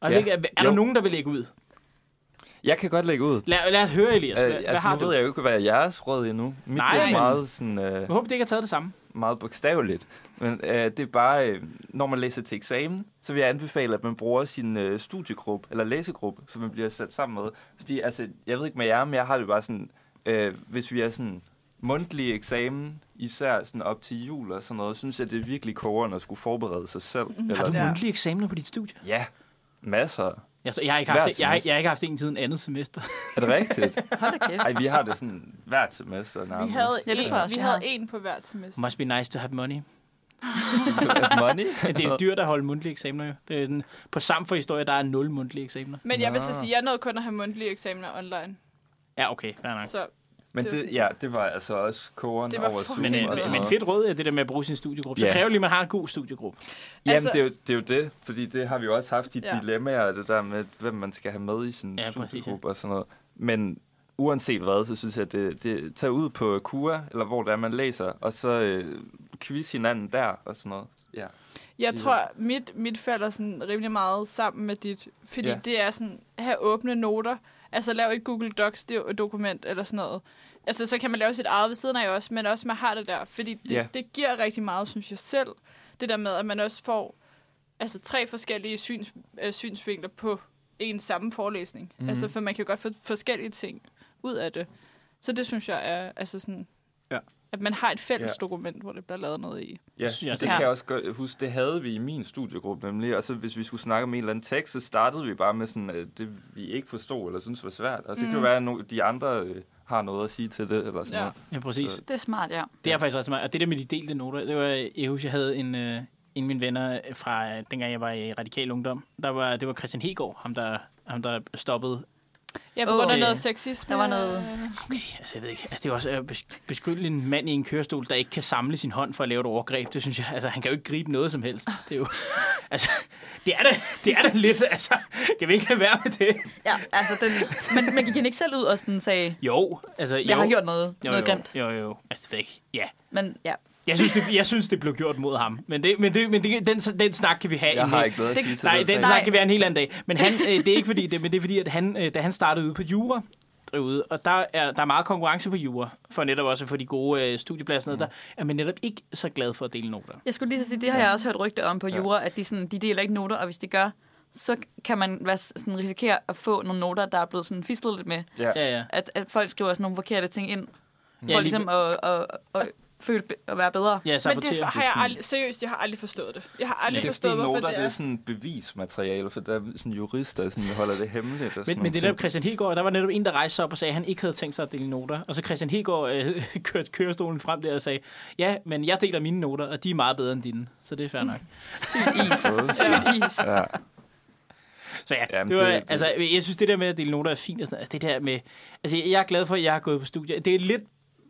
[SPEAKER 2] Og ja.
[SPEAKER 1] Ja.
[SPEAKER 2] ikke, er, er der
[SPEAKER 1] Jo.
[SPEAKER 2] nogen, der vil lægge ud?
[SPEAKER 1] Jeg kan godt lægge ud.
[SPEAKER 2] Lad, lad os høre, Elias. Hvad,
[SPEAKER 1] Øh,
[SPEAKER 2] hvad
[SPEAKER 1] altså,
[SPEAKER 2] har
[SPEAKER 1] nu
[SPEAKER 2] du?
[SPEAKER 1] ved jeg jo ikke, hvad er jeres råd endnu. Mit
[SPEAKER 2] Nej,
[SPEAKER 1] Nej, er
[SPEAKER 2] men-
[SPEAKER 1] meget, sådan, øh,
[SPEAKER 2] Jeg håber, det ikke har taget det samme.
[SPEAKER 1] meget bogstaveligt. Men øh, det er bare, øh, når man læser til eksamen, så vil jeg anbefale, at man bruger sin øh, studiegruppe, eller læsegruppe, som man bliver sat sammen med. Fordi, altså, jeg ved ikke med jer, men jeg har det bare sådan, øh, hvis vi er sådan mundtlige eksamen, især sådan op til jul og sådan noget, synes jeg, det er virkelig kogeren at skulle forberede sig selv.
[SPEAKER 2] Har
[SPEAKER 1] Eller,
[SPEAKER 2] du
[SPEAKER 1] sådan-
[SPEAKER 3] Ja.
[SPEAKER 2] mundtlige eksamener på dit studie?
[SPEAKER 1] ja, masser.
[SPEAKER 2] Jeg, jeg, har, ikke
[SPEAKER 1] Hvert
[SPEAKER 2] haft, jeg, har,
[SPEAKER 1] semester.
[SPEAKER 2] jeg har ikke haft en siden andet semester.
[SPEAKER 1] Er det rigtigt?
[SPEAKER 4] hold da kæft.
[SPEAKER 1] Ej, vi har det sådan hvert semester nærmest.
[SPEAKER 3] Vi havde,
[SPEAKER 4] Ja, det tror jeg
[SPEAKER 3] en,
[SPEAKER 4] også,
[SPEAKER 3] vi
[SPEAKER 4] jeg har.
[SPEAKER 3] havde en på hvert semester.
[SPEAKER 2] Must be nice to have money.
[SPEAKER 1] money.
[SPEAKER 2] Men det er dyrt at holde mundtlige eksamener jo. Det er sådan, på samt for historie, der er nul mundtlige eksamener.
[SPEAKER 3] Men jeg vil så
[SPEAKER 1] Nå.
[SPEAKER 3] sige, at jeg nåede kun at have mundtlige eksamener online.
[SPEAKER 2] Ja, okay, fair nok.
[SPEAKER 3] Så
[SPEAKER 1] Men
[SPEAKER 3] Det var
[SPEAKER 1] det,
[SPEAKER 3] sådan-
[SPEAKER 1] ja, det var altså også koren
[SPEAKER 3] Det var
[SPEAKER 1] over
[SPEAKER 3] fucking
[SPEAKER 2] Men,
[SPEAKER 1] Zoom og
[SPEAKER 2] øh,
[SPEAKER 1] sådan
[SPEAKER 2] men
[SPEAKER 1] noget.
[SPEAKER 2] fedt råd er det der med at bruge sin studiegruppe. Så
[SPEAKER 1] altså- Ja.
[SPEAKER 2] kræver lige, at man har en god studiegruppe.
[SPEAKER 1] Jamen,
[SPEAKER 3] altså-
[SPEAKER 1] det, er jo, det er jo det, fordi det har vi jo også haft de
[SPEAKER 3] Ja.
[SPEAKER 1] ja. dilemmaer, det der med, hvem man skal have med i sin
[SPEAKER 2] Ja,
[SPEAKER 1] ja,
[SPEAKER 2] præcis,
[SPEAKER 1] studiegruppe og sådan noget. Men uanset hvad, så synes jeg, at det, det tager ud på KUA, eller hvor det er, man læser, og så øh, quiz hinanden der og sådan noget. Ja.
[SPEAKER 3] jeg
[SPEAKER 1] Det-
[SPEAKER 3] tror, mit, mit falder sådan rimelig meget sammen med dit. Fordi
[SPEAKER 1] Ja.
[SPEAKER 3] det er sådan, have åbne noter. Altså lav et Google Docs-dokument eller sådan noget. Altså, så kan man lave sit eget ved siden af også, men også man har det der. Fordi det,
[SPEAKER 1] Ja.
[SPEAKER 3] det giver rigtig meget, synes jeg selv. Det der med, at man også får altså, tre forskellige syns, øh, synsvinkler på en samme forelæsning.
[SPEAKER 1] Mhm.
[SPEAKER 3] Mm-hmm. Altså, for man kan jo godt få forskellige ting ud af det. Så det synes jeg er altså sådan,
[SPEAKER 2] Ja.
[SPEAKER 3] at man har et fælles
[SPEAKER 1] Ja.
[SPEAKER 3] dokument, hvor det bliver lavet noget i.
[SPEAKER 1] Ja,
[SPEAKER 2] synes jeg
[SPEAKER 1] det
[SPEAKER 2] også.
[SPEAKER 1] kan jeg også godt huske. Det havde vi i min studiegruppe nemlig, og så hvis vi skulle snakke om en eller anden tekst, så startede vi bare med sådan, øh, det vi ikke forstod eller synes var svært. Og så mm. kan det være, at no- de andre øh, har noget at sige til det, eller sådan
[SPEAKER 3] Ja.
[SPEAKER 1] ja. noget.
[SPEAKER 2] Ja, præcis.
[SPEAKER 1] Så-
[SPEAKER 4] Det er smart, ja.
[SPEAKER 2] Det er faktisk også meget. Og det der med de delte noter, det var, jeg husker, jeg havde en, øh, en af mine venner fra, øh, dengang jeg var i radikal ungdom. Der var, det var Christian Hegård, ham der, ham der stoppede
[SPEAKER 3] Ja, på
[SPEAKER 4] Åh,
[SPEAKER 3] grund af
[SPEAKER 2] ja.
[SPEAKER 3] noget sexisme.
[SPEAKER 4] Der var noget-
[SPEAKER 3] øh,
[SPEAKER 2] Okay, altså jeg ved ikke. Altså, det er jo også at bes- beskylde en mand i en kørestol, der ikke kan samle sin hånd for at lave et overgreb. Det synes jeg, altså han kan jo ikke gribe noget som helst. Det er jo, altså, det er da, det er da lidt, altså, kan vi ikke lade være med det?
[SPEAKER 4] Ja, altså den, men man gik hende ikke selv ud og sådan sagde,
[SPEAKER 2] Jo, altså, jo.
[SPEAKER 4] jeg har gjort noget,
[SPEAKER 2] jo,
[SPEAKER 4] noget
[SPEAKER 2] jo,
[SPEAKER 4] grimt.
[SPEAKER 2] Jo, jo, altså det ved jeg ikke, ja.
[SPEAKER 4] Men ja,
[SPEAKER 2] Jeg synes, det, jeg synes, det blev gjort mod ham. Men, det, men, det, men det, den, den snak kan vi have.
[SPEAKER 1] Jeg
[SPEAKER 2] en øh,
[SPEAKER 1] har
[SPEAKER 2] hel-
[SPEAKER 1] ikke noget at
[SPEAKER 4] det-
[SPEAKER 1] sige til
[SPEAKER 2] Nej,
[SPEAKER 1] det.
[SPEAKER 2] den
[SPEAKER 1] sag.
[SPEAKER 4] Nej.
[SPEAKER 2] snak kan være en helt anden dag. Men han, øh, det er ikke fordi det, men det er fordi, at han, øh, da han startede ude på Jura, derude, og der er, der er meget konkurrence på Jura, for netop også at få de gode øh, studiepladser
[SPEAKER 1] Mm.
[SPEAKER 2] ned der, er man netop ikke så glad for at dele noter.
[SPEAKER 4] jeg skulle lige så sige, det har jeg også hørt rygte om på Jura, at de, sådan, de deler ikke noter, og hvis de gør, så kan man være, sådan, risikere at få nogle noter, der er blevet sådan fislet lidt med.
[SPEAKER 1] Ja.
[SPEAKER 2] Ja, ja.
[SPEAKER 4] At, at folk skriver sådan nogle forkerte ting ind, for
[SPEAKER 2] lige-
[SPEAKER 4] ja, ligesom at, at, at, at føle be- at være bedre.
[SPEAKER 2] Ja,
[SPEAKER 3] Men det
[SPEAKER 2] sabotere.
[SPEAKER 3] har jeg aldrig, seriøst, jeg har aldrig forstået det. Jeg har aldrig
[SPEAKER 1] Det er
[SPEAKER 3] forstået,
[SPEAKER 1] fordi
[SPEAKER 3] hvorfor
[SPEAKER 1] noter,
[SPEAKER 3] det
[SPEAKER 1] det er
[SPEAKER 3] er.
[SPEAKER 1] sådan bevismateriale, for der er sådan jurister, sådan, holder det hemmeligt. Og sådan
[SPEAKER 2] Men, men
[SPEAKER 1] nogle
[SPEAKER 2] det der
[SPEAKER 1] ting.
[SPEAKER 2] Christian Hegård, der var netop en, der rejste sig op og sagde, at han ikke havde tænkt sig at dele noter. Og så Christian Hegård øh, kørte kørestolen frem der og sagde, ja, men jeg deler mine noter, og de er meget bedre end dine. Så det er fair nok.
[SPEAKER 4] Sygt is.
[SPEAKER 1] Ja.
[SPEAKER 4] Sygt is.
[SPEAKER 1] Ja.
[SPEAKER 2] Så ja,
[SPEAKER 1] Jamen,
[SPEAKER 2] det var,
[SPEAKER 1] det-
[SPEAKER 2] det,
[SPEAKER 1] det-
[SPEAKER 2] altså, jeg synes, det der med at dele noter er fint. Og sådan, noget. altså, det der med, altså, jeg er glad for, at jeg har gået på studie. Det, er lidt,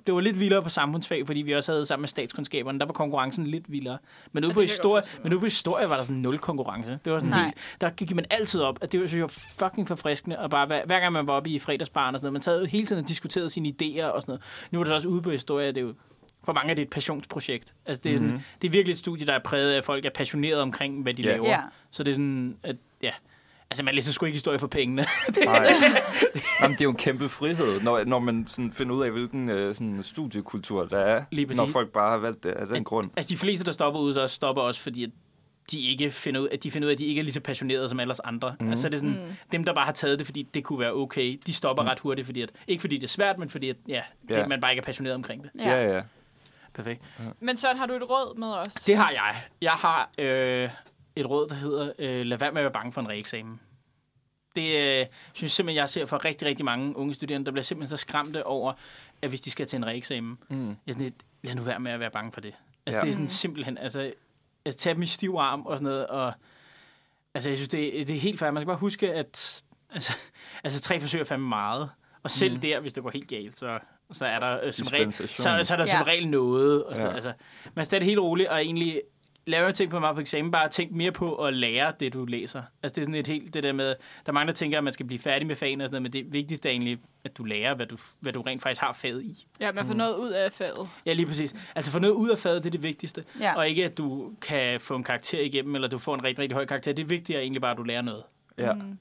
[SPEAKER 2] det var lidt vildere på samfundsfag, fordi vi også havde sammen med statskundskaberne. Der var konkurrencen lidt vildere. Men ude,
[SPEAKER 3] Ja,
[SPEAKER 2] på
[SPEAKER 3] det kan jeg godt
[SPEAKER 2] historie, men ude på historie var der sådan nul konkurrence. Det var sådan
[SPEAKER 4] Nej.
[SPEAKER 2] helt, der gik man altid op, at det var, synes jeg, var fucking forfriskende. Og bare, hver, hver, gang man var oppe i fredagsbaren og sådan noget, man sad hele tiden og diskuterede sine idéer og sådan noget. Nu er det så også ude på historie, det er jo for mange er det et passionsprojekt. Altså, det, er sådan, mm-hmm. det er virkelig et studie, der er præget af, at folk er passionerede omkring, hvad de
[SPEAKER 1] Mhm. Ja.
[SPEAKER 2] laver.
[SPEAKER 4] Ja.
[SPEAKER 2] Så det er sådan, at ja. Altså, man læser sgu ikke historie for pengene. det,
[SPEAKER 1] Nej. Jamen, det er jo en kæmpe frihed, når, når man sådan finder ud af, hvilken øh, sådan studiekultur der er,
[SPEAKER 2] Lige
[SPEAKER 1] når
[SPEAKER 2] præcis.
[SPEAKER 1] folk bare har valgt det af den grund.
[SPEAKER 2] altså, de fleste, der stopper ud, så stopper også, fordi at de ikke finder ud, at de finder ud af, at de ikke er lige så passionerede som alle os andre.
[SPEAKER 1] Mhm.
[SPEAKER 2] Mm. Altså, så er det sådan, mm. dem, der bare har taget det, fordi det kunne være okay, de stopper mm. ret hurtigt, fordi at, ikke fordi det er svært, men fordi at, ja, det,
[SPEAKER 1] Mhm. Ja.
[SPEAKER 2] man bare ikke er passioneret omkring det.
[SPEAKER 1] Ja, ja. ja.
[SPEAKER 2] Perfekt.
[SPEAKER 3] Men Søren, har du et råd med os?
[SPEAKER 2] Det har jeg. Jeg har øh, et råd, der hedder, øh, lad være med at være bange for en reeksamen. Det øh, synes jeg simpelthen, jeg ser fra rigtig, rigtig mange unge studerende, der bliver simpelthen så skræmte over, at hvis de skal til en reeksamen, mm. jeg er sådan lidt, lad nu være med at være bange for det.
[SPEAKER 1] Ja.
[SPEAKER 2] Altså, ja. det er sådan simpelthen, altså, at tage dem i stiv arm og sådan noget, og altså, jeg synes, det, er- det er helt fair. Man skal bare huske, at altså, altså tre forsøg er fandme meget. Og selv mm. der, hvis det går helt galt, så, så er der øh, som regel, så,
[SPEAKER 1] Dispensation.
[SPEAKER 2] så er der som
[SPEAKER 4] Ja.
[SPEAKER 2] regel noget. Og sådan,
[SPEAKER 1] Ja.
[SPEAKER 2] ja. altså, man skal tage det helt roligt, og egentlig lave ting på meget på eksamen, bare tænk mere på at lære det, du læser. Altså det er sådan et helt, det der med, der er mange, der tænker, at man skal blive færdig med fagene og sådan noget, men det vigtigste er egentlig, at du lærer, hvad du, hvad du rent faktisk har faget i.
[SPEAKER 3] Ja, man får noget ud af faget.
[SPEAKER 2] Ja, lige præcis. Altså få noget ud af faget, det er det vigtigste.
[SPEAKER 4] Ja.
[SPEAKER 2] Og ikke, at du kan få en karakter igennem, eller du får en rigtig, rigtig høj karakter. Det vigtige er egentlig bare, at du lærer noget.
[SPEAKER 1] ja.
[SPEAKER 3] Mm.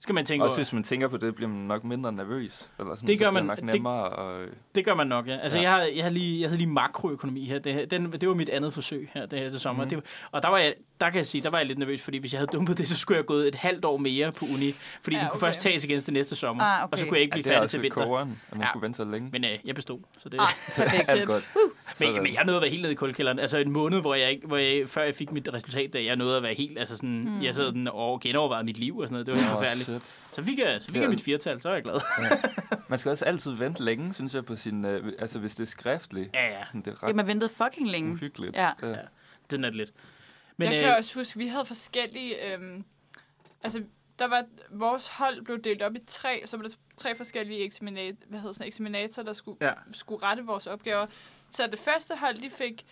[SPEAKER 2] Skal man tænke
[SPEAKER 1] Også
[SPEAKER 2] Mm. over.
[SPEAKER 1] hvis man tænker på det, bliver man nok mindre nervøs. Eller sådan,
[SPEAKER 2] Det gør
[SPEAKER 1] så bliver
[SPEAKER 2] man-
[SPEAKER 1] nok
[SPEAKER 2] det-
[SPEAKER 1] nemmere. Og,
[SPEAKER 2] Det gør man nok, ja. Altså,
[SPEAKER 1] Ja.
[SPEAKER 2] ja. Jeg, har, jeg, har lige, jeg havde lige makroøkonomi her. Det, her- den, det var mit andet forsøg her det, her til sommer. Mm. Det, var- og der, var jeg, der kan jeg sige, der var jeg lidt nervøs, fordi hvis jeg havde dumpet det, så skulle jeg have gået et halvt år mere på uni. Fordi
[SPEAKER 3] Ja,
[SPEAKER 2] ja, okay. den kunne
[SPEAKER 3] okay.
[SPEAKER 2] først tages igen til næste sommer.
[SPEAKER 4] Ah, okay.
[SPEAKER 2] Og så kunne jeg ikke
[SPEAKER 1] ja,
[SPEAKER 2] blive
[SPEAKER 1] det er altså
[SPEAKER 2] færdig
[SPEAKER 1] også
[SPEAKER 2] til
[SPEAKER 1] lidt
[SPEAKER 2] vinter.
[SPEAKER 1] kogeren, at man
[SPEAKER 2] Ja.
[SPEAKER 1] skulle vente så længe.
[SPEAKER 2] Men øh, jeg bestod. Så det,
[SPEAKER 4] Ah, perfekt.
[SPEAKER 1] Alt godt.
[SPEAKER 2] men,
[SPEAKER 1] Sådan.
[SPEAKER 2] men jeg nåede at være helt nede i kuldkælderen. Altså en måned, hvor jeg ikke, hvor jeg, før jeg fik mit resultat, da jeg nåede at være helt, altså sådan, mm. jeg sad sådan og genovervejede mit liv og sådan noget. Det var helt
[SPEAKER 1] Åh,
[SPEAKER 2] forfærdeligt.
[SPEAKER 1] shit.
[SPEAKER 2] Så fik jeg, så fik
[SPEAKER 1] Det
[SPEAKER 2] jeg
[SPEAKER 1] er-
[SPEAKER 2] mit firtal, så er jeg glad.
[SPEAKER 1] Man skal også altid vente længe, synes jeg, på sin... Øh, altså, hvis det er skriftligt.
[SPEAKER 2] ja, ja.
[SPEAKER 1] Sådan, Det er ret
[SPEAKER 4] Jamen, jeg ventede fucking længe.
[SPEAKER 1] uhyggeligt.
[SPEAKER 4] Mm. Ja.
[SPEAKER 1] Ja.
[SPEAKER 2] Den er det lidt. øh,
[SPEAKER 3] Men, øh, jeg kan også huske, vi havde forskellige... Øhm, altså, der var, vores hold blev delt op i tre, så var der tre forskellige eksaminat, hvad hedder sådan, eksaminator, der skulle, ja.
[SPEAKER 2] Ja.
[SPEAKER 3] skulle rette vores opgaver. Så det første hold, de fik,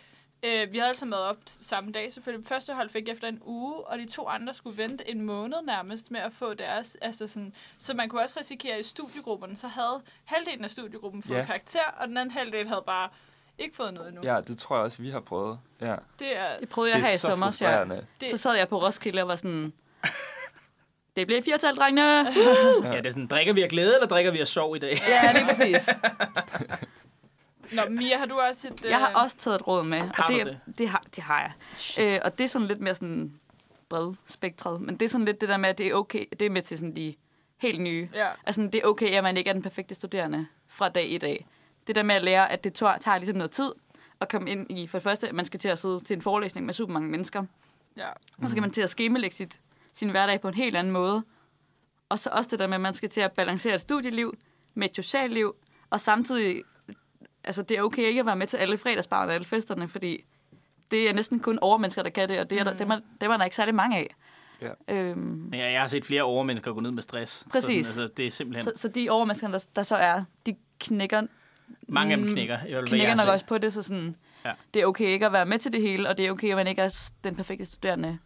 [SPEAKER 3] øh, vi havde altså med op samme dag selvfølgelig, det første hold fik efter en uge, og de to andre skulle vente en måned nærmest med at få deres, altså sådan, så man kunne også risikere i studiegrupperne, så havde halvdelen af studiegruppen fået
[SPEAKER 1] Ja.
[SPEAKER 3] ja. karakter, og den anden halvdel havde bare ikke fået noget endnu. Ja.
[SPEAKER 1] ja, det tror jeg også, vi har prøvet. Ja.
[SPEAKER 3] Det er,
[SPEAKER 4] Det prøvede jeg
[SPEAKER 1] det
[SPEAKER 4] her
[SPEAKER 1] er
[SPEAKER 4] i
[SPEAKER 1] så
[SPEAKER 4] sommer, så, jeg,
[SPEAKER 1] frustrerende.
[SPEAKER 3] Det-
[SPEAKER 4] så sad jeg på Roskilde og var sådan, det blev et firtal, drengene!
[SPEAKER 2] Ja, det er sådan, drikker vi af glæde, eller drikker vi af sorg i dag?
[SPEAKER 4] Ja, det er præcis.
[SPEAKER 3] Nå, Mia, har du også et...
[SPEAKER 4] Jeg
[SPEAKER 3] øh,
[SPEAKER 4] har også taget et råd med.
[SPEAKER 2] Har
[SPEAKER 4] og
[SPEAKER 2] du
[SPEAKER 4] det,
[SPEAKER 2] det?
[SPEAKER 4] Det har, det har jeg. Øh, og det er sådan lidt mere sådan bred spektret, men det er sådan lidt det der med, at det er okay, det er med til sådan de helt nye.
[SPEAKER 3] Ja.
[SPEAKER 4] Altså, det er okay, at man ikke er den perfekte studerende fra dag i dag. Det der med at lære, at det tager, tager ligesom noget tid at komme ind i, for det første, at man skal til at sidde til en forelæsning med super mange mennesker,
[SPEAKER 3] Ja.
[SPEAKER 4] og så skal man til at skemalægge sit, sin hverdag på en helt anden måde. Og så også det der med, at man skal til at balancere et studieliv med et socialt liv, og samtidig, altså det er okay ikke at være med til alle fredagsbarn og alle festerne, fordi det er næsten kun overmennesker, der kan det, og det er, der, dem, er, dem er der ikke særlig mange af.
[SPEAKER 5] Ja. Øhm,
[SPEAKER 2] Men jeg, jeg har set flere overmennesker gå ned med stress.
[SPEAKER 4] Præcis.
[SPEAKER 2] Så, sådan, altså, det er simpelthen...
[SPEAKER 4] Så,
[SPEAKER 2] Så,
[SPEAKER 4] så de overmennesker, der, der så er, de knækker,
[SPEAKER 2] mange af dem
[SPEAKER 4] mm,
[SPEAKER 2] knækker. i hvert fald, hvad jeg altså,
[SPEAKER 4] knækker
[SPEAKER 2] har
[SPEAKER 4] nok
[SPEAKER 2] set.
[SPEAKER 4] også på det, så sådan,
[SPEAKER 2] Ja.
[SPEAKER 4] ja. det er okay ikke at være med til det hele, og det er okay, at man ikke er s- den perfekte studerende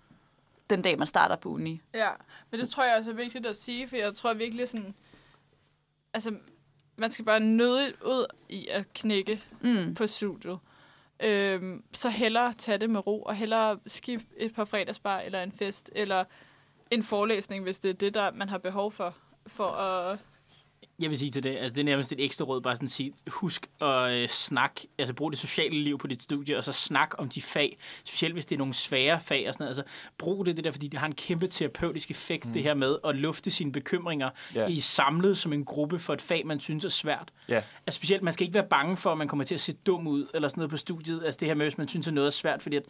[SPEAKER 4] den dag, man starter på uni.
[SPEAKER 3] Ja, men det tror jeg også er vigtigt at sige, for jeg tror virkelig sådan... Altså, man skal bare nødigt ud i at knække
[SPEAKER 4] Mm.
[SPEAKER 3] på studiet. Øhm, så hellere tage det med ro, og hellere skib et par fredagsbar, eller en fest, eller en forelæsning, hvis det er det, der man har behov for. For at...
[SPEAKER 2] Jeg vil sige til det, altså det er nærmest et ekstra råd, bare sådan at sige, husk at øh, snakke, altså brug det sociale liv på dit studie, og så snak om de fag, specielt hvis det er nogle svære fag og sådan noget. Altså brug det, det der, fordi det har en kæmpe terapeutisk effekt, mm. det her med at lufte sine bekymringer
[SPEAKER 1] Ja.
[SPEAKER 2] i samlet som en gruppe for et fag, man synes er svært.
[SPEAKER 1] Ja.
[SPEAKER 2] Altså specielt, man skal ikke være bange for, at man kommer til at se dum ud, eller sådan noget på studiet. Altså det her med, hvis man synes, at noget er svært, fordi at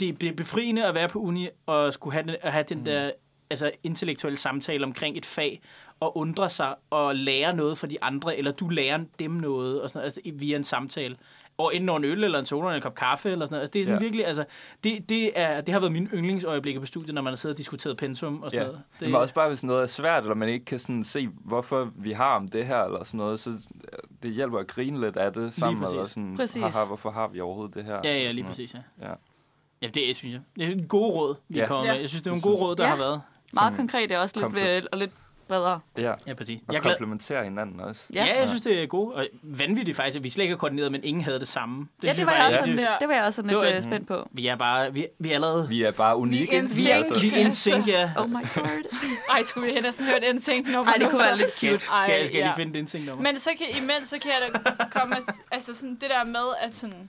[SPEAKER 2] det er befriende at være på uni, og skulle have den, at have
[SPEAKER 1] Mm.
[SPEAKER 2] den der altså, intellektuelle samtale omkring et fag, og undre sig og lære noget fra de andre, eller du lærer dem noget, og sådan noget, altså, i- via en samtale. Og enten over en øl, eller en soda, eller en kop kaffe, eller sådan noget. Altså, det er sådan
[SPEAKER 1] Ja.
[SPEAKER 2] ja. virkelig, altså, det, det, er, det har været mine yndlingsøjeblikke på studiet, når man har siddet og diskuteret pensum og sådan
[SPEAKER 1] Ja.
[SPEAKER 2] noget.
[SPEAKER 1] Det... Men også bare, hvis noget er svært, eller man ikke kan sådan se, hvorfor vi har om det her, eller sådan noget, så øh, det hjælper at grine lidt af det sammen,
[SPEAKER 2] præcis.
[SPEAKER 1] eller sådan,
[SPEAKER 4] Præcis.
[SPEAKER 1] Haha, hvorfor har vi overhovedet det her?
[SPEAKER 2] Ja, ja,
[SPEAKER 1] Eller
[SPEAKER 2] lige
[SPEAKER 1] sådan
[SPEAKER 2] præcis, ja.
[SPEAKER 1] Ja.
[SPEAKER 2] Ja, det er, synes jeg. Det er en god råd, vi
[SPEAKER 1] Ja.
[SPEAKER 2] ja. kommer
[SPEAKER 3] Ja.
[SPEAKER 2] med. Jeg synes, det er
[SPEAKER 1] Det
[SPEAKER 2] nogle gode
[SPEAKER 1] synes jeg.
[SPEAKER 2] råd, der
[SPEAKER 5] Ja.
[SPEAKER 2] har været.
[SPEAKER 4] Meget konkret er også lidt,
[SPEAKER 1] komplet.
[SPEAKER 4] øh, og lidt bredere.
[SPEAKER 1] noget. Ja,
[SPEAKER 2] Ja, præcis.
[SPEAKER 1] og
[SPEAKER 2] Jeg er glad.
[SPEAKER 1] komplementerer hinanden også.
[SPEAKER 2] Ja. ja,
[SPEAKER 1] Ja.
[SPEAKER 2] jeg synes, det er godt. Og vanvittigt faktisk, at vi slet ikke har koordineret, men ingen havde det samme. Det
[SPEAKER 4] Det ja,
[SPEAKER 2] synes
[SPEAKER 4] det var, jeg også
[SPEAKER 2] faktisk-
[SPEAKER 4] sådan,
[SPEAKER 3] det-
[SPEAKER 4] lidt- det var jeg også sådan
[SPEAKER 2] Det var
[SPEAKER 4] lidt
[SPEAKER 2] et-
[SPEAKER 4] øh, spændt på.
[SPEAKER 2] Vi er bare, vi, vi er allerede, vi,
[SPEAKER 1] Vi er altså- bare unikke.
[SPEAKER 3] Vi er en
[SPEAKER 1] ikke?
[SPEAKER 3] ting.
[SPEAKER 2] vi er en sync, ja.
[SPEAKER 4] Oh my god.
[SPEAKER 3] Ej, skulle vi have næsten hørt en ting, når
[SPEAKER 4] Ej, det kunne være lidt cute.
[SPEAKER 2] Skal, skal jeg lige
[SPEAKER 3] ja.
[SPEAKER 2] finde den ting nummer?
[SPEAKER 3] Men så kan, imens så kan jeg da komme, og s- altså sådan det der med, at sådan,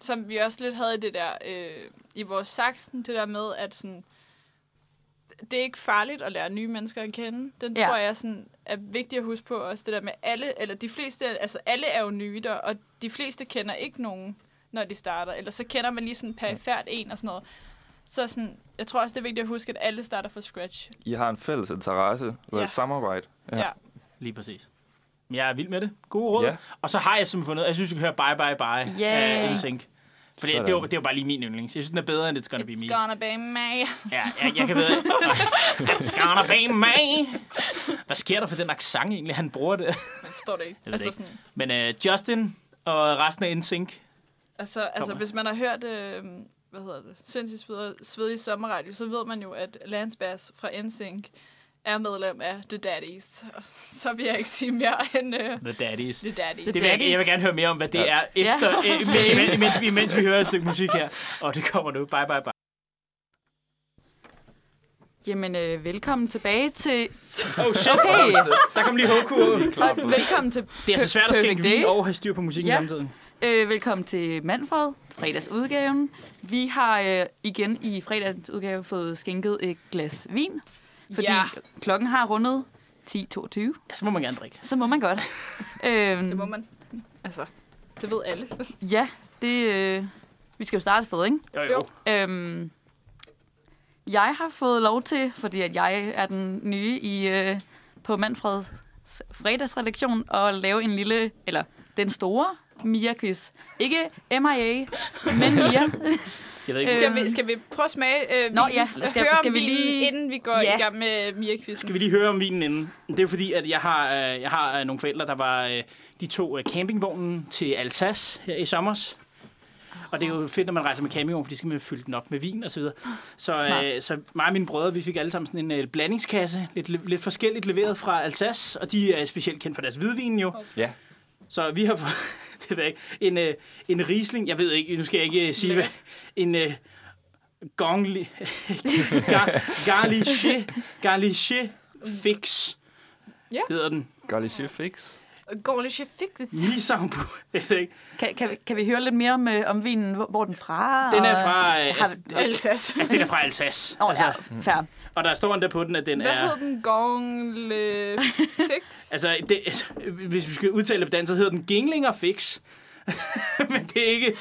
[SPEAKER 3] som vi også lidt havde i det der, øh, i vores saksen, det der med, at sådan, det er ikke farligt at lære nye mennesker at kende. Den
[SPEAKER 4] Ja.
[SPEAKER 3] ja. tror jeg sådan, er vigtig at huske på også, det der med alle, eller de fleste, altså alle er jo nye der, og de fleste kender ikke nogen, når de starter, eller så kender man lige sådan perifært en og sådan noget. Så sådan, jeg tror også, det er vigtigt at huske, at alle starter fra scratch.
[SPEAKER 1] I har en fælles interesse, eller
[SPEAKER 3] Ja.
[SPEAKER 1] et samarbejde.
[SPEAKER 3] Ja. ja.
[SPEAKER 2] Lige præcis. Men Jeg er vild med det. Gode råd.
[SPEAKER 1] Ja.
[SPEAKER 2] Og så har jeg simpelthen fundet, jeg synes, du kan høre Bye Bye Bye
[SPEAKER 4] Yeah.
[SPEAKER 2] af NSYNC. Fordi
[SPEAKER 1] Sådan.
[SPEAKER 2] det var, det var bare lige min yndlings. Jeg synes, den er bedre end It's Gonna Be Me.
[SPEAKER 3] It's gonna be me.
[SPEAKER 2] Ja, jeg, jeg kan bedre. It's gonna be me. Hvad sker der for den accent egentlig, han bruger det?
[SPEAKER 3] Forstår det ikke.
[SPEAKER 2] ved det
[SPEAKER 3] altså
[SPEAKER 2] ikke.
[SPEAKER 3] sådan,
[SPEAKER 2] Men uh, Justin og resten af NSYNC,
[SPEAKER 3] Altså, altså
[SPEAKER 2] Kommer.
[SPEAKER 3] hvis man har hørt, øh, hvad hedder det, sindssygt svedig, svedig sommerradio, så ved man jo, at Lance Bass fra NSYNC er medlem af The Daddies. Og så vil jeg ikke sige mere end øh,
[SPEAKER 2] The Daddies.
[SPEAKER 3] The Daddies.
[SPEAKER 2] Det vil jeg, jeg vil gerne høre mere om, hvad det er, efter,
[SPEAKER 4] Ja.
[SPEAKER 2] ja. imens, imens, vi, imens vi hører et stykke musik her. Og det kommer nu. Bye, bye, bye.
[SPEAKER 4] Jamen, øh, velkommen tilbage til...
[SPEAKER 2] Oh shit,
[SPEAKER 4] Okay,
[SPEAKER 2] der kom lige Hoku.
[SPEAKER 4] og velkommen til
[SPEAKER 2] Det er så svært at
[SPEAKER 4] Perfect
[SPEAKER 2] skænke vin
[SPEAKER 4] day.
[SPEAKER 2] og have styr på musikken
[SPEAKER 4] Ja.
[SPEAKER 2] ja. samtidig.
[SPEAKER 4] Øh, velkommen til Manfred, fredagsudgaven. Vi har øh, igen i fredagens udgave fået skænket et glas vin, fordi
[SPEAKER 3] Ja.
[SPEAKER 4] klokken har rundet 10.22,
[SPEAKER 2] Ja, så må man gerne drikke.
[SPEAKER 4] så må man godt. øhm,
[SPEAKER 3] Det må man. Altså, det ved alle.
[SPEAKER 4] Ja, det, øh, vi skal jo starte et sted, ikke?
[SPEAKER 2] Jo, jo.
[SPEAKER 3] Jo.
[SPEAKER 4] Øhm, jeg har fået lov til, fordi at jeg er den nye i øh, på Manfreds fredagsredaktion, at lave en lille, eller den store Mia-quiz. Ikke MIA, men Mia.
[SPEAKER 2] Jeg ved ikke,
[SPEAKER 3] Skal vi, skal vi prøve at smage øh,
[SPEAKER 4] Nå,
[SPEAKER 3] vinen?
[SPEAKER 4] ja. Skal-
[SPEAKER 3] høre om
[SPEAKER 4] skal vi
[SPEAKER 3] vinen,
[SPEAKER 4] lige-
[SPEAKER 3] inden vi går
[SPEAKER 4] Ja.
[SPEAKER 3] i gang med Mia-quizzen?
[SPEAKER 2] Skal vi lige høre om vinen inden? Det er fordi, at jeg har, øh, jeg har øh, nogle forældre, der var øh, de to øh, campingvognen til Alsace her i sommer. Og det er jo fedt, når man rejser med campingvogn, fordi så skal man fylde den op med vin og Så, videre. så,
[SPEAKER 4] Smart.
[SPEAKER 2] øh, så mig og mine brødre, vi fik alle sammen sådan en øh, blandingskasse, lidt, lidt forskelligt leveret fra Alsace, og de er specielt kendt for deres hvidvin jo.
[SPEAKER 1] Ja.
[SPEAKER 2] Så vi har fået, det ved jeg ikke, en, øh, en risling, jeg ved ikke, nu skal jeg ikke øh, sige, hvad,
[SPEAKER 3] Lækkert.
[SPEAKER 2] en øh, gongli, gar, garliche, garliche fix,
[SPEAKER 3] Ja.
[SPEAKER 2] hedder den.
[SPEAKER 1] Garlic fix.
[SPEAKER 3] Gorlische Fixes.
[SPEAKER 2] Altså, Misambu, jeg ved ikke.
[SPEAKER 4] Kan, kan, vi, kan vi høre lidt mere om, øh, om vinen? Hvor, hvor er den fra?
[SPEAKER 2] Den er
[SPEAKER 4] og-
[SPEAKER 2] fra, øh,
[SPEAKER 4] Har,
[SPEAKER 2] altså, altså,
[SPEAKER 3] Alsace.
[SPEAKER 2] den er fra Alsace.
[SPEAKER 4] Åh, oh, ja, fair.
[SPEAKER 2] Og der står endda på den, at den
[SPEAKER 3] Hvad
[SPEAKER 2] er...
[SPEAKER 3] hed den? Gorgle Fix?
[SPEAKER 2] Altså, det, altså, hvis vi skal udtale det på dansk, så hedder den Ginglinger Fix. Men det er ikke...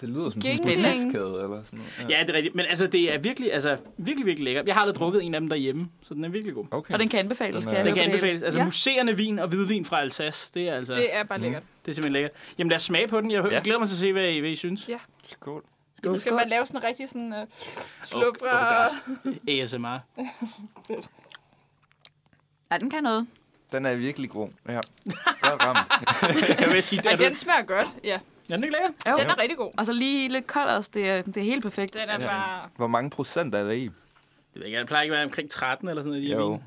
[SPEAKER 1] Det lyder som
[SPEAKER 3] Gingling.
[SPEAKER 1] sådan en butikskæde, eller sådan noget.
[SPEAKER 2] Ja, det er rigtigt. Men altså, det er virkelig, altså, virkelig, virkelig lækkert. Jeg har aldrig drukket en af dem derhjemme, så den er virkelig god.
[SPEAKER 1] Okay.
[SPEAKER 4] Og den kan anbefales,
[SPEAKER 1] Den
[SPEAKER 4] kan
[SPEAKER 1] er-
[SPEAKER 4] jeg
[SPEAKER 2] Den
[SPEAKER 4] høre
[SPEAKER 2] kan
[SPEAKER 4] på det hele.
[SPEAKER 2] anbefales. Altså
[SPEAKER 4] ja.
[SPEAKER 2] ja. museerne vin og hvidvin fra Alsace, det er altså det,
[SPEAKER 1] Mm.
[SPEAKER 3] Det er bare lækkert.
[SPEAKER 2] det er simpelthen lækkert. Jamen lad os smage på den. Jeg hø-
[SPEAKER 1] Ja.
[SPEAKER 2] glæder mig til at se, hvad I, hvad I synes.
[SPEAKER 3] Ja.
[SPEAKER 1] Skål.
[SPEAKER 3] Nu skal man lave sådan en rigtig sådan, uh, slupper. Oh, oh
[SPEAKER 2] ASMR.
[SPEAKER 4] Ja, den kan noget.
[SPEAKER 1] Den er virkelig god. Ja. Godt ramt.
[SPEAKER 2] Jeg vil sige,
[SPEAKER 3] Ej,
[SPEAKER 2] er du,
[SPEAKER 3] den smager godt. Ja,
[SPEAKER 2] er den ikke lækker?
[SPEAKER 4] Jo.
[SPEAKER 3] den er rigtig god.
[SPEAKER 4] Og så lige lidt kold også. Det er, det er helt perfekt.
[SPEAKER 3] Den er
[SPEAKER 1] Ja.
[SPEAKER 3] bare...
[SPEAKER 1] Hvor mange procent er der i?
[SPEAKER 2] Det ved jeg ikke. Den plejer ikke at være omkring 13 eller sådan noget. i
[SPEAKER 1] Jo.
[SPEAKER 2] min.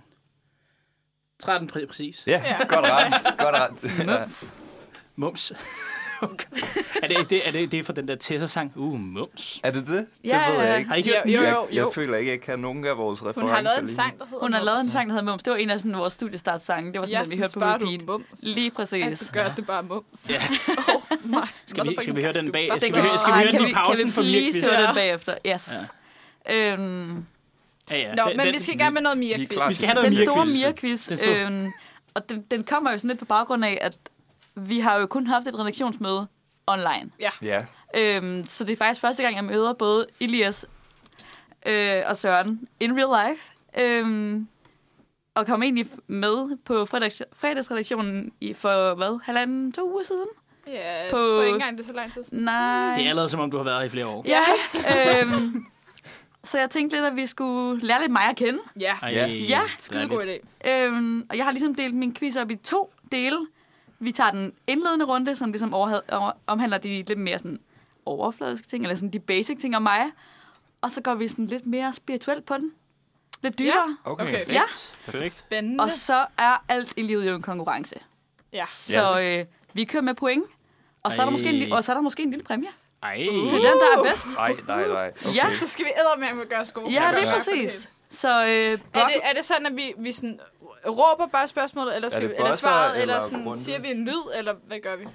[SPEAKER 2] 13 præ- præcis.
[SPEAKER 1] Ja,
[SPEAKER 3] Ja.
[SPEAKER 1] godt ramt. Godt ramt. Ja.
[SPEAKER 4] Mums.
[SPEAKER 2] Mums. Okay. Er det, det, er det, det er fra den der Tessa-sang? Uh, mums.
[SPEAKER 1] Er det det?
[SPEAKER 4] Ja,
[SPEAKER 1] det ved
[SPEAKER 4] ja, ja.
[SPEAKER 1] jeg ikke.
[SPEAKER 2] Har I ikke
[SPEAKER 3] Jo,
[SPEAKER 2] hørt den?
[SPEAKER 3] jo,
[SPEAKER 1] Jeg,
[SPEAKER 3] jo.
[SPEAKER 1] jeg føler ikke, at jeg kan nogen af vores referencer
[SPEAKER 3] Hun har lavet en
[SPEAKER 1] lige.
[SPEAKER 3] sang, der hedder
[SPEAKER 4] Hun har
[SPEAKER 3] Mums.
[SPEAKER 4] lavet en sang, der hedder Mums. Det var en af sådan, vores studiestartsange. Det var sådan,
[SPEAKER 3] Jeg
[SPEAKER 4] den, vi
[SPEAKER 3] synes
[SPEAKER 4] hørte på
[SPEAKER 3] bare, du
[SPEAKER 4] repeat.
[SPEAKER 3] er mums.
[SPEAKER 4] Lige præcis.
[SPEAKER 3] Altså, gør det bare mums.
[SPEAKER 2] Ja.
[SPEAKER 3] Oh,
[SPEAKER 2] Skal vi, skal vi høre den bag?
[SPEAKER 3] Det
[SPEAKER 2] Skal vi
[SPEAKER 3] kan-
[SPEAKER 2] høre, skal vi
[SPEAKER 4] Ej,
[SPEAKER 2] høre
[SPEAKER 4] kan
[SPEAKER 2] den i pausen
[SPEAKER 4] kan vi
[SPEAKER 2] for
[SPEAKER 4] please
[SPEAKER 2] virkelig?
[SPEAKER 4] høre
[SPEAKER 3] Ja.
[SPEAKER 4] den bagefter? Yes. Øhm,
[SPEAKER 2] Ja, ja.
[SPEAKER 3] Nå,
[SPEAKER 2] Den-
[SPEAKER 3] men
[SPEAKER 2] den-
[SPEAKER 3] vi skal i gang med noget mere
[SPEAKER 1] Vi er
[SPEAKER 3] quiz.
[SPEAKER 1] klar.
[SPEAKER 2] Vi skal have noget
[SPEAKER 4] den
[SPEAKER 2] mere
[SPEAKER 4] store
[SPEAKER 2] quiz.
[SPEAKER 4] Mia-quiz.
[SPEAKER 2] Den store-
[SPEAKER 4] Øhm, og den, den kommer jo sådan lidt på baggrund af, at vi har jo kun haft et redaktionsmøde online.
[SPEAKER 1] Ja,
[SPEAKER 4] Øhm, så det er faktisk første gang, jeg møder både Elias øh, og Søren in real life. Øhm, og kom egentlig f- med på fredags, fredagsredaktionen i, for, hvad, halvanden, to uger siden?
[SPEAKER 3] Ja, jeg
[SPEAKER 4] På-
[SPEAKER 3] tror ikke engang, det er så lang tid siden.
[SPEAKER 4] Nej.
[SPEAKER 2] Det er allerede, som om du har været her i flere år.
[SPEAKER 4] Ja. øhm, så jeg tænkte lidt, at vi skulle lære lidt mig at kende.
[SPEAKER 3] Ja,
[SPEAKER 2] Ej,
[SPEAKER 1] Ja.
[SPEAKER 2] dejligt.
[SPEAKER 4] Ja,
[SPEAKER 3] skidegod idé.
[SPEAKER 4] Øhm, og jeg har ligesom delt min quiz op i to dele. Vi tager den indledende runde, som ligesom overha- over, omhandler de lidt mere sådan overfladiske ting, eller sådan de basic ting om mig. Og så går vi sådan lidt mere spirituelt på den. Lidt dybere.
[SPEAKER 1] okay.
[SPEAKER 3] Okay.
[SPEAKER 4] Ja.
[SPEAKER 2] Perfekt.
[SPEAKER 4] ja.
[SPEAKER 3] Spændende.
[SPEAKER 4] Og så er alt i livet jo en konkurrence.
[SPEAKER 3] Ja.
[SPEAKER 4] Så øh, vi kører med point. Og så, er der måske en, li-
[SPEAKER 2] Ej.
[SPEAKER 4] og så er der måske en lille præmie
[SPEAKER 2] Ej.
[SPEAKER 4] til den, der er bedst.
[SPEAKER 1] Nej, nej, nej. Okay.
[SPEAKER 4] Ja.
[SPEAKER 3] Så skal vi æder med at gøre sko.
[SPEAKER 4] Ja, det er præcis. Så øh,
[SPEAKER 3] Er
[SPEAKER 4] Brock,
[SPEAKER 3] det, er det sådan, at vi, vi sådan råber bare spørgsmålet, eller, skal
[SPEAKER 1] det
[SPEAKER 3] vi, eller
[SPEAKER 1] buzzer,
[SPEAKER 3] svaret, eller,
[SPEAKER 1] eller
[SPEAKER 3] sådan,
[SPEAKER 1] runde?
[SPEAKER 3] siger vi en lyd, eller hvad gør vi?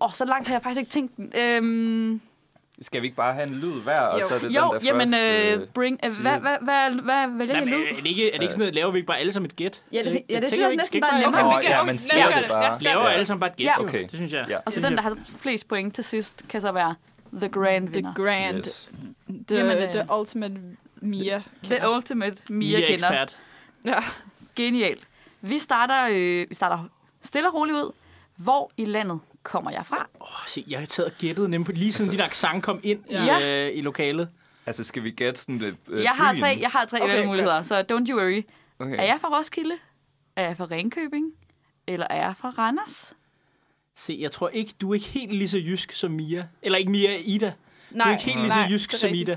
[SPEAKER 4] åh, så langt har jeg faktisk ikke tænkt den. Øhm,
[SPEAKER 1] Skal vi ikke bare have en lyd hver, og
[SPEAKER 3] Jo.
[SPEAKER 1] så er det
[SPEAKER 4] jo,
[SPEAKER 1] den, der
[SPEAKER 4] jamen,
[SPEAKER 1] først...
[SPEAKER 4] øh, bring, øh,
[SPEAKER 1] siger øh,
[SPEAKER 4] hvad,
[SPEAKER 1] det.
[SPEAKER 4] hvad, hvad, hvad vælger
[SPEAKER 2] Nej,
[SPEAKER 4] jeg
[SPEAKER 2] men,
[SPEAKER 4] nu?
[SPEAKER 2] er det ikke, er det ikke sådan noget, laver vi ikke bare alle som et gæt?
[SPEAKER 4] Ja, det-
[SPEAKER 2] Jeg-
[SPEAKER 4] ja, det
[SPEAKER 2] jeg
[SPEAKER 4] synes
[SPEAKER 2] tænker,
[SPEAKER 4] jeg
[SPEAKER 2] vi
[SPEAKER 4] næsten
[SPEAKER 2] skal
[SPEAKER 4] bare
[SPEAKER 2] bare
[SPEAKER 4] er
[SPEAKER 1] Nå,
[SPEAKER 4] nemmere.
[SPEAKER 3] Jamen, vi kan-
[SPEAKER 1] ja, man
[SPEAKER 3] lad os
[SPEAKER 1] siger
[SPEAKER 3] gøre
[SPEAKER 1] det
[SPEAKER 3] det. Lad
[SPEAKER 1] bare.
[SPEAKER 3] os
[SPEAKER 2] Laver
[SPEAKER 3] Ja.
[SPEAKER 2] alle som bare et gæt,
[SPEAKER 4] Ja.
[SPEAKER 2] jo.
[SPEAKER 1] Okay.
[SPEAKER 2] Det synes jeg.
[SPEAKER 1] Ja.
[SPEAKER 4] Og så Altså, den, der har flest point til sidst, kan så være The Grand Winner. The,
[SPEAKER 3] grand,
[SPEAKER 1] Yes.
[SPEAKER 3] the,
[SPEAKER 4] Jamen, øh,
[SPEAKER 3] the ultimate Mia.
[SPEAKER 4] the Ultimate Mia
[SPEAKER 2] Mia
[SPEAKER 4] kender.
[SPEAKER 2] ekspert.
[SPEAKER 3] Ja.
[SPEAKER 4] Genial. Vi starter, øh, vi starter stille og roligt ud. Hvor i landet kommer jeg fra?
[SPEAKER 2] Åh, se, jeg har taget og gættet nemlig på, lige siden
[SPEAKER 1] Altså-
[SPEAKER 2] din accent kom ind i,
[SPEAKER 4] Ja.
[SPEAKER 2] øh, i lokalet.
[SPEAKER 1] Altså, skal vi gætte sådan lidt øh,
[SPEAKER 4] Jeg har
[SPEAKER 1] byen?
[SPEAKER 4] tre, jeg har tre
[SPEAKER 3] Okay,
[SPEAKER 4] okay, muligheder, så don't you worry.
[SPEAKER 1] Okay.
[SPEAKER 4] Er jeg fra Roskilde? Er jeg fra Ringkøbing? Eller er jeg fra Randers?
[SPEAKER 2] Se, jeg tror ikke, du er ikke helt lige så jysk som Mia. Eller ikke Mia, Ida.
[SPEAKER 3] Nej,
[SPEAKER 2] du er ikke helt lige så
[SPEAKER 3] nej,
[SPEAKER 2] jysk
[SPEAKER 3] det er
[SPEAKER 2] som
[SPEAKER 3] rigtigt.
[SPEAKER 2] Ida.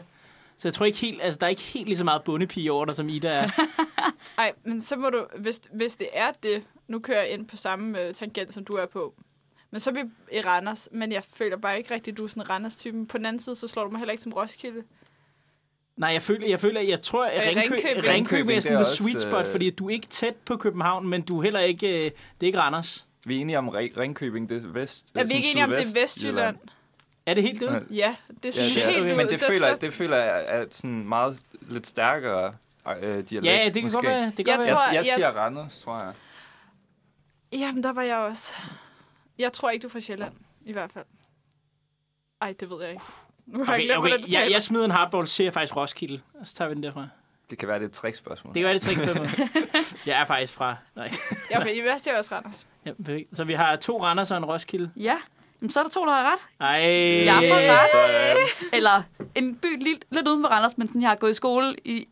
[SPEAKER 2] Så jeg tror ikke helt, altså der er ikke helt lige så meget bondepige over dig, som Ida er.
[SPEAKER 3] Ej, men så må du, hvis, hvis det er det, nu kører jeg ind på samme øh, tangent, som du er på. Men så er vi i Randers, men jeg føler bare ikke rigtigt, du er sådan Randers-typen. På den anden side, så slår du mig heller ikke som Roskilde.
[SPEAKER 2] Nej, jeg føler, jeg, føler, jeg tror, at
[SPEAKER 3] Øh,
[SPEAKER 2] Ringkø-
[SPEAKER 3] Ringkøbing.
[SPEAKER 2] Ringkøbing, Ringkøbing er
[SPEAKER 1] Det
[SPEAKER 2] sådan
[SPEAKER 1] er
[SPEAKER 2] the sweet
[SPEAKER 1] også,
[SPEAKER 2] spot,
[SPEAKER 1] øh,
[SPEAKER 2] fordi du er ikke tæt på København, men du er heller ikke, øh, det er ikke Randers.
[SPEAKER 1] Vi er enige om Re- Ringkøbing, det er vest... øh,
[SPEAKER 3] Er vi ikke enige om, det er Vestjylland?
[SPEAKER 2] Er det helt det?
[SPEAKER 1] Ja.
[SPEAKER 3] Ja, det er
[SPEAKER 1] Ja,
[SPEAKER 3] sådan
[SPEAKER 1] det er,
[SPEAKER 3] helt
[SPEAKER 1] okay.
[SPEAKER 3] ud.
[SPEAKER 1] Men det
[SPEAKER 3] Der-
[SPEAKER 1] føler,
[SPEAKER 3] der-
[SPEAKER 1] jeg- det føler jeg er sådan meget lidt stærkere øh, dialekt,
[SPEAKER 2] Ja, ja, det kan
[SPEAKER 1] måske.
[SPEAKER 2] godt være. Det kan
[SPEAKER 3] Jeg
[SPEAKER 2] godt være.
[SPEAKER 3] tror-
[SPEAKER 1] Jeg, jeg
[SPEAKER 3] jeg-
[SPEAKER 1] siger Randers, tror jeg.
[SPEAKER 3] Jamen, der var jeg også. Jeg tror ikke, du er fra Sjælland, i hvert fald. Ej, det ved jeg ikke. Nu har jeg
[SPEAKER 2] Okay,
[SPEAKER 3] glemt, hvordan
[SPEAKER 2] okay.
[SPEAKER 3] du
[SPEAKER 2] Jeg,
[SPEAKER 3] taler.
[SPEAKER 2] jeg smider en hardball, siger jeg faktisk Roskilde, og så tager vi den derfra.
[SPEAKER 1] Det kan være, det er et trickspørgsmål.
[SPEAKER 2] Det kan være, det er trick Jeg er faktisk fra... Nej.
[SPEAKER 3] Ja, okay, i værste er jeg også Randers.
[SPEAKER 2] Ja, perfekt. så vi har to Randers og en Roskilde.
[SPEAKER 4] Ja, Jamen, så er der to, der har ret.
[SPEAKER 2] Ej.
[SPEAKER 4] Jeg er
[SPEAKER 1] Øh,
[SPEAKER 4] fra Randers.
[SPEAKER 1] Sådan.
[SPEAKER 4] Eller en by lidt, lidt uden for Randers, men sådan, jeg har gået i skole i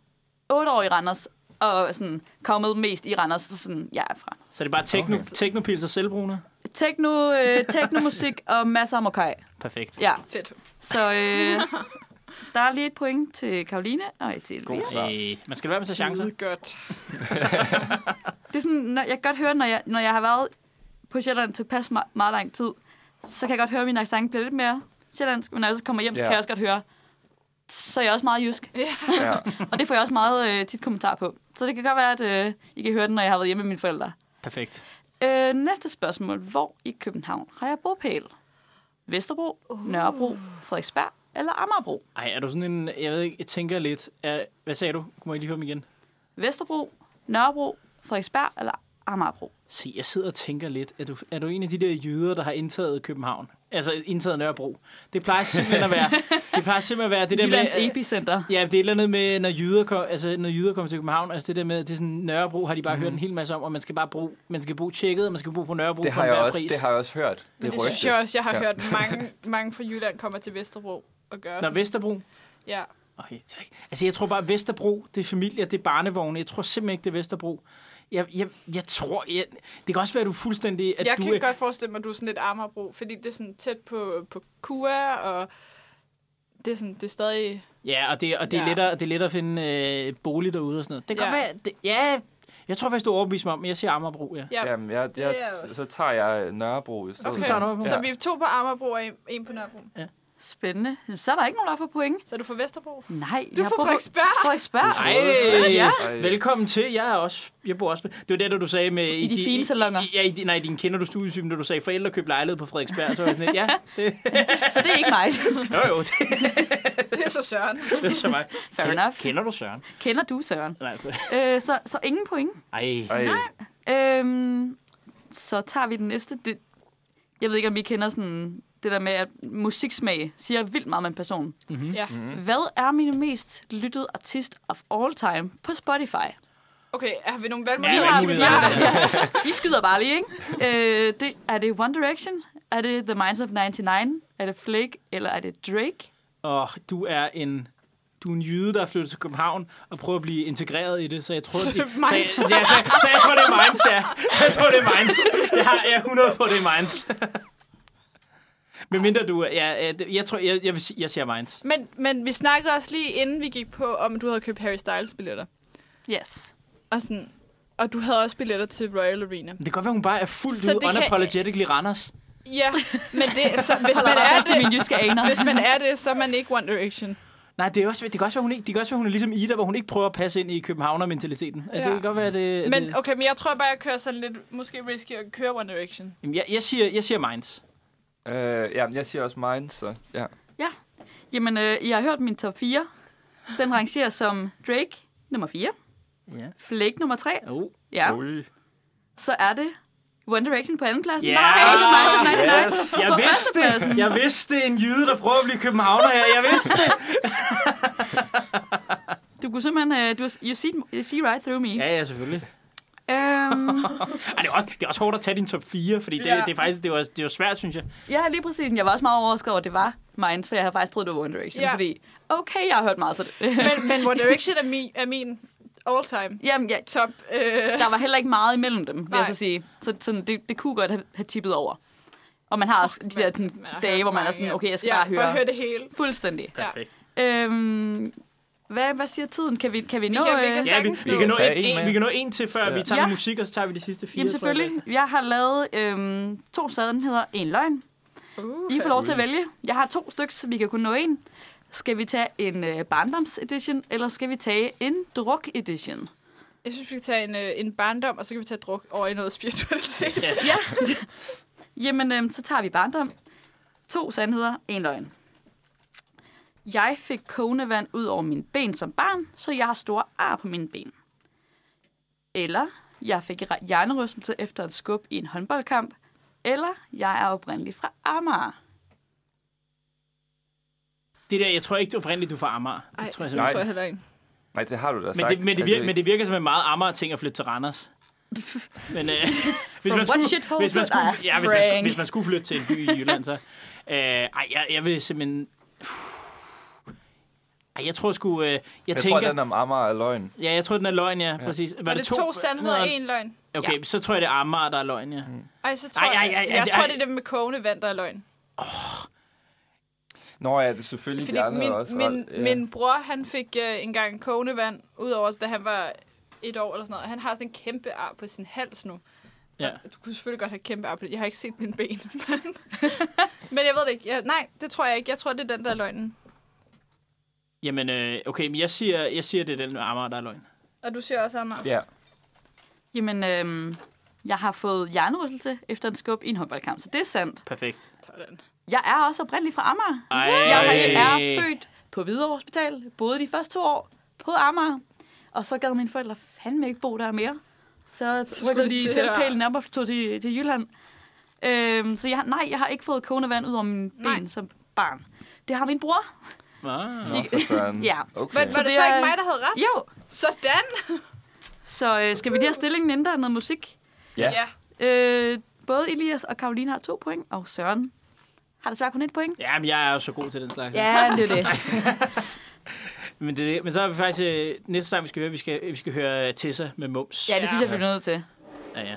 [SPEAKER 4] otte år i Randers, og sådan, kommet mest i Randers, så sådan, jeg er fra.
[SPEAKER 2] Så det er bare techno, okay. teknopils og selvbrune.
[SPEAKER 4] Techno, øh, teknomusik og masser af mokai.
[SPEAKER 2] Perfekt.
[SPEAKER 4] Ja,
[SPEAKER 3] Fedt.
[SPEAKER 4] så øh, der er lige et point til Karoline og et til Elias.
[SPEAKER 1] God. Ja.
[SPEAKER 2] Øh, man skal være med sig chancer.
[SPEAKER 3] Skide godt.
[SPEAKER 4] Det er sådan, når, jeg kan godt høre, når jeg, når jeg har været på Sjælland tilpas meget, meget lang tid, så kan jeg godt høre, at min accent bliver lidt mere sjællandsk, men når jeg så kommer hjem, så
[SPEAKER 1] Ja.
[SPEAKER 4] kan jeg også godt høre, så er jeg også meget jysk.
[SPEAKER 1] Ja.
[SPEAKER 4] Og det får jeg også meget øh, tit kommentar på. Så det kan godt være, at øh, I kan høre den, når jeg har været hjemme med mine forældre.
[SPEAKER 2] Perfekt.
[SPEAKER 4] Øh, næste spørgsmål. Hvor i København har jeg bopæl? Vesterbro,
[SPEAKER 3] Uh.
[SPEAKER 4] Nørrebro, Frederiksberg eller Amagerbro?
[SPEAKER 2] Ej, er du sådan en... Jeg ved ikke, jeg tænker lidt... Er, hvad sagde du? Må jeg lige høre dem igen?
[SPEAKER 4] Vesterbro, Nørrebro, Frederiksberg eller Amagerbro?
[SPEAKER 2] Se, jeg sidder og tænker lidt. Er du, er du en af de der jyder, der har indtaget København? Altså indtaget Nørrebro. Det plejer simpelthen at være... Det plejer simpelthen at være det der
[SPEAKER 4] Jyllands
[SPEAKER 2] med...
[SPEAKER 4] epicenter.
[SPEAKER 2] Ja, det er et eller andet med, når jyder, kom, altså, når jyder kommer til København, altså det der med, det er sådan, Nørrebro har de bare mm. hørt en hel masse om, og man skal bare bruge, man skal bo tjekket, og man skal bo på Nørrebro
[SPEAKER 1] Mhm. Det
[SPEAKER 2] for
[SPEAKER 1] har jeg
[SPEAKER 2] enhver
[SPEAKER 1] også,
[SPEAKER 2] pris.
[SPEAKER 1] det har jeg også hørt.
[SPEAKER 3] Men
[SPEAKER 1] Det,
[SPEAKER 3] det synes
[SPEAKER 1] rygte.
[SPEAKER 3] jeg også, jeg har
[SPEAKER 1] Ja.
[SPEAKER 3] hørt mange, mange fra Jylland kommer til Vesterbro. at gøre.
[SPEAKER 2] Nå, Vesterbro.
[SPEAKER 3] Ja.
[SPEAKER 2] Okay, tak. Altså, jeg tror bare, Vesterbro, det er familie, det er barnevogne. Jeg tror simpelthen ikke, det er Vesterbro. Jeg, jeg, jeg tror... Jeg, det kan også være, at du er fuldstændig... At
[SPEAKER 3] jeg
[SPEAKER 2] du
[SPEAKER 3] kan
[SPEAKER 2] er,
[SPEAKER 3] godt forestille mig, at du er sådan lidt Amagerbro, fordi det er sådan tæt på, på Kua, og det er, sådan, det er stadig...
[SPEAKER 2] Ja, og det, og det, er,
[SPEAKER 3] Ja.
[SPEAKER 2] lettere, det er lettere at finde øh, bolig derude og sådan noget. Det kan
[SPEAKER 3] Ja.
[SPEAKER 2] ja. godt være... Det, ja, jeg tror faktisk, du er overbevist mig om, men jeg siger Amagerbro, ja.
[SPEAKER 3] Ja,
[SPEAKER 1] Jamen, jeg, jeg,
[SPEAKER 3] er også-
[SPEAKER 1] så tager jeg Nørrebro i stedet.
[SPEAKER 2] Du tager Nørrebro.
[SPEAKER 3] Så vi er to på Amagerbro og en, en på Nørrebro.
[SPEAKER 6] Spændende.
[SPEAKER 4] Jamen, Så er der ikke nogen, der får point.
[SPEAKER 3] Så er du fra Vesterbro?
[SPEAKER 4] Nej,
[SPEAKER 3] Du
[SPEAKER 4] jeg
[SPEAKER 3] er
[SPEAKER 4] har
[SPEAKER 3] fra
[SPEAKER 4] boet på-
[SPEAKER 3] Frederiksberg?
[SPEAKER 4] Frederiksberg.
[SPEAKER 2] Ej,
[SPEAKER 4] Ja.
[SPEAKER 1] Ej.
[SPEAKER 2] velkommen til. Jeg er også, jeg bor også. Det var det, der du sagde med...
[SPEAKER 4] I de fine salonger.
[SPEAKER 2] i- Ja, i, de- nej, i din kender du studiesyn, da du sagde, forældre køb lejlighed på Frederiksberg. Så var jeg sådan lidt, ja, det,
[SPEAKER 4] Så det er ikke mig.
[SPEAKER 2] jo, jo, det,
[SPEAKER 3] Det er så Søren.
[SPEAKER 2] det er så mig.
[SPEAKER 4] Fair
[SPEAKER 2] Ken-
[SPEAKER 4] enough.
[SPEAKER 2] Kender du Søren?
[SPEAKER 4] Kender du, Søren?
[SPEAKER 2] Nej, for-
[SPEAKER 4] Øh, så, så ingen point.
[SPEAKER 2] ej.
[SPEAKER 1] Ej.
[SPEAKER 4] Øhm, så tager vi den næste. Det, jeg ved ikke, om I kender sådan det der med, at musiksmag siger vildt meget om en person.
[SPEAKER 2] Mhm.
[SPEAKER 3] Ja.
[SPEAKER 4] Mm. Hvad er min mest lyttede artist of all time på Spotify?
[SPEAKER 3] Okay, har vi nogle
[SPEAKER 2] Ja,
[SPEAKER 3] valgmuligheder?
[SPEAKER 2] der er muligheder.
[SPEAKER 4] I skyder bare lige, ikke? Øh, det, er det One Direction? Er det The Minds of 99? Er det Flake? Eller er det Drake?
[SPEAKER 2] Og du er en du er en jyde, der er flyttet til København og prøver at blive integreret i det, så jeg tror,
[SPEAKER 3] Så
[SPEAKER 2] det,
[SPEAKER 3] det er
[SPEAKER 2] så, jeg, så, jeg, så, så jeg tror, det er Minds, ja. Så jeg tror, det er Minds. Jeg har jeg er 100 på, det er Minds. Men mindre du... er- Ja, ja, det- jeg, tror, jeg, jeg, vil, sige- jeg siger Minds.
[SPEAKER 3] Men, men vi snakkede også lige inden vi gik på, om du havde købt Harry Styles billetter.
[SPEAKER 4] Yes.
[SPEAKER 3] Og, sådan, og du havde også billetter til Royal Arena.
[SPEAKER 2] Det kan godt være, hun bare er fuldt
[SPEAKER 3] Så
[SPEAKER 2] ud
[SPEAKER 3] det kan-
[SPEAKER 2] unapologetically Randers.
[SPEAKER 3] Ja, men det, så, hvis,
[SPEAKER 4] Holder
[SPEAKER 3] man
[SPEAKER 4] også
[SPEAKER 3] er
[SPEAKER 4] efter min
[SPEAKER 3] det,
[SPEAKER 4] jyske aner.
[SPEAKER 3] hvis man er det, så er man ikke One Direction.
[SPEAKER 2] Nej, det, er også, det kan også være, hun ikke, det kan også være, hun er ligesom Ida, hvor hun ikke prøver at passe ind i københavner-mentaliteten. Ja. Det
[SPEAKER 3] Ja.
[SPEAKER 2] kan godt være, det...
[SPEAKER 3] Men
[SPEAKER 2] det
[SPEAKER 3] okay, men jeg tror bare, jeg kører sådan lidt, måske risky at køre One Direction.
[SPEAKER 2] Jamen, jeg, jeg, siger, jeg siger Minds.
[SPEAKER 1] Øh, jamen, jeg siger også mine, så ja.
[SPEAKER 4] Jamen, øh, I har hørt min top 4. Den rangerer som Drake nummer 4,
[SPEAKER 2] Ja.
[SPEAKER 4] Flake nummer 3,
[SPEAKER 2] Oh.
[SPEAKER 4] ja,
[SPEAKER 1] Ui.
[SPEAKER 4] så er det One Direction på anden pladsen.
[SPEAKER 2] Ja!
[SPEAKER 4] Nej, det er mig, det er mig, det er mig.
[SPEAKER 1] Yes.
[SPEAKER 2] Jeg vidste det. Jeg vidste det. En jyde, der prøver at blive københavner her. Jeg vidste det.
[SPEAKER 4] Du kunne simpelthen, øh, du, you, see, you see right through me.
[SPEAKER 2] Ja, ja, selvfølgelig.
[SPEAKER 4] Øhm,
[SPEAKER 2] Ej, det, er også, det er også hårdt at tage din top 4, fordi det,
[SPEAKER 3] Ja.
[SPEAKER 2] ja. det er faktisk det var, det var svært, synes jeg.
[SPEAKER 4] ja, lige præcis. Jeg var også meget overrasket over, at det var Minds, for jeg havde faktisk troet, det var One Direction,
[SPEAKER 3] Ja.
[SPEAKER 4] ja. fordi okay, jeg har hørt meget til det.
[SPEAKER 3] Men, men One Direction er min, er min all-time
[SPEAKER 4] Jamen, ja,
[SPEAKER 3] top. Øh,
[SPEAKER 4] der var heller ikke meget imellem dem, vil
[SPEAKER 3] Nej.
[SPEAKER 4] jeg så sige. Så sådan, det, det kunne godt have, have tippet over. Og man har også de der sådan,
[SPEAKER 3] man har hørt
[SPEAKER 4] dage, hvor man er
[SPEAKER 3] mange.
[SPEAKER 4] sådan, okay, jeg skal
[SPEAKER 3] ja,
[SPEAKER 4] bare høre.
[SPEAKER 3] bare høre det hele.
[SPEAKER 4] Fuldstændig.
[SPEAKER 3] Ja.
[SPEAKER 2] Perfekt.
[SPEAKER 4] Øhm, hvad, hvad siger tiden? Kan vi, kan vi, nå...
[SPEAKER 3] kan- vi
[SPEAKER 4] øh,
[SPEAKER 3] kan-
[SPEAKER 2] Ja, vi,
[SPEAKER 3] Sagtens
[SPEAKER 2] vi, kan nå
[SPEAKER 1] Tag en
[SPEAKER 2] en, en,
[SPEAKER 1] med.
[SPEAKER 2] vi kan nå en til, før
[SPEAKER 1] Ja.
[SPEAKER 2] ja. vi tager ja.
[SPEAKER 4] Ja.
[SPEAKER 2] musik, og så tager vi de sidste fire.
[SPEAKER 4] Jamen
[SPEAKER 2] tror jeg.
[SPEAKER 4] selvfølgelig. Jeg har lavet øhm, to sandheder, en løgn.
[SPEAKER 3] Uh,
[SPEAKER 4] I får lov til at vælge. Jeg har to stykker, så vi kan kun nå en. Skal vi tage en øh, barndoms-edition, eller skal vi tage en druk-edition?
[SPEAKER 3] jeg synes, vi kan tage en, øh, en barndom, og så kan vi tage druk over i noget spiritualitet.
[SPEAKER 2] Ja.
[SPEAKER 4] Ja. Jamen, øhm, så tager vi barndom. To sandheder, en løgn. Jeg fik kogende vand ud over mine ben som barn, så jeg har store ar på mine ben. Eller jeg fik re- hjernerystelse efter et skub i en håndboldkamp. Eller jeg er oprindeligt fra Amager.
[SPEAKER 2] Det der, jeg tror ikke, det er oprindeligt, du får Amager.
[SPEAKER 3] Ej,
[SPEAKER 2] det tror jeg,
[SPEAKER 1] det-
[SPEAKER 2] det,
[SPEAKER 1] Nej.
[SPEAKER 3] heller ikke.
[SPEAKER 1] Nej, det har du da
[SPEAKER 2] men,
[SPEAKER 1] sagt.
[SPEAKER 2] det, men, det
[SPEAKER 1] Er
[SPEAKER 2] virker, men det virker som en meget Amager-ting at flytte til Randers. Men øh, hvis,
[SPEAKER 4] From
[SPEAKER 2] man
[SPEAKER 4] what
[SPEAKER 2] skulle,
[SPEAKER 4] shithole
[SPEAKER 2] hvis, man
[SPEAKER 4] to- Ah,
[SPEAKER 2] skulle, ja, hvis, man skulle,
[SPEAKER 4] Frank.
[SPEAKER 2] hvis man skulle flytte til en by i Jylland, så... Øh, ej, jeg, jeg vil simpelthen... Ej, jeg tror sgu... Øh, jeg,
[SPEAKER 1] Jeg,
[SPEAKER 2] tænker,
[SPEAKER 1] tror, den om Amager er løgn.
[SPEAKER 2] Ja, jeg tror, den er løgn, ja, præcis.
[SPEAKER 3] Var det, to, sandheder og en løgn?
[SPEAKER 2] Okay,
[SPEAKER 4] Ja.
[SPEAKER 2] så tror jeg, det er Amager, der er løgn, ja.
[SPEAKER 3] Ej, så tror
[SPEAKER 2] Ej, ej, ej,
[SPEAKER 3] jeg,
[SPEAKER 2] ej,
[SPEAKER 3] jeg
[SPEAKER 2] det-
[SPEAKER 3] tror,
[SPEAKER 2] ej.
[SPEAKER 3] det er det med kogende vand, der er løgn.
[SPEAKER 1] Nå ja, det er selvfølgelig
[SPEAKER 3] Fordi
[SPEAKER 1] de andre
[SPEAKER 3] min,
[SPEAKER 1] også.
[SPEAKER 3] min,
[SPEAKER 1] ja.
[SPEAKER 3] min bror, han fik øh, engang kogende vand, udover da han var et år eller sådan noget. Han har sådan en kæmpe ar på sin hals nu.
[SPEAKER 2] ja.
[SPEAKER 3] Du kunne selvfølgelig godt have kæmpe ar på det. Jeg har ikke set dine ben. men- men jeg ved det ikke. Jeg, nej, det tror jeg ikke. Jeg tror, det er den, der er løgnen.
[SPEAKER 2] Jamen, øh, okay, men jeg siger, jeg siger, det er den med Amager, der er løgn.
[SPEAKER 3] Og du siger også Amager.
[SPEAKER 1] Ja.
[SPEAKER 4] Jamen, øhm, jeg har fået hjernerystelse efter en skub i en håndboldkamp, så det er sandt.
[SPEAKER 2] Perfekt.
[SPEAKER 3] Sådan.
[SPEAKER 4] Jeg er også oprindeligt fra Amager.
[SPEAKER 2] Ej.
[SPEAKER 4] Jeg er født på Hvidovre Hospital, boede de første to år på Amager, og så gad mine forældre fandme ikke bo der mere. Så
[SPEAKER 3] skulle
[SPEAKER 4] rykkede
[SPEAKER 3] de
[SPEAKER 4] de
[SPEAKER 3] til
[SPEAKER 4] til
[SPEAKER 3] at-
[SPEAKER 4] pælen op og tog til, til Jylland. Øhm, så jeg, har- nej, jeg har ikke fået kogende vand ud over min ben
[SPEAKER 3] Nej.
[SPEAKER 4] som barn. Det har min bror.
[SPEAKER 2] Ah.
[SPEAKER 1] Nå, for søren.
[SPEAKER 4] Ja.
[SPEAKER 1] Okay.
[SPEAKER 3] Var, var det
[SPEAKER 4] det
[SPEAKER 3] så
[SPEAKER 4] er-
[SPEAKER 3] ikke mig, der havde ret?
[SPEAKER 4] Jo,
[SPEAKER 3] Sådan!
[SPEAKER 4] så øh, skal vi lige have stillingen inden der er noget musik.
[SPEAKER 1] Ja.
[SPEAKER 3] Ja.
[SPEAKER 4] Øh, både Elias og Karoline har to point, og Søren Har desværre kun et point.
[SPEAKER 2] Jamen, jeg er jo så god til den slags.
[SPEAKER 7] Ja, det er det.
[SPEAKER 2] Men, det, er det. men så er vi faktisk... Øh, næste sang, vi skal høre, vi skal, øh, vi skal høre Tessa med Mums.
[SPEAKER 7] Ja, det synes jeg, vi bliver nødt til.
[SPEAKER 2] Ja, ja.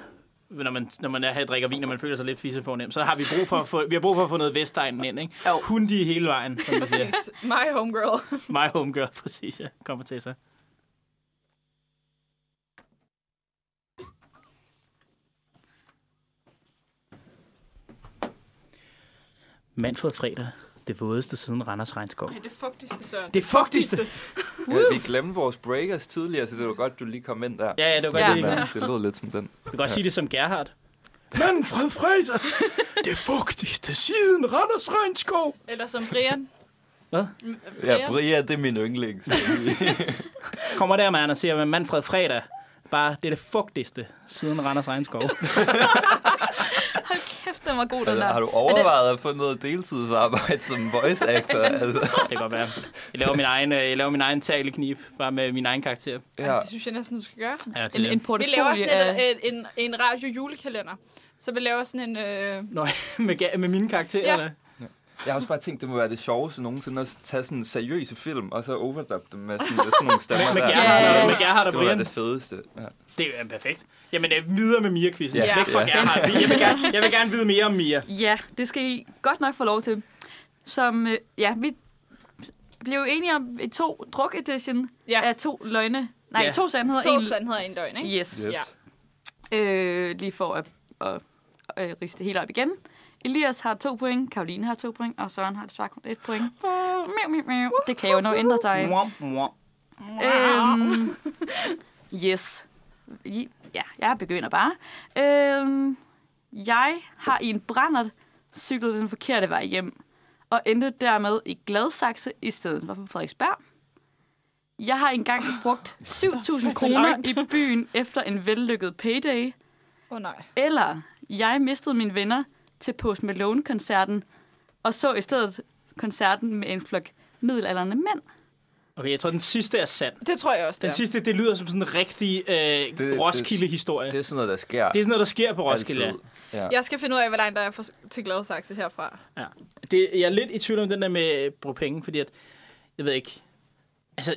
[SPEAKER 2] Når man, når man er her og drikker vin, og man føler sig lidt fisse fornem, så har vi brug for at få, vi har brug for at få noget Vestegnen ind, ikke?
[SPEAKER 7] Jo.
[SPEAKER 2] Hundige hele vejen, som man siger.
[SPEAKER 3] Præcis. My homegirl.
[SPEAKER 2] My homegirl, præcis, ja. Kommer til sig. Manfred Fredag. Det vådeste siden Randers Regnskov.
[SPEAKER 3] Det er det fugtigste, Søren.
[SPEAKER 2] Det fugtigste!
[SPEAKER 1] Ja, øh, vi glemte vores breakers tidligere, så det var godt, du lige kom ind der.
[SPEAKER 2] Ja, ja, det var godt,
[SPEAKER 7] Ja.
[SPEAKER 2] ja.
[SPEAKER 1] Den
[SPEAKER 2] det
[SPEAKER 1] der, det lød lidt som den.
[SPEAKER 2] Vi kan også sige det som Gerhard. Manfred Fredag, det fugtigste siden Randers Regnskov.
[SPEAKER 3] Eller som Brian.
[SPEAKER 2] Hvad?
[SPEAKER 1] Ja, Bria, det er min yndlings.
[SPEAKER 2] Kommer der, mand, og siger, at Manfred Fredag, bare det er det fugtigste siden Randers Regnskov.
[SPEAKER 7] Hold kæft, den var god, den
[SPEAKER 1] altså,
[SPEAKER 7] der.
[SPEAKER 1] har du overvejet at få noget deltidsarbejde som voice actor? Altså,
[SPEAKER 2] Det kan godt være. Jeg laver min egen, øh, jeg laver min egen tagleknip, bare med min egen karakter.
[SPEAKER 1] ja.
[SPEAKER 3] Det synes jeg næsten, du skal gøre.
[SPEAKER 2] Ja, det
[SPEAKER 7] En, en
[SPEAKER 3] Vi
[SPEAKER 7] portefølje
[SPEAKER 3] laver sådan
[SPEAKER 7] af...
[SPEAKER 3] et, et, en, en radio julekalender. Så vi laver sådan en... Øh,
[SPEAKER 2] Nå, med, ga- med mine karakterer,
[SPEAKER 3] Ja.
[SPEAKER 2] ja. eller?
[SPEAKER 1] Jeg har også bare tænkt, det må være det sjoveste nogensinde at tage sådan seriøse film, og så overdub dem med sådan, sådan nogle stemmer
[SPEAKER 2] Med
[SPEAKER 1] der.
[SPEAKER 2] Gerhard,
[SPEAKER 7] Ja.
[SPEAKER 2] med Gerhard og
[SPEAKER 1] Det må være
[SPEAKER 2] Brian.
[SPEAKER 1] det fedeste. Ja.
[SPEAKER 2] Det er perfekt. Jamen, øh, videre med Mia-quizzen.
[SPEAKER 1] Ja.
[SPEAKER 2] Ja. Væk fra
[SPEAKER 1] Ja.
[SPEAKER 2] Gerhard. Jeg vil, gerne, jeg vil gerne vide mere om
[SPEAKER 7] øh,
[SPEAKER 2] Mia.
[SPEAKER 4] øh, Ja, det skal I godt nok få lov til. Som, øh, ja, vi blev enige om i to druk edition
[SPEAKER 3] ja,
[SPEAKER 4] af to løgne. Nej,
[SPEAKER 2] Ja.
[SPEAKER 4] to sandheder.
[SPEAKER 3] så
[SPEAKER 4] en-
[SPEAKER 3] sandhed og en døgn, ikke?
[SPEAKER 4] Yes.
[SPEAKER 1] Yes.
[SPEAKER 3] Ja.
[SPEAKER 4] Øh, lige for at, at, at riste det hele op igen. Elias har to point, Karoline har to point, og Søren har desværre kun et point. Miau, miau, miau. Det kan jo nå ændre sig.
[SPEAKER 2] Mwah, mwah.
[SPEAKER 4] Øhm, yes. I- Ja, jeg begynder bare. Øhm, jeg har i en brændert cyklet den forkerte vej hjem, og endte dermed i Gladsaxe i stedet for på Frederiksberg. Jeg har engang brugt 7.000 kroner i byen efter en vellykket payday,
[SPEAKER 3] Åh oh, nej.
[SPEAKER 4] eller jeg mistede mine venner til Post Malone-koncerten, og så i stedet koncerten med en flok middelalderende mænd.
[SPEAKER 2] Okay, jeg tror, den sidste er sand.
[SPEAKER 3] Det tror jeg også, det
[SPEAKER 2] Den
[SPEAKER 3] er.
[SPEAKER 2] sidste, det lyder som sådan en rigtig øh,
[SPEAKER 1] det-
[SPEAKER 2] Roskilde-historie.
[SPEAKER 1] Det
[SPEAKER 2] Det,
[SPEAKER 1] er sådan noget, der sker.
[SPEAKER 2] er sådan noget, der sker på Roskilde.
[SPEAKER 1] altid. Ja.
[SPEAKER 3] Jeg skal finde ud af, hvor langt der er for, til Gladsaxe herfra.
[SPEAKER 2] Ja. Det, jeg er lidt i tvivl om den der med at bruge penge, fordi at, jeg ved ikke, altså,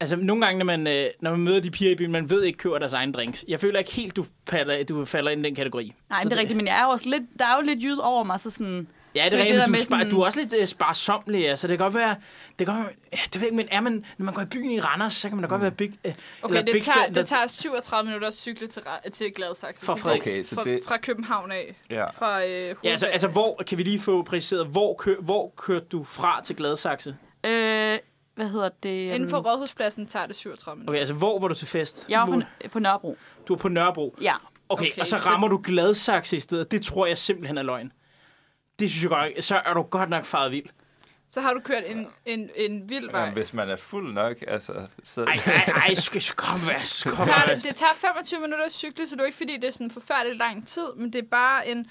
[SPEAKER 2] altså nogle gange, når man, øh, når man møder de piger i byen, man ved ikke, køber deres egen drinks. Jeg føler ikke helt, du, falder, du falder ind i den kategori.
[SPEAKER 7] Nej, men det er rigtigt, men jeg er jo også lidt, der er jo lidt jyd over mig, så sådan...
[SPEAKER 2] Ja, det
[SPEAKER 7] Det
[SPEAKER 2] er
[SPEAKER 7] er det der
[SPEAKER 2] rigtigt, men du,
[SPEAKER 7] med
[SPEAKER 2] spar,
[SPEAKER 7] sådan-
[SPEAKER 2] du er også lidt øh, sparsomlig, ja, så det kan godt være, det kan godt være, ja, det ved jeg ikke, men er man, når man går i byen i Randers, så kan man da godt være big, øh,
[SPEAKER 3] Okay,
[SPEAKER 2] big
[SPEAKER 3] det tager,
[SPEAKER 2] spender.
[SPEAKER 3] det tager 37 minutter at cykle til, Ra- til Gladsaxe.
[SPEAKER 2] Fra
[SPEAKER 3] Så det-
[SPEAKER 2] Frederik-
[SPEAKER 1] Okay, så
[SPEAKER 3] fra,
[SPEAKER 1] det-
[SPEAKER 3] fra København af.
[SPEAKER 1] Ja.
[SPEAKER 3] Fra øh,
[SPEAKER 2] Ja, altså, altså hvor, kan vi lige få præciseret, hvor, kø, hvor kørte du fra til Gladsaxe?
[SPEAKER 4] Øh, hvad hedder
[SPEAKER 2] øh,
[SPEAKER 4] det? øhm,
[SPEAKER 3] Inden for Rådhuspladsen tager det 37 minutter.
[SPEAKER 2] Okay, altså hvor var du til fest?
[SPEAKER 4] Jeg var
[SPEAKER 2] Lone?
[SPEAKER 4] på, på Nørrebro.
[SPEAKER 2] Du var på Nørrebro.
[SPEAKER 4] Ja.
[SPEAKER 2] Okay, okay,
[SPEAKER 3] Okay,
[SPEAKER 2] og så
[SPEAKER 3] så-
[SPEAKER 2] rammer du Gladsaxe i stedet. Det tror jeg simpelthen er løgn. Det synes jeg godt nok. Så er du godt nok faret vild.
[SPEAKER 3] Så har du kørt en, en, en vild vej.
[SPEAKER 1] Jamen, hvis man er fuld nok, altså... Så...
[SPEAKER 2] Ej, ej, ej, skal kom, altså. hvad, skum,
[SPEAKER 3] Det tager,
[SPEAKER 2] hvad.
[SPEAKER 3] det tager 25 minutter at cykle, så det er jo ikke fordi, det er sådan forfærdeligt lang tid, men det er bare en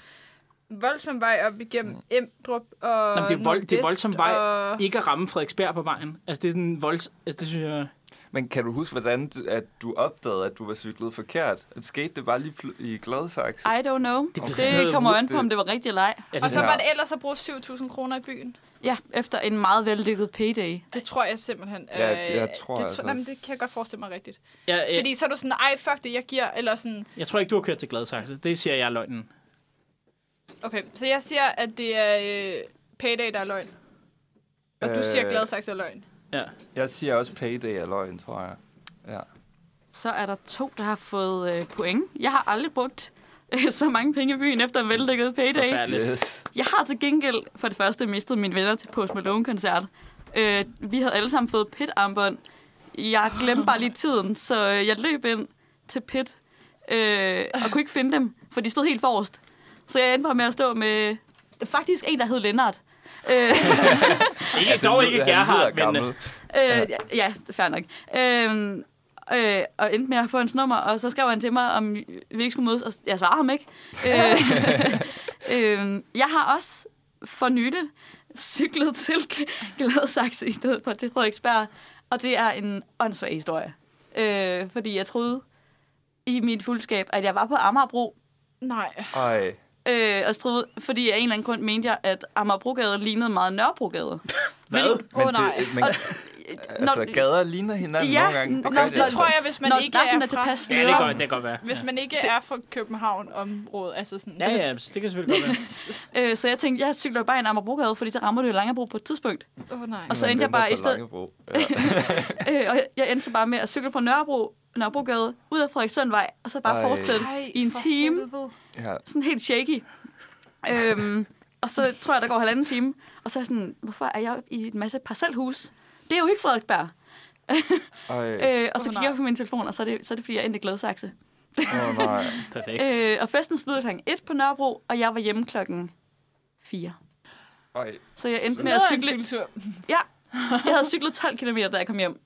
[SPEAKER 3] voldsom vej op igennem Emdrup og
[SPEAKER 2] Mm. Nå, men det er vold- det er voldsom
[SPEAKER 3] Nordvest
[SPEAKER 2] vej.
[SPEAKER 3] Og...
[SPEAKER 2] Ikke at ramme Frederiksberg på vejen. Altså, det er sådan volds... Altså, det synes jeg...
[SPEAKER 1] Men kan du huske, hvordan du, at du opdagede, at du var cyklet forkert? At skete det bare lige pl- i Gladsaxe?
[SPEAKER 4] I don't know.
[SPEAKER 2] Det
[SPEAKER 4] Det,
[SPEAKER 2] blev sådan noget
[SPEAKER 4] det kommer
[SPEAKER 1] rut-
[SPEAKER 4] an på, om det var rigtigt eller ej.
[SPEAKER 2] Ja, det,
[SPEAKER 3] Og så
[SPEAKER 1] Ja.
[SPEAKER 3] var det ellers at bruge 7.000 kroner i byen.
[SPEAKER 4] Ja, efter en meget vellykket payday.
[SPEAKER 3] Det tror jeg simpelthen. øh,
[SPEAKER 1] Ja, det- jeg tror
[SPEAKER 3] det,
[SPEAKER 1] altså
[SPEAKER 3] nej, men
[SPEAKER 1] også.
[SPEAKER 3] det kan jeg godt forestille mig rigtigt.
[SPEAKER 2] jeg,
[SPEAKER 4] Øh.
[SPEAKER 2] jeg,
[SPEAKER 3] Fordi så er du sådan, ej, fuck det, jeg giver, eller sådan...
[SPEAKER 2] jeg tror ikke, du har kørt til Gladsaxe. Det siger jeg er løgnen.
[SPEAKER 3] Okay, så jeg siger, at det er øh, payday, der er løgn. Og øh... du siger, at Gladsaxe er løgn.
[SPEAKER 2] Ja.
[SPEAKER 1] Jeg siger også payday er løgn, tror jeg. Ja.
[SPEAKER 4] Så er der to, der har fået øh, point. Jeg har aldrig brugt øh, så mange penge i byen efter en vellykket payday.
[SPEAKER 2] Forfærdeligt.
[SPEAKER 1] Yes.
[SPEAKER 4] Jeg har til gengæld for det første mistet mine venner til Post Malone-koncert. Øh, vi havde alle sammen fået pit-armbånd. Jeg glemte bare lige tiden, så øh, jeg løb ind til pit øh, og kunne ikke finde dem, for de stod helt forrest. Så jeg endte bare med at stå med faktisk en, der hed Lennart. Øh,
[SPEAKER 2] Ikke, dog ikke Gerhard, men... øh,
[SPEAKER 4] Øh, ja, ja, fair nok. Øh, øh, og endte med at få hans nummer, og så skrev han til mig, om vi ikke skulle mødes, og jeg svarer ham ikke. Øh, øh, jeg har også for nyligt cyklet til Gladsaxe i stedet for til Frederiksberg, og det er en åndssvag historie. Øh, fordi jeg troede i mit fuldskab, at jeg var på Amagerbro,
[SPEAKER 3] Nej.
[SPEAKER 1] Ej.
[SPEAKER 5] Øh,
[SPEAKER 4] og stod, fordi af en eller anden grund mente jeg, at Amagerbrogade lignede meget Nørrebrogade.
[SPEAKER 2] Hvad?
[SPEAKER 4] Åh, oh, nej.
[SPEAKER 1] Det, øh, men, altså,
[SPEAKER 4] når-
[SPEAKER 1] gader ligner hinanden
[SPEAKER 4] Ja,
[SPEAKER 1] nogle gange.
[SPEAKER 4] n-
[SPEAKER 1] Det
[SPEAKER 4] når-
[SPEAKER 1] gør
[SPEAKER 3] Nå,
[SPEAKER 1] de
[SPEAKER 3] det
[SPEAKER 1] altså.
[SPEAKER 3] tror jeg, hvis man
[SPEAKER 4] Når
[SPEAKER 3] ikke
[SPEAKER 4] daffen
[SPEAKER 3] er
[SPEAKER 4] er
[SPEAKER 3] fra...
[SPEAKER 4] tilpas
[SPEAKER 2] Ja, det
[SPEAKER 4] sløret.
[SPEAKER 2] kan, det kan godt være.
[SPEAKER 3] Hvis man ikke er fra København området, altså sådan...
[SPEAKER 2] Ja, ja, det kan selvfølgelig godt være.
[SPEAKER 4] Øh, så jeg tænkte, jeg cykler bare ind i Amagerbrogade, fordi så rammer det jo Langebro på et tidspunkt.
[SPEAKER 3] Åh, oh, nej.
[SPEAKER 4] Og så
[SPEAKER 1] Man
[SPEAKER 4] endte jeg
[SPEAKER 1] venter
[SPEAKER 4] bare
[SPEAKER 1] på
[SPEAKER 4] i stedet-
[SPEAKER 1] Langebro.
[SPEAKER 4] Øh, og jeg- jeg endte så bare med at cykle fra Nørrebro, Nørrebrogade, ud af Frederikssundvej, og så bare
[SPEAKER 1] Ej.
[SPEAKER 4] fortsætte i en
[SPEAKER 3] for
[SPEAKER 4] time.
[SPEAKER 3] helvede.
[SPEAKER 1] Ja.
[SPEAKER 4] Sådan helt shaky. øhm, og så tror jeg, der går halvanden time. Og så er jeg sådan, hvorfor er jeg i et masse parcelhus? Det er jo ikke Frederiksberg.
[SPEAKER 1] Ej,
[SPEAKER 4] Øh, og så
[SPEAKER 3] Åh,
[SPEAKER 4] kigger jeg
[SPEAKER 3] nej.
[SPEAKER 4] på min telefon, og så er det, så er det fordi, jeg endte i Gladsaxe.
[SPEAKER 1] åh nej.
[SPEAKER 2] Perfekt.
[SPEAKER 4] Øh, og festen sluttede kl. 1 på Nørrebro, og jeg var hjemme klokken 4.
[SPEAKER 1] Ej.
[SPEAKER 4] Så jeg endte med at
[SPEAKER 3] Noget af en
[SPEAKER 4] cykle...
[SPEAKER 3] cykeltur.
[SPEAKER 4] Jeg havde cyklet 12 km, da jeg kom hjem.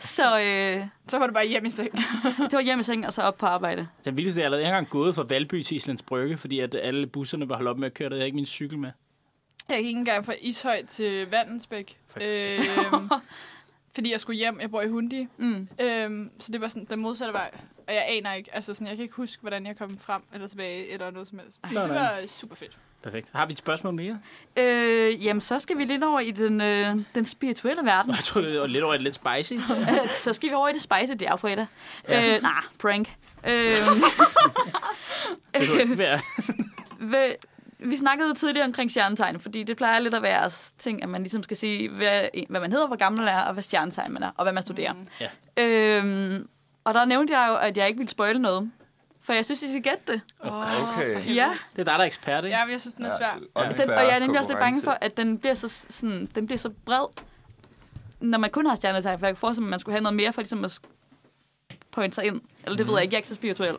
[SPEAKER 4] så øh,
[SPEAKER 3] Så var du bare hjemme i seng.
[SPEAKER 4] det var hjem i sengen, og så op på arbejde.
[SPEAKER 2] Den vildeste, jeg lavede, jeg har engang gået fra Valby til Islands Brygge, fordi at alle busserne var holdt op med at køre, der havde jeg ikke min cykel med.
[SPEAKER 3] Jeg gik ikke engang fra Ishøj til Vandensbæk.
[SPEAKER 2] For
[SPEAKER 3] Øhm, fordi jeg skulle hjem. Jeg bor i Hundi.
[SPEAKER 4] Mm.
[SPEAKER 3] Øhm, så det var sådan den modsatte vej. Og jeg aner ikke, altså sådan, jeg kan ikke huske, hvordan jeg kom frem eller tilbage eller noget som helst. Så
[SPEAKER 2] Nå,
[SPEAKER 3] det
[SPEAKER 2] nej.
[SPEAKER 3] var super fedt.
[SPEAKER 2] Perfekt. Har vi et spørgsmål mere?
[SPEAKER 4] Øh, jamen, så skal vi lidt over i den, øh, den spirituelle verden.
[SPEAKER 2] Nå, Jeg tror, det var lidt over et lidt spicy.
[SPEAKER 4] Øh, så skal vi over i det spicy, det er jo fredag.
[SPEAKER 2] Ja.
[SPEAKER 4] Øh, nej, prank. Øh,
[SPEAKER 2] Det kunne ikke være.
[SPEAKER 4] hvad- vi snakkede tidligere omkring stjernetegn, fordi det plejer lidt at være os ting, at man ligesom skal sige, hvad, hvad man hedder, hvor gammel man er, og hvad stjernetegn man er, og hvad man studerer. Mm.
[SPEAKER 2] Ja.
[SPEAKER 4] Øhm, og der nævnte jeg jo, at jeg ikke ville spoile noget. For jeg synes, I skal gætte det.
[SPEAKER 2] Okay.
[SPEAKER 1] Okay.
[SPEAKER 4] Ja,
[SPEAKER 2] Det er dig, der er ekspert, ikke?
[SPEAKER 3] Ja, men jeg synes, den er svær.
[SPEAKER 1] Ja,
[SPEAKER 4] den, og jeg er nemlig også lidt bange for, at den bliver så, sådan, den bliver så bred, når man kun har stjernetegn. For jeg kunne forestille mig, at man skulle have noget mere for ligesom at sk- pointe sig ind. Eller det mm. ved jeg ikke, jeg er ikke så spirituel.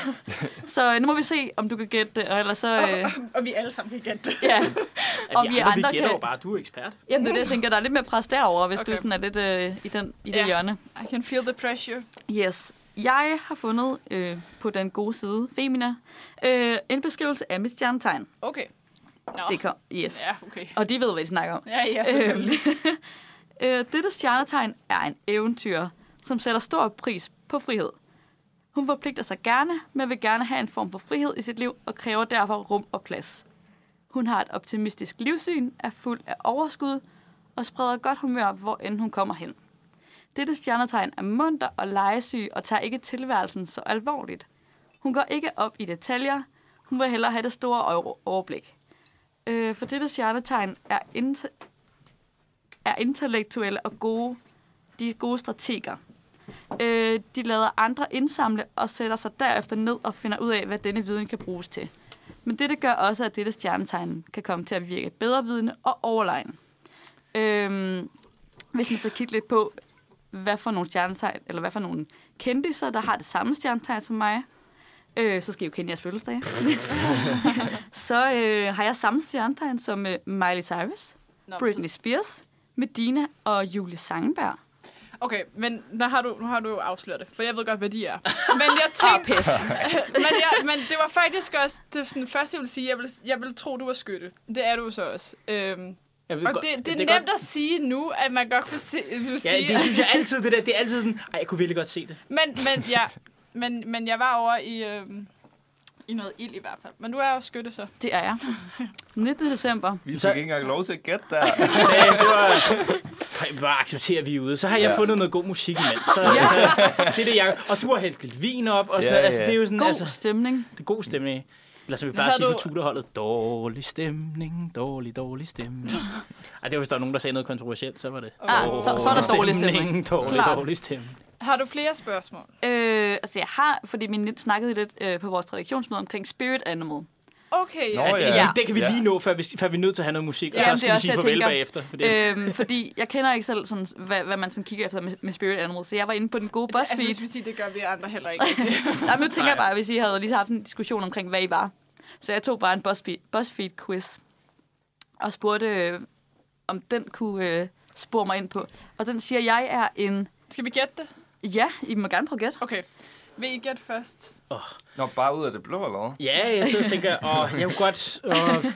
[SPEAKER 4] så øh, nu må vi se, om du kan gætte det, og ellers så... Øh,
[SPEAKER 3] Og vi alle sammen kan gætte det.
[SPEAKER 4] ja.
[SPEAKER 2] At
[SPEAKER 4] og
[SPEAKER 2] de
[SPEAKER 4] vi
[SPEAKER 2] andre,
[SPEAKER 4] andre
[SPEAKER 2] vi gætter
[SPEAKER 4] kan-
[SPEAKER 2] jo bare, du er ekspert.
[SPEAKER 4] Jamen det er det, jeg tænker, der er lidt mere pres derovre, hvis okay. du
[SPEAKER 3] Okay.
[SPEAKER 4] sådan er lidt øh, i, den, i det
[SPEAKER 3] Ja.
[SPEAKER 4] hjørne.
[SPEAKER 3] I can feel the pressure.
[SPEAKER 4] Yes. Jeg har fundet øh, på den gode side, Femina, øh, en beskrivelse af mit stjernetegn.
[SPEAKER 3] Okay. Nå.
[SPEAKER 4] Det kom. Yes.
[SPEAKER 3] Ja, okay.
[SPEAKER 4] Og de ved, hvad de snakker om.
[SPEAKER 3] Ja, ja, selvfølgelig.
[SPEAKER 4] Øhm. Øh, dette stjernetegn er en eventyr, som sætter stor pris på frihed. Hun forpligter sig gerne, men vil gerne have en form for frihed i sit liv og kræver derfor rum og plads. Hun har et optimistisk livssyn, er fuld af overskud og spreder godt humør, hvor end hun kommer hen. Dette stjernetegn er munter og legesyg og tager ikke tilværelsen så alvorligt. Hun går ikke op i detaljer. Hun vil hellere have det store over- overblik. Øh, for dette stjernetegn er inte- er intellektuelle og gode. De er gode strateger. Øh, de lader andre indsamle og sætter sig derefter ned og finder ud af, hvad denne viden kan bruges til. Men dette gør også, at dette stjernetegn kan komme til at virke bedre vidende og overlegen. Øhm, hvis man så kigger lidt på, hvad for nogle stjernetegn, eller hvad for nogle kendtiser, der har det samme stjernetegn som mig, øh, så skal I jo kende jeres fødselsdag. så øh, har jeg samme stjernetegn som øh, Miley Cyrus.
[SPEAKER 3] Nå,
[SPEAKER 4] Øhm, Britney Spears, Medina og Julie Sangenberg.
[SPEAKER 3] så- Okay, men der har du, nu har du jo afsløret det, for jeg ved godt, hvad de er. Men jeg
[SPEAKER 4] Ah,
[SPEAKER 3] tænkte,
[SPEAKER 4] pis.
[SPEAKER 3] men, jeg, men det var faktisk også det sådan, første, jeg ville sige. Jeg ville, jeg ville tro, du var skytte. Det er du så også. Øhm,
[SPEAKER 2] Jeg ved
[SPEAKER 3] og
[SPEAKER 2] godt-
[SPEAKER 3] det, det, er nemt at sige nu, at man godt vil, se, vil
[SPEAKER 2] Ja,
[SPEAKER 3] sige...
[SPEAKER 2] det synes jeg altid, det der. Det er altid sådan, ej, jeg kunne virkelig godt se det.
[SPEAKER 3] Men, men, ja, men, men jeg var over i, øhm, i noget ild i hvert fald. Men du er jo skytte, så.
[SPEAKER 4] Det er jeg. 19. december.
[SPEAKER 1] Vi fik
[SPEAKER 2] Så-
[SPEAKER 1] ikke engang lov til at gætte der.
[SPEAKER 2] Ja, Øh, det var... Ej, bare accepterer vi er ude. Så har jeg
[SPEAKER 1] Ja.
[SPEAKER 2] fundet noget god musik imens. Så, ja. det er det, jeg... Og du har hældt lidt vin op, og sådan
[SPEAKER 1] Ja,
[SPEAKER 2] noget. Altså,
[SPEAKER 1] ja.
[SPEAKER 2] det er jo sådan,
[SPEAKER 4] God
[SPEAKER 2] altså,
[SPEAKER 4] stemning.
[SPEAKER 2] det er god stemning. Eller som vi plejer
[SPEAKER 3] Havde
[SPEAKER 2] at sige på
[SPEAKER 3] du-
[SPEAKER 2] tutorholdet, dårlig stemning, dårlig, dårlig stemning. Ej, det var, hvis der var nogen, der sagde noget kontroversielt, så var det.
[SPEAKER 4] Ah, så, så er der dårlig stemning.
[SPEAKER 2] Dårlig,
[SPEAKER 4] Klart.
[SPEAKER 2] dårlig stemning.
[SPEAKER 3] Har du flere spørgsmål?
[SPEAKER 4] Øh, altså jeg har, fordi vi net- snakkede lidt øh, på vores traditionsmøde omkring Spirit Animal.
[SPEAKER 3] Okay, Altså,
[SPEAKER 1] Nå,
[SPEAKER 3] ja.
[SPEAKER 2] Ja, det,
[SPEAKER 1] ja.
[SPEAKER 2] ja. det kan vi
[SPEAKER 1] Ja.
[SPEAKER 2] lige nå, før vi, før vi er nødt til at have noget musik,
[SPEAKER 4] Ja,
[SPEAKER 2] og så
[SPEAKER 4] men det er
[SPEAKER 2] skal vi
[SPEAKER 4] også
[SPEAKER 2] sige
[SPEAKER 4] det, jeg
[SPEAKER 2] farvel
[SPEAKER 4] tænker.
[SPEAKER 2] bagefter. For det,
[SPEAKER 4] Øhm, fordi jeg kender ikke selv, sådan, hvad, hvad man sådan kigger efter med, med Spirit Animal, så jeg var inde på den gode
[SPEAKER 3] Altså, jeg
[SPEAKER 4] BuzzFeed.
[SPEAKER 3] skulle sige, det gør vi andre heller ikke.
[SPEAKER 4] Nej, men nu tænker jeg
[SPEAKER 2] Nej.
[SPEAKER 4] bare, hvis I havde lige haft en diskussion omkring, hvad I var. Så jeg tog bare en BuzzFeed- BuzzFeed-quiz og spurgte, øh, om den kunne øh, spore mig ind på. Og den siger, jeg er en...
[SPEAKER 3] Skal vi gætte det?
[SPEAKER 4] Ja, I må gerne prøve at gætte.
[SPEAKER 3] Okay. Vil I gætte først?
[SPEAKER 1] Nå, bare ud af det blå, eller hvad?
[SPEAKER 2] ja, jeg sidder og tænker, åh, jeg kunne godt... Åh,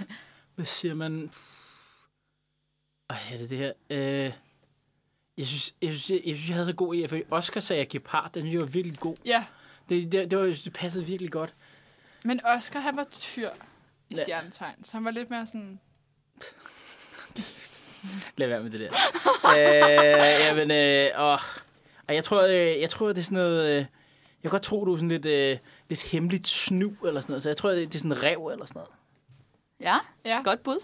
[SPEAKER 2] hvad siger man? Åh, er det det her? Øh, jeg synes, jeg, synes, jeg, jeg synes, jeg havde så god i, for Oscar sagde jeg gepard, den synes jeg var virkelig god.
[SPEAKER 3] Ja.
[SPEAKER 2] Det, det, det, var, det passede virkelig godt.
[SPEAKER 3] Men Oscar, han var tyr i
[SPEAKER 2] Ja.
[SPEAKER 3] stjernetegn, så han var lidt mere sådan...
[SPEAKER 2] Lad være med det der. øh, jamen, øh, og, og jeg, tror, øh, jeg tror, det er sådan noget... Øh, jeg kan godt tro, du er sådan lidt, øh, lidt hemmeligt snu eller sådan noget. Så jeg tror, det det er sådan en rev eller sådan noget.
[SPEAKER 4] Ja,
[SPEAKER 3] Ja.
[SPEAKER 4] godt bud.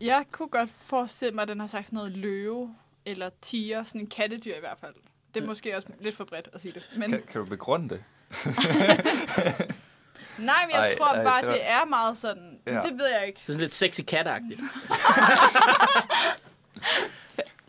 [SPEAKER 3] Jeg kunne godt forestille mig, at den har sagt sådan noget løve eller tiger, sådan en kattedyr i hvert fald. Det er
[SPEAKER 2] Ja.
[SPEAKER 3] måske også lidt for bredt at sige det. Men,
[SPEAKER 1] Kan, kan du begrunde det?
[SPEAKER 3] nej, men jeg
[SPEAKER 1] Ej,
[SPEAKER 3] tror
[SPEAKER 1] ej,
[SPEAKER 3] bare,
[SPEAKER 1] det var-
[SPEAKER 3] det er meget sådan...
[SPEAKER 1] Ja.
[SPEAKER 3] Det ved jeg ikke.
[SPEAKER 2] Så sådan lidt sexy kat-agtigt.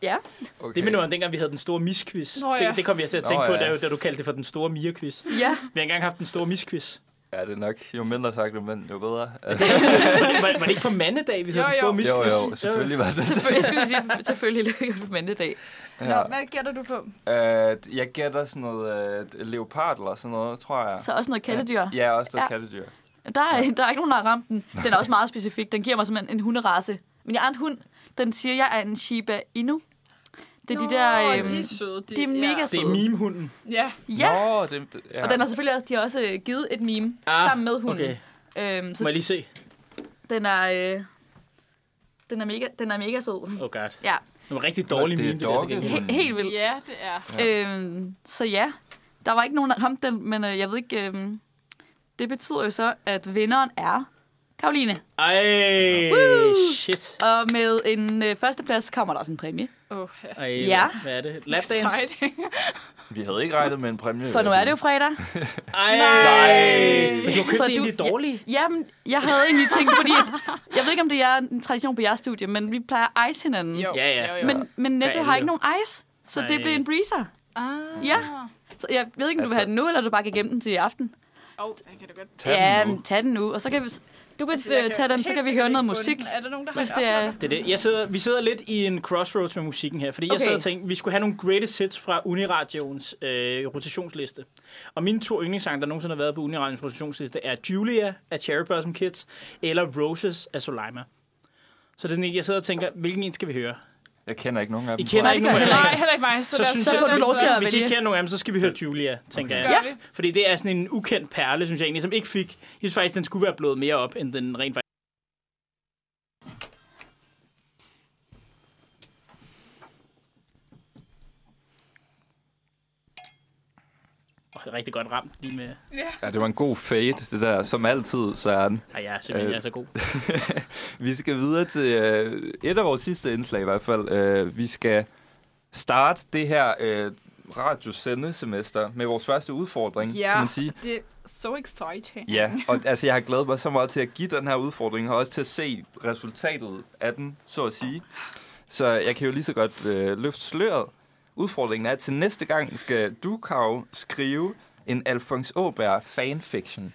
[SPEAKER 4] Ja.
[SPEAKER 1] Okay.
[SPEAKER 2] Det minder mig om dengang, vi havde den store misquiz.
[SPEAKER 3] Nå ja.
[SPEAKER 2] det, det kom jeg til at
[SPEAKER 1] Nå
[SPEAKER 2] tænke på,
[SPEAKER 1] ja.
[SPEAKER 2] da, da du kaldte det for den store mirequiz.
[SPEAKER 4] Ja,
[SPEAKER 2] Vi har engang haft den store misquiz.
[SPEAKER 1] Ja, det er nok. Jo mindre sagt, jo, mindre, jo bedre. Altså,
[SPEAKER 2] Var, var det ikke på mandedag, vi havde
[SPEAKER 3] Jo,
[SPEAKER 2] den store
[SPEAKER 3] jo.
[SPEAKER 1] jo,
[SPEAKER 2] misquiz?
[SPEAKER 1] jo, selvfølgelig var det.
[SPEAKER 4] selvfølgelig, jeg skulle lige sige, selvfølgelig lykke på mandedag.
[SPEAKER 1] Ja.
[SPEAKER 3] Nå, hvad gætter du på?
[SPEAKER 1] Uh, jeg gætter sådan noget uh, leopard eller sådan noget, tror jeg.
[SPEAKER 4] Så også noget kattedyr.
[SPEAKER 1] Ja, også noget
[SPEAKER 4] Ja.
[SPEAKER 1] kattedyr.
[SPEAKER 4] Der er, der er ikke nogen, der har ramt den. Den er også meget specifik. Den giver mig simpelthen en hunderace. Men jeg er en hund. Den siger, jeg er en Shiba Inu. Det er de der... Øhm,
[SPEAKER 3] de er søde. De,
[SPEAKER 4] de er mega
[SPEAKER 3] ja.
[SPEAKER 2] Det er
[SPEAKER 4] søde.
[SPEAKER 2] meme-hunden.
[SPEAKER 3] Ja,
[SPEAKER 4] Ja,
[SPEAKER 1] Nå, det, det, ja.
[SPEAKER 4] og den har selvfølgelig også, de har også øh, givet et meme
[SPEAKER 2] Ah,
[SPEAKER 4] ah, sammen med hunden.
[SPEAKER 2] Okay,
[SPEAKER 4] Okay. Øhm, så
[SPEAKER 2] må jeg lige se?
[SPEAKER 4] den er... Øh, den er, mega, den er mega sød.
[SPEAKER 2] Oh god.
[SPEAKER 4] Ja,
[SPEAKER 2] Det var rigtig dårlig
[SPEAKER 1] Det er
[SPEAKER 2] meme, det der. til
[SPEAKER 1] dogge.
[SPEAKER 2] gengæld.
[SPEAKER 4] he- helt vildt.
[SPEAKER 3] ja det er.
[SPEAKER 1] Ja.
[SPEAKER 4] Øhm, så ja, der var ikke nogen, der ramte den, men øh, jeg ved ikke... Øhm, det betyder jo så, at vinderen er Karoline.
[SPEAKER 2] Ej, shit.
[SPEAKER 4] Og med en øh, førsteplads kommer der også en præmie.
[SPEAKER 3] Oh, ja.
[SPEAKER 2] Ej,
[SPEAKER 4] Ja.
[SPEAKER 2] hvad er det? Lapdance?
[SPEAKER 3] Sejt.
[SPEAKER 1] Vi havde ikke regnet med en præmie.
[SPEAKER 4] For nu er det jo fredag.
[SPEAKER 2] Ej. Men du har købt det
[SPEAKER 4] Så du-
[SPEAKER 2] egentlig dårligt.
[SPEAKER 4] Jamen, jeg havde egentlig tænkt, fordi at, jeg ved ikke, om det er en tradition på jeres studie, men vi plejer at ice hinanden.
[SPEAKER 1] Mm.
[SPEAKER 3] Jo,
[SPEAKER 2] Ja, ja.
[SPEAKER 3] jo, jo.
[SPEAKER 4] Men, men Netto
[SPEAKER 2] Ja,
[SPEAKER 4] har
[SPEAKER 2] ja.
[SPEAKER 4] ikke nogen ice, så
[SPEAKER 2] Nej.
[SPEAKER 4] det blev en breezer.
[SPEAKER 3] Ah.
[SPEAKER 4] Ja. Så jeg ved ikke, om du vil have
[SPEAKER 1] Altså-
[SPEAKER 4] den nu, eller du bare kan gemme den til i aften.
[SPEAKER 3] Åh, oh, jeg kan da godt. Altså,
[SPEAKER 1] Tag
[SPEAKER 4] ja,
[SPEAKER 1] den nu.
[SPEAKER 4] men tag den nu, og så kan vi, du kan
[SPEAKER 3] Jeg
[SPEAKER 4] øh,
[SPEAKER 3] kan
[SPEAKER 4] tage den, så
[SPEAKER 3] helt
[SPEAKER 4] kan vi
[SPEAKER 3] sikkert
[SPEAKER 4] høre noget
[SPEAKER 3] ikke bunde
[SPEAKER 4] musik.
[SPEAKER 3] den. Er der nogen, der har
[SPEAKER 4] Hvis
[SPEAKER 3] en
[SPEAKER 4] det er,
[SPEAKER 2] Det er det. Jeg sidder, vi sidder lidt i en crossroads med musikken her, fordi okay. jeg
[SPEAKER 4] Okay.
[SPEAKER 2] sad og tænkte, vi skulle have nogle greatest hits fra Uniradioens øh, rotationsliste. Og mine to yndlingssange, der nogensinde har været på Uniradioens rotationsliste, er Julia af Cherry Blossom Kids eller Roses af Soleima. Så det er sådan, jeg sidder og tænker, hvilken en skal vi høre?
[SPEAKER 1] Jeg kender ikke nogen af
[SPEAKER 2] I
[SPEAKER 1] dem.
[SPEAKER 2] kender
[SPEAKER 1] tror
[SPEAKER 2] ikke
[SPEAKER 4] det
[SPEAKER 2] nogen
[SPEAKER 4] gør
[SPEAKER 2] af
[SPEAKER 4] jeg
[SPEAKER 2] dem.
[SPEAKER 3] Nej, heller ikke mig. Så,
[SPEAKER 2] Så
[SPEAKER 3] lad os-
[SPEAKER 2] synes
[SPEAKER 4] så
[SPEAKER 2] jeg,
[SPEAKER 4] får du lov til at
[SPEAKER 2] Hvis I
[SPEAKER 4] vælge.
[SPEAKER 2] ikke kender nogen af dem, så skal vi høre Julia, tænker
[SPEAKER 3] Gør
[SPEAKER 2] jeg.
[SPEAKER 4] Ja.
[SPEAKER 3] vi.
[SPEAKER 2] Fordi det er sådan en ukendt perle, synes jeg egentlig, som ikke fik... Jeg synes faktisk, den skulle være blevet mere op, end den rent faktisk... Åh, det er rigtig godt ramt lige med...
[SPEAKER 1] jeg. Ja, det var en god fade, det der. Som altid, så er den.
[SPEAKER 2] Ej, jeg er simpelthen
[SPEAKER 1] Øh.
[SPEAKER 2] jeg er så god.
[SPEAKER 1] Vi skal videre til øh, et af vores sidste indslag i hvert fald. Øh, vi skal starte det her øh, radiosendesemester med vores første udfordring,
[SPEAKER 3] Ja.
[SPEAKER 1] kan man sige.
[SPEAKER 3] Det er so exciting.
[SPEAKER 1] Ja, og altså, jeg har glædet mig så meget til at give den her udfordring, og også til at se resultatet af den, så at sige. Så jeg kan jo lige så godt øh, løfte sløret. Udfordringen er, at til næste gang skal du, Kav, skrive en Alfons Åberg fanfiction.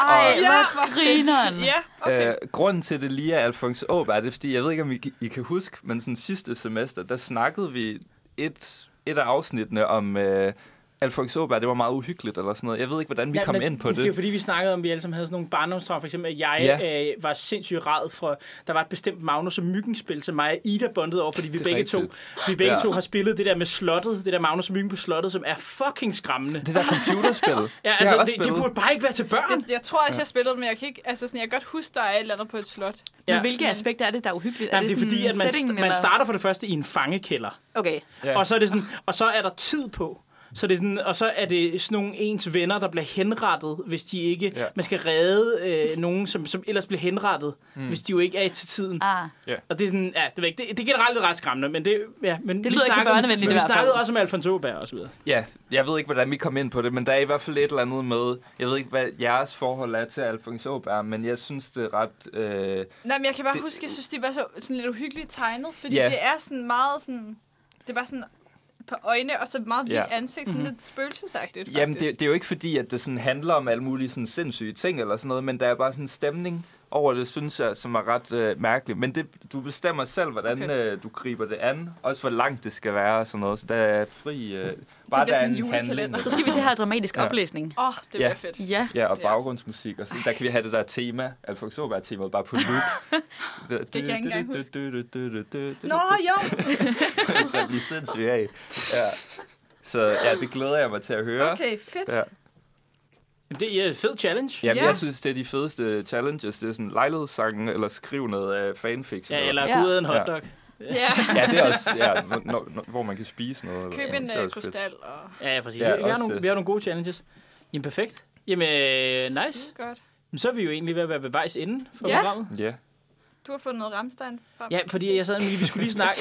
[SPEAKER 4] Ej,
[SPEAKER 3] Ja,
[SPEAKER 4] hvor
[SPEAKER 3] hvor fedt.
[SPEAKER 4] grineren.
[SPEAKER 3] Ja,
[SPEAKER 1] Okay. Øh, grunden til, at det lige er Alfons Åberg, det er, fordi jeg ved ikke, om I, I kan huske, men sådan sidste semester, der snakkede vi et, et af afsnittene om øh, Alfons Åberg. Det var meget uhyggeligt eller sådan noget. Jeg ved ikke, hvordan vi ja, kom
[SPEAKER 2] men
[SPEAKER 1] ind på det.
[SPEAKER 2] Det er jo fordi, vi snakkede om, at vi alle sammen havde sådan nogle barndomstraumer. For eksempel, at jeg
[SPEAKER 1] Ja.
[SPEAKER 2] ja. øh, var sindssygt rad for, der var et bestemt Magnus og Myggen-spil, som mig og Ida bondede over, fordi vi
[SPEAKER 1] er
[SPEAKER 2] begge, to,
[SPEAKER 1] rigtigt.
[SPEAKER 2] vi begge
[SPEAKER 1] Ja.
[SPEAKER 2] ja. to har spillet det der med slottet, det der Magnus og Myggen på slottet, som er fucking skræmmende.
[SPEAKER 1] Det der computerspil. ja, det
[SPEAKER 2] Ja,
[SPEAKER 1] har jeg
[SPEAKER 2] altså,
[SPEAKER 1] også
[SPEAKER 2] det, det
[SPEAKER 1] spillet.
[SPEAKER 2] burde bare ikke være til børn.
[SPEAKER 3] Jeg, jeg tror også, jeg spillede det, men jeg kan ikke... Altså, sådan, jeg kan godt huske, der er et eller andet på et slot.
[SPEAKER 4] Men
[SPEAKER 2] Ja.
[SPEAKER 4] hvilke aspekter er det, der er uhyggeligt?
[SPEAKER 2] Jamen, det er
[SPEAKER 4] sådan
[SPEAKER 2] fordi, at man,
[SPEAKER 4] settingen,
[SPEAKER 2] st- man
[SPEAKER 4] eller?
[SPEAKER 2] starter for det første i en fangekælder.
[SPEAKER 4] Okay.
[SPEAKER 1] Ja.
[SPEAKER 2] Ja. Og, så er det sådan, og så er der tid på. Så det er sådan, og så er det sådan nogle ens venner, der bliver henrettet, hvis de ikke...
[SPEAKER 1] Ja.
[SPEAKER 2] Ja. Man skal redde øh, nogen, som, som ellers bliver henrettet, mm. hvis de jo ikke er til tiden.
[SPEAKER 4] Ah,
[SPEAKER 2] Og det er sådan, ja, det, ved jeg ikke, det, det er generelt lidt ret skræmmende, men det, ja, men
[SPEAKER 4] lyder ikke så børnevenligt
[SPEAKER 2] men
[SPEAKER 4] i
[SPEAKER 2] vi
[SPEAKER 4] hvert fald.
[SPEAKER 2] snakkede også om Alfonso Åberg og så videre.
[SPEAKER 1] Ja, jeg ved ikke, hvordan vi kom ind på det, men der er i hvert fald et eller andet med, jeg ved ikke, hvad jeres forhold er til Alfons Åberg, men jeg synes, det er ret... Øh,
[SPEAKER 3] Nej, men jeg kan bare
[SPEAKER 1] Det-
[SPEAKER 3] det... huske, jeg synes, det var så, sådan lidt uhyggeligt tegnet, fordi
[SPEAKER 1] Ja.
[SPEAKER 3] yeah. det er sådan meget sådan... Det var sådan på øjne, og så meget hvidt
[SPEAKER 1] Ja.
[SPEAKER 3] yeah. ansigt, sådan mm-hmm. lidt spøgelsesagtigt,
[SPEAKER 1] jamen, det,
[SPEAKER 3] faktisk.
[SPEAKER 1] det er jo ikke fordi, at det sådan handler om alle mulige sådan sindssyge ting eller sådan noget, men der er bare sådan en stemning over det, synes jeg, som er ret øh, mærkelig. Men det, du bestemmer selv, hvordan okay.
[SPEAKER 3] Okay.
[SPEAKER 1] øh, du griber det an, også hvor langt det skal være og sådan noget, så der er fri... Øh, bare der er
[SPEAKER 3] sådan en
[SPEAKER 1] en handling.
[SPEAKER 3] julekalender.
[SPEAKER 4] så skal vi til at have en dramatisk
[SPEAKER 1] Ja.
[SPEAKER 4] oplæsning.
[SPEAKER 3] Åh, oh, det bliver
[SPEAKER 1] Ja.
[SPEAKER 3] fedt.
[SPEAKER 4] Ja,
[SPEAKER 1] Ja, og
[SPEAKER 3] Ja.
[SPEAKER 1] baggrundsmusik, og så, der kan vi have det der tema, Alfons Åberg-temaet, bare på loop. det
[SPEAKER 3] kan jeg ikke engang
[SPEAKER 1] huske.
[SPEAKER 3] Nå, jo.
[SPEAKER 1] så jeg bliver sindssyg af. Ja. Så ja, det glæder jeg mig til at høre.
[SPEAKER 3] Okay, fedt.
[SPEAKER 1] Ja.
[SPEAKER 3] Ja.
[SPEAKER 2] Jamen, det er en fed challenge.
[SPEAKER 1] Ja,
[SPEAKER 3] Ja.
[SPEAKER 1] jeg synes, det er de fedeste challenges. Det er sådan lejlighedssange, eller skriv noget af fanfiction.
[SPEAKER 2] Ja,
[SPEAKER 1] eller
[SPEAKER 2] eller
[SPEAKER 4] Ja.
[SPEAKER 2] gå ud af en hotdog.
[SPEAKER 3] Ja.
[SPEAKER 1] sådan. ja, det er også, ja, hvor- når, når, hvor man kan spise noget. eller
[SPEAKER 3] Køb
[SPEAKER 1] sådan.
[SPEAKER 3] en
[SPEAKER 1] Det er
[SPEAKER 3] øh,
[SPEAKER 1] også fedt.
[SPEAKER 3] krystal og...
[SPEAKER 2] Ja, ja præcis.
[SPEAKER 1] Ja,
[SPEAKER 2] Ja, vi, har
[SPEAKER 1] også
[SPEAKER 2] nogle,
[SPEAKER 1] det.
[SPEAKER 2] vi har nogle gode challenges. Jamen, perfekt. Jamen, øh, nice.
[SPEAKER 3] Skide Godt.
[SPEAKER 2] Jamen, så er vi jo egentlig ved at være ved vejs ende for
[SPEAKER 4] Ja.
[SPEAKER 2] programmet.
[SPEAKER 1] Ja.
[SPEAKER 3] Du har fundet noget Ramstein frem.
[SPEAKER 2] Ja, fordi jeg sad med, vi skulle lige snakke.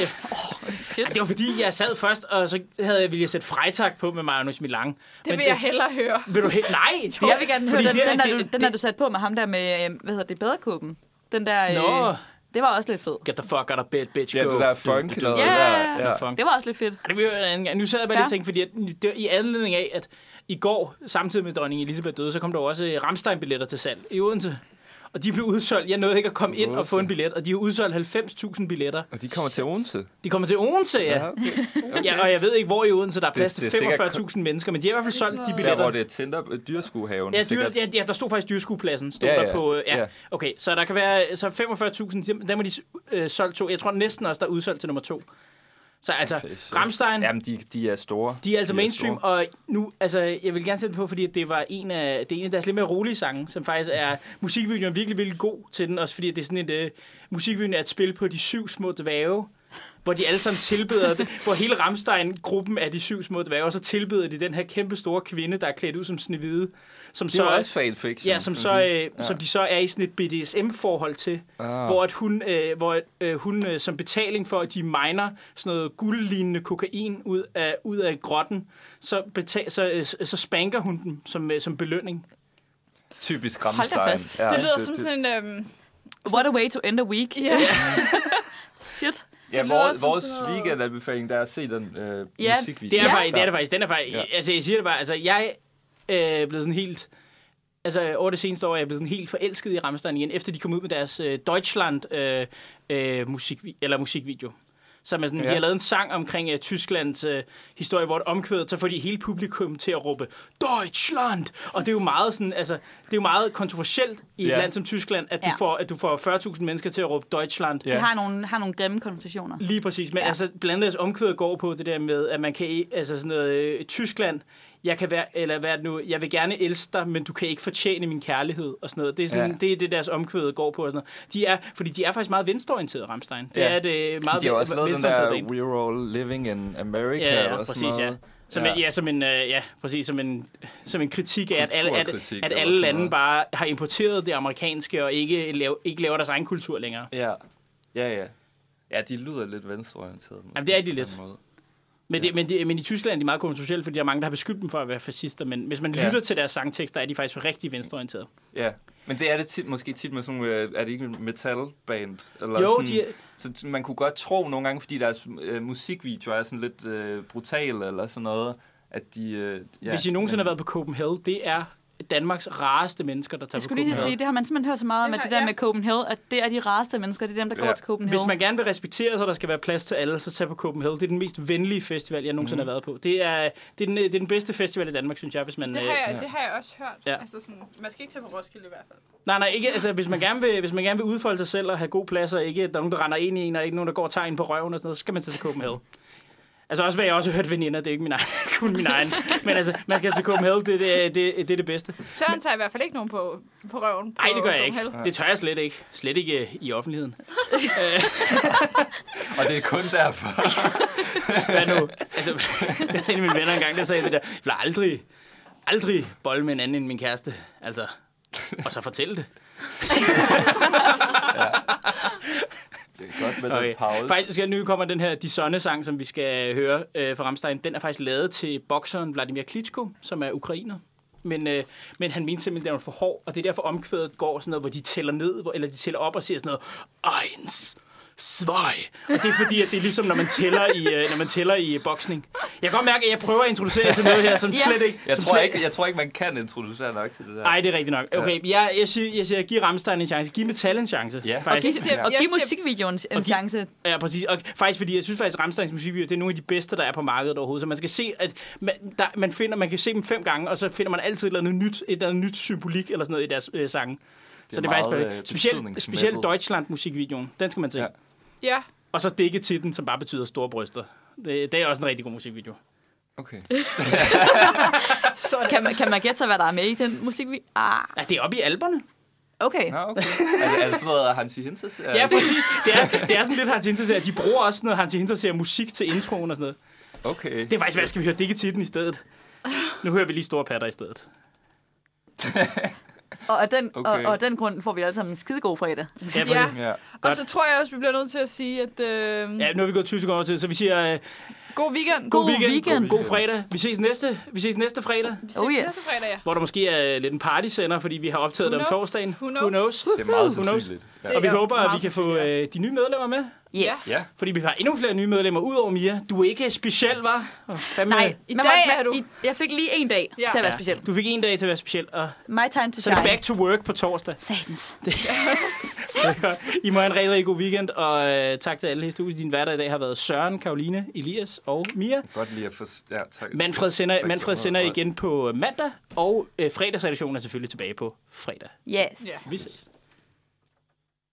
[SPEAKER 2] Ja,
[SPEAKER 4] Shit.
[SPEAKER 2] det var fordi, jeg sad først, og så havde jeg ville sætte frejtak på med Magnus Milang.
[SPEAKER 3] Det vil jeg hellere høre.
[SPEAKER 2] Vil du helt... Nej! det var-
[SPEAKER 4] Jeg vil gerne høre
[SPEAKER 2] fordi
[SPEAKER 4] den,
[SPEAKER 2] det-
[SPEAKER 4] den, er,
[SPEAKER 2] det-
[SPEAKER 4] du, den er du sat på med ham der med, øh, hvad hedder det, badekåben. Den der,
[SPEAKER 2] Nå.
[SPEAKER 4] øh, det var også lidt fed.
[SPEAKER 2] Get the fuck out of bed, bitch,
[SPEAKER 1] Ja,
[SPEAKER 2] go.
[SPEAKER 1] det der funk
[SPEAKER 2] Du- du-
[SPEAKER 1] noget
[SPEAKER 2] du-
[SPEAKER 1] der.
[SPEAKER 2] du-
[SPEAKER 1] Ja.
[SPEAKER 2] funk.
[SPEAKER 4] Det var også lidt fedt.
[SPEAKER 2] Ej, Det vil jeg en gang. Nu sad jeg bare
[SPEAKER 4] Fair.
[SPEAKER 2] lige og tænkte, fordi at, det var i anledning af, at i går, samtidig med dronning Elisabeth døde, så kom der jo også Ramstein-billetter til salg i Odense. Og de blev udsolgt. Jeg nåede ikke at komme ind og få en billet, og de har udsolgt 90.000 billetter.
[SPEAKER 1] Og de kommer til Odense.
[SPEAKER 2] De kommer til Odense, ja.
[SPEAKER 1] okay.
[SPEAKER 2] ja. og jeg ved ikke, hvor i Odense der er
[SPEAKER 1] Det-
[SPEAKER 2] plads
[SPEAKER 1] det er
[SPEAKER 2] til
[SPEAKER 1] sikkert
[SPEAKER 2] 45.000 mennesker, men de har i hvert fald solgt de
[SPEAKER 3] noget-
[SPEAKER 1] Der,
[SPEAKER 2] billetter.
[SPEAKER 1] hvor det er Tinder, dyrskuehaven.
[SPEAKER 2] Ja, dyr,
[SPEAKER 1] sikkert.
[SPEAKER 2] ja, ja, der stod faktisk dyreskuepladsen, stod
[SPEAKER 1] Ja,
[SPEAKER 2] ja, ja.
[SPEAKER 1] ja.
[SPEAKER 2] der på. øh, Ja. ja.
[SPEAKER 1] Ja.
[SPEAKER 2] Okay, så der kan være så 45.000, dem- dem har de øh, solgt to. Jeg tror næsten også, der er udsolgt til nummer to. Så altså,
[SPEAKER 1] Okay, shit.
[SPEAKER 2] Ramstein,
[SPEAKER 1] Jamen, de, de er store.
[SPEAKER 2] de er altså
[SPEAKER 1] de er
[SPEAKER 2] mainstream,
[SPEAKER 1] store.
[SPEAKER 2] og nu, altså, jeg vil gerne sætte den på, fordi det var en af, det er en af deres lidt mere rolige sange, som faktisk er, musikvideoen er virkelig, virkelig god til den, også fordi det er sådan et, øh, musikvideoen er et spil på de syv små dværge, hvor de alle sammen tilbeder det, hvor hele Ramstein-gruppen af de syv små dværge, og så tilbeder de den her kæmpe store kvinde, der er klædt ud som Snevide, som
[SPEAKER 1] Det er
[SPEAKER 2] så,
[SPEAKER 1] jo også fanfiction. Mhm.
[SPEAKER 2] ja, som,
[SPEAKER 1] kan
[SPEAKER 2] så,
[SPEAKER 1] man
[SPEAKER 2] øh,
[SPEAKER 1] sige.
[SPEAKER 2] ja. som de så er i sådan et BDSM-forhold til,
[SPEAKER 1] Ah.
[SPEAKER 2] hvor at hun, øh, hvor øh, hun øh, som betaling for, at de miner sådan noget guldlignende kokain ud af, ud af grotten, så, betal, så, øh, så så spanker hun dem som, øh, som belønning.
[SPEAKER 1] Typisk
[SPEAKER 4] da
[SPEAKER 1] Ramstein.
[SPEAKER 4] fast.
[SPEAKER 3] Det lyder som sådan en... Øhm,
[SPEAKER 4] What a way to end a week.
[SPEAKER 3] ja.
[SPEAKER 4] Shit.
[SPEAKER 1] Ja,
[SPEAKER 3] lyder
[SPEAKER 1] vores,
[SPEAKER 3] også som
[SPEAKER 1] vores
[SPEAKER 3] sådan noget-
[SPEAKER 1] weekendanbefaling, der er at se den øh,
[SPEAKER 4] Ja,
[SPEAKER 1] musikvideo.
[SPEAKER 2] Det er,
[SPEAKER 4] Ja.
[SPEAKER 2] ja. faktisk, det er det faktisk. Den er faktisk.
[SPEAKER 1] Ja.
[SPEAKER 2] Ja. Altså, jeg siger det bare. Altså, jeg øh, er blevet sådan helt... Altså, over det seneste år er jeg blevet sådan helt forelsket i Rammstein igen, efter de kom ud med deres øh, Deutschland øh, øh, musik, eller musikvideo. Så man sådan, ja.
[SPEAKER 1] Ja.
[SPEAKER 2] de har lavet en sang omkring øh, Tysklands øh, historie, hvor et omkvædet, så får de hele publikum til at råbe, Deutschland! Og det er jo meget, sådan, altså, det er jo meget kontroversielt i et
[SPEAKER 1] Ja.
[SPEAKER 2] land som Tyskland, at du,
[SPEAKER 4] Ja.
[SPEAKER 2] får, at du får 40.000 mennesker til at råbe Deutschland.
[SPEAKER 1] Ja.
[SPEAKER 4] Det har nogle, har nogle grimme konversationer.
[SPEAKER 2] Lige præcis, men ja.
[SPEAKER 4] Ja.
[SPEAKER 2] altså blandt andet omkvædet går på det der med, at man kan, i- altså sådan noget, øh, Tyskland, jeg kan være, eller hvad er det nu, jeg vil gerne elske dig, men du kan ikke fortjene min kærlighed, og sådan noget. Det er, sådan,
[SPEAKER 1] Ja.
[SPEAKER 2] ja. det, er det, deres omkvædet går på, og sådan noget. De er, fordi de er faktisk meget venstreorienterede, Ramstein. Det
[SPEAKER 1] Ja.
[SPEAKER 2] er det
[SPEAKER 1] Men
[SPEAKER 2] meget
[SPEAKER 1] De har også lavet den der
[SPEAKER 2] venstreorienterede band.
[SPEAKER 1] We're All Living in America.
[SPEAKER 2] Ja, ja,
[SPEAKER 1] eller sådan
[SPEAKER 2] præcis, ja.
[SPEAKER 1] noget.
[SPEAKER 2] Som,
[SPEAKER 1] Ja.
[SPEAKER 2] en, ja, som en, øh, ja, præcis, som en, som en kritik af, at alle, at,
[SPEAKER 1] Kulturkritik
[SPEAKER 2] at
[SPEAKER 1] eller
[SPEAKER 2] alle
[SPEAKER 1] sådan
[SPEAKER 2] lande
[SPEAKER 1] noget.
[SPEAKER 2] bare har importeret det amerikanske, og ikke, lave, ikke laver deres egen kultur længere.
[SPEAKER 1] Ja, ja, ja. Ja, de lyder lidt venstreorienterede.
[SPEAKER 2] Jamen, det er de
[SPEAKER 1] på en
[SPEAKER 2] lidt.
[SPEAKER 1] eller anden måde.
[SPEAKER 2] Men,
[SPEAKER 1] Ja.
[SPEAKER 2] det, men, det, men i Tyskland er de meget kontroversielle, fordi der er mange, der har beskyldt dem for at være fascister. Men hvis man
[SPEAKER 1] Ja.
[SPEAKER 2] lytter til deres sangtekster, er de faktisk rigtig venstreorienterede.
[SPEAKER 1] Ja, men det er det tit, måske tit med sådan nogle, øh, er det ikke en metalband? Eller
[SPEAKER 2] Jo,
[SPEAKER 1] sådan,
[SPEAKER 2] de er-
[SPEAKER 1] Så t- man kunne godt tro nogle gange, fordi deres øh, musikvideoer er sådan lidt øh, brutale eller sådan noget, at de... Øh, ja,
[SPEAKER 2] Ja, Hvis I nogensinde
[SPEAKER 1] men-
[SPEAKER 2] har været på Copenhagen, det er Danmarks rareste mennesker, der tager
[SPEAKER 4] Jeg
[SPEAKER 2] på
[SPEAKER 4] skulle lige til at
[SPEAKER 2] Copenhagen.
[SPEAKER 4] sige, det har man simpelthen hørt så meget om,
[SPEAKER 3] Det
[SPEAKER 4] at
[SPEAKER 3] har-
[SPEAKER 4] det der
[SPEAKER 3] ja.
[SPEAKER 4] med Copenhagen, at det er de rareste mennesker, det er dem, der
[SPEAKER 1] Ja.
[SPEAKER 4] går til Copenhagen.
[SPEAKER 2] Hvis man gerne vil respektere sig, og der skal være plads til alle, så tag på Copenhagen. Det er den mest venlige festival, jeg
[SPEAKER 1] Mhm.
[SPEAKER 2] nogensinde mm. har været på. Det er, det, er den, det er den bedste festival i Danmark, synes jeg, hvis man...
[SPEAKER 3] Det
[SPEAKER 2] øh,
[SPEAKER 3] har, jeg,
[SPEAKER 1] Ja.
[SPEAKER 3] det har jeg også hørt.
[SPEAKER 2] Ja.
[SPEAKER 3] Ja. Altså sådan, man skal ikke tage på Roskilde i hvert fald.
[SPEAKER 2] Nej, nej, ikke, altså, hvis, man gerne vil, hvis man gerne vil udfolde sig selv og have god plads, og ikke at der er nogen, der render ind i en, og ikke nogen, der går og tager en på røven og sådan noget, så skal man tage til Copenhagen. Altså også, hvad jeg også har hørt veninder, det er ikke min egen, kun min egen. Men altså, man skal til Copenhagen, det, det, er- det, det er det bedste.
[SPEAKER 3] Søren tager i hvert fald ikke nogen på, på røven.
[SPEAKER 2] Nej, det gør jeg
[SPEAKER 3] Copenhagen.
[SPEAKER 2] ikke. Det tør jeg slet ikke. Slet ikke øh, i offentligheden.
[SPEAKER 1] Og det er kun derfor.
[SPEAKER 2] Hvad nu? Altså, jeg havde en af mine venner engang, der sagde det der, jeg vil aldrig, aldrig bolle med en anden end min kæreste. Altså, og så fortælle det.
[SPEAKER 1] Det er godt med okay.
[SPEAKER 2] Okay.
[SPEAKER 1] den pause.
[SPEAKER 2] Faktisk, ja, nu kommer den her De Sonne sang, som vi skal høre øh, fra Ramstein. Den er faktisk lavet til bokseren Vladimir Klitschko, som er ukrainer. Men, øh, men han mente simpelthen, at den var for hård, og det er derfor omkvædet går sådan noget, hvor de tæller ned, hvor, eller de tæller op og siger sådan noget, eins, svej. Og det er fordi, at det er ligesom, når man tæller i, øh, når man tæller i boksning. Jeg kan godt mærke, at jeg prøver at introducere jer til noget her, som
[SPEAKER 4] Ja.
[SPEAKER 2] slet ikke...
[SPEAKER 1] Jeg
[SPEAKER 2] som
[SPEAKER 1] tror,
[SPEAKER 2] slet,
[SPEAKER 1] ikke, jeg tror ikke, man kan introducere nok til det der.
[SPEAKER 2] Nej, det er rigtigt nok. Okay, jeg, jeg, siger, jeg siger, giv Ramstein en chance. Giv Metal en chance.
[SPEAKER 1] Ja.
[SPEAKER 2] faktisk.
[SPEAKER 4] Giv-
[SPEAKER 3] Jeg siger-
[SPEAKER 4] og
[SPEAKER 3] jeg
[SPEAKER 4] giv
[SPEAKER 3] siger-
[SPEAKER 4] musikvideoen en
[SPEAKER 2] Og giv-
[SPEAKER 4] chance.
[SPEAKER 2] Ja, præcis. Og faktisk fordi, jeg synes faktisk, at Rammsteins musikvideoer, det er nogle af de bedste, der er på markedet overhovedet. Så man skal se, at man, der, man, finder, man kan se dem fem gange, og så finder man altid et eller andet nyt, et eller andet nyt symbolik eller sådan noget i deres øh, sange. så det er
[SPEAKER 1] meget,
[SPEAKER 2] faktisk
[SPEAKER 1] øh,
[SPEAKER 2] perfekt. specielt,
[SPEAKER 1] betydningsmættet.
[SPEAKER 2] specielt Deutschland-musikvideoen. Den skal man se.
[SPEAKER 1] Ja.
[SPEAKER 2] Ja.
[SPEAKER 3] Ja,
[SPEAKER 2] Og så dække titlen, som bare betyder store bryster. Det, det er også en rigtig god musikvideo.
[SPEAKER 1] Okay.
[SPEAKER 4] Kan man, kan man gætte sig, hvad der er med i den musik? Vi... Ah,
[SPEAKER 2] Nej, det er oppe i alberne.
[SPEAKER 4] okay.
[SPEAKER 1] Nå, okay. er, det, er det sådan noget Hansi Hintes? Er
[SPEAKER 2] Ja,
[SPEAKER 1] det-
[SPEAKER 2] præcis. Det er, det er sådan lidt Hans Hinterserie. De bruger også sådan noget Hans Hinterserie musik til introen og sådan noget.
[SPEAKER 1] Okay.
[SPEAKER 2] Det er faktisk, hvad skal vi høre? Det ikke titlen i stedet. Nu hører vi lige store patter i stedet.
[SPEAKER 4] Og af den, okay.
[SPEAKER 1] Okay.
[SPEAKER 4] og, og af den grund får vi alle sammen en skidegod fredag.
[SPEAKER 2] Ja,
[SPEAKER 3] Ja.
[SPEAKER 2] præcis.
[SPEAKER 1] Ja.
[SPEAKER 3] Og så tror jeg også, vi bliver nødt til at sige, at øh,
[SPEAKER 2] ja, nu er vi gået 20 sekunder over til, så vi siger øh,
[SPEAKER 3] god weekend.
[SPEAKER 4] God
[SPEAKER 2] weekend,
[SPEAKER 4] weekend.
[SPEAKER 2] god fredag. Vi ses næste, vi ses næste fredag,
[SPEAKER 3] Vi ses
[SPEAKER 4] Oh, yes.
[SPEAKER 3] Næste fredag, ja.
[SPEAKER 2] hvor der måske er øh, lidt en partysender, fordi vi har optaget
[SPEAKER 3] Who
[SPEAKER 2] det om
[SPEAKER 3] knows?
[SPEAKER 2] torsdagen.
[SPEAKER 3] Who knows?
[SPEAKER 1] Det er meget
[SPEAKER 2] Who knows?
[SPEAKER 1] sandsynligt. Ja.
[SPEAKER 3] Det
[SPEAKER 2] Og vi
[SPEAKER 3] er
[SPEAKER 2] håber, at vi
[SPEAKER 3] meget
[SPEAKER 2] kan få
[SPEAKER 3] sandsynligt,
[SPEAKER 2] øh, de nye medlemmer med,
[SPEAKER 4] Yes.
[SPEAKER 1] Ja.
[SPEAKER 2] fordi vi har endnu flere nye medlemmer ud over Mia. Du er ikke speciel, var? Oh,
[SPEAKER 4] Nej,
[SPEAKER 3] I
[SPEAKER 4] man
[SPEAKER 3] dag
[SPEAKER 4] må-
[SPEAKER 3] er du-
[SPEAKER 4] I, jeg fik lige en dag
[SPEAKER 3] Ja.
[SPEAKER 4] ja. til at være speciel.
[SPEAKER 2] Du fik en dag til at være speciel, og
[SPEAKER 4] My time to
[SPEAKER 2] så er det
[SPEAKER 4] shine.
[SPEAKER 2] back to work på torsdag.
[SPEAKER 4] Satans.
[SPEAKER 2] I må have en rigtig, rigtig god weekend, og øh, tak til alle her i studiet. Din hverdag i dag har været Søren, Karoline, Elias og Mia.
[SPEAKER 1] Godt lige at få... Ja, tak.
[SPEAKER 2] Manfred sender, Manfred sender øh, igen på mandag, og øh, fredagseditionen er selvfølgelig tilbage på fredag.
[SPEAKER 4] Yes.
[SPEAKER 3] Ja.
[SPEAKER 2] Vi ses.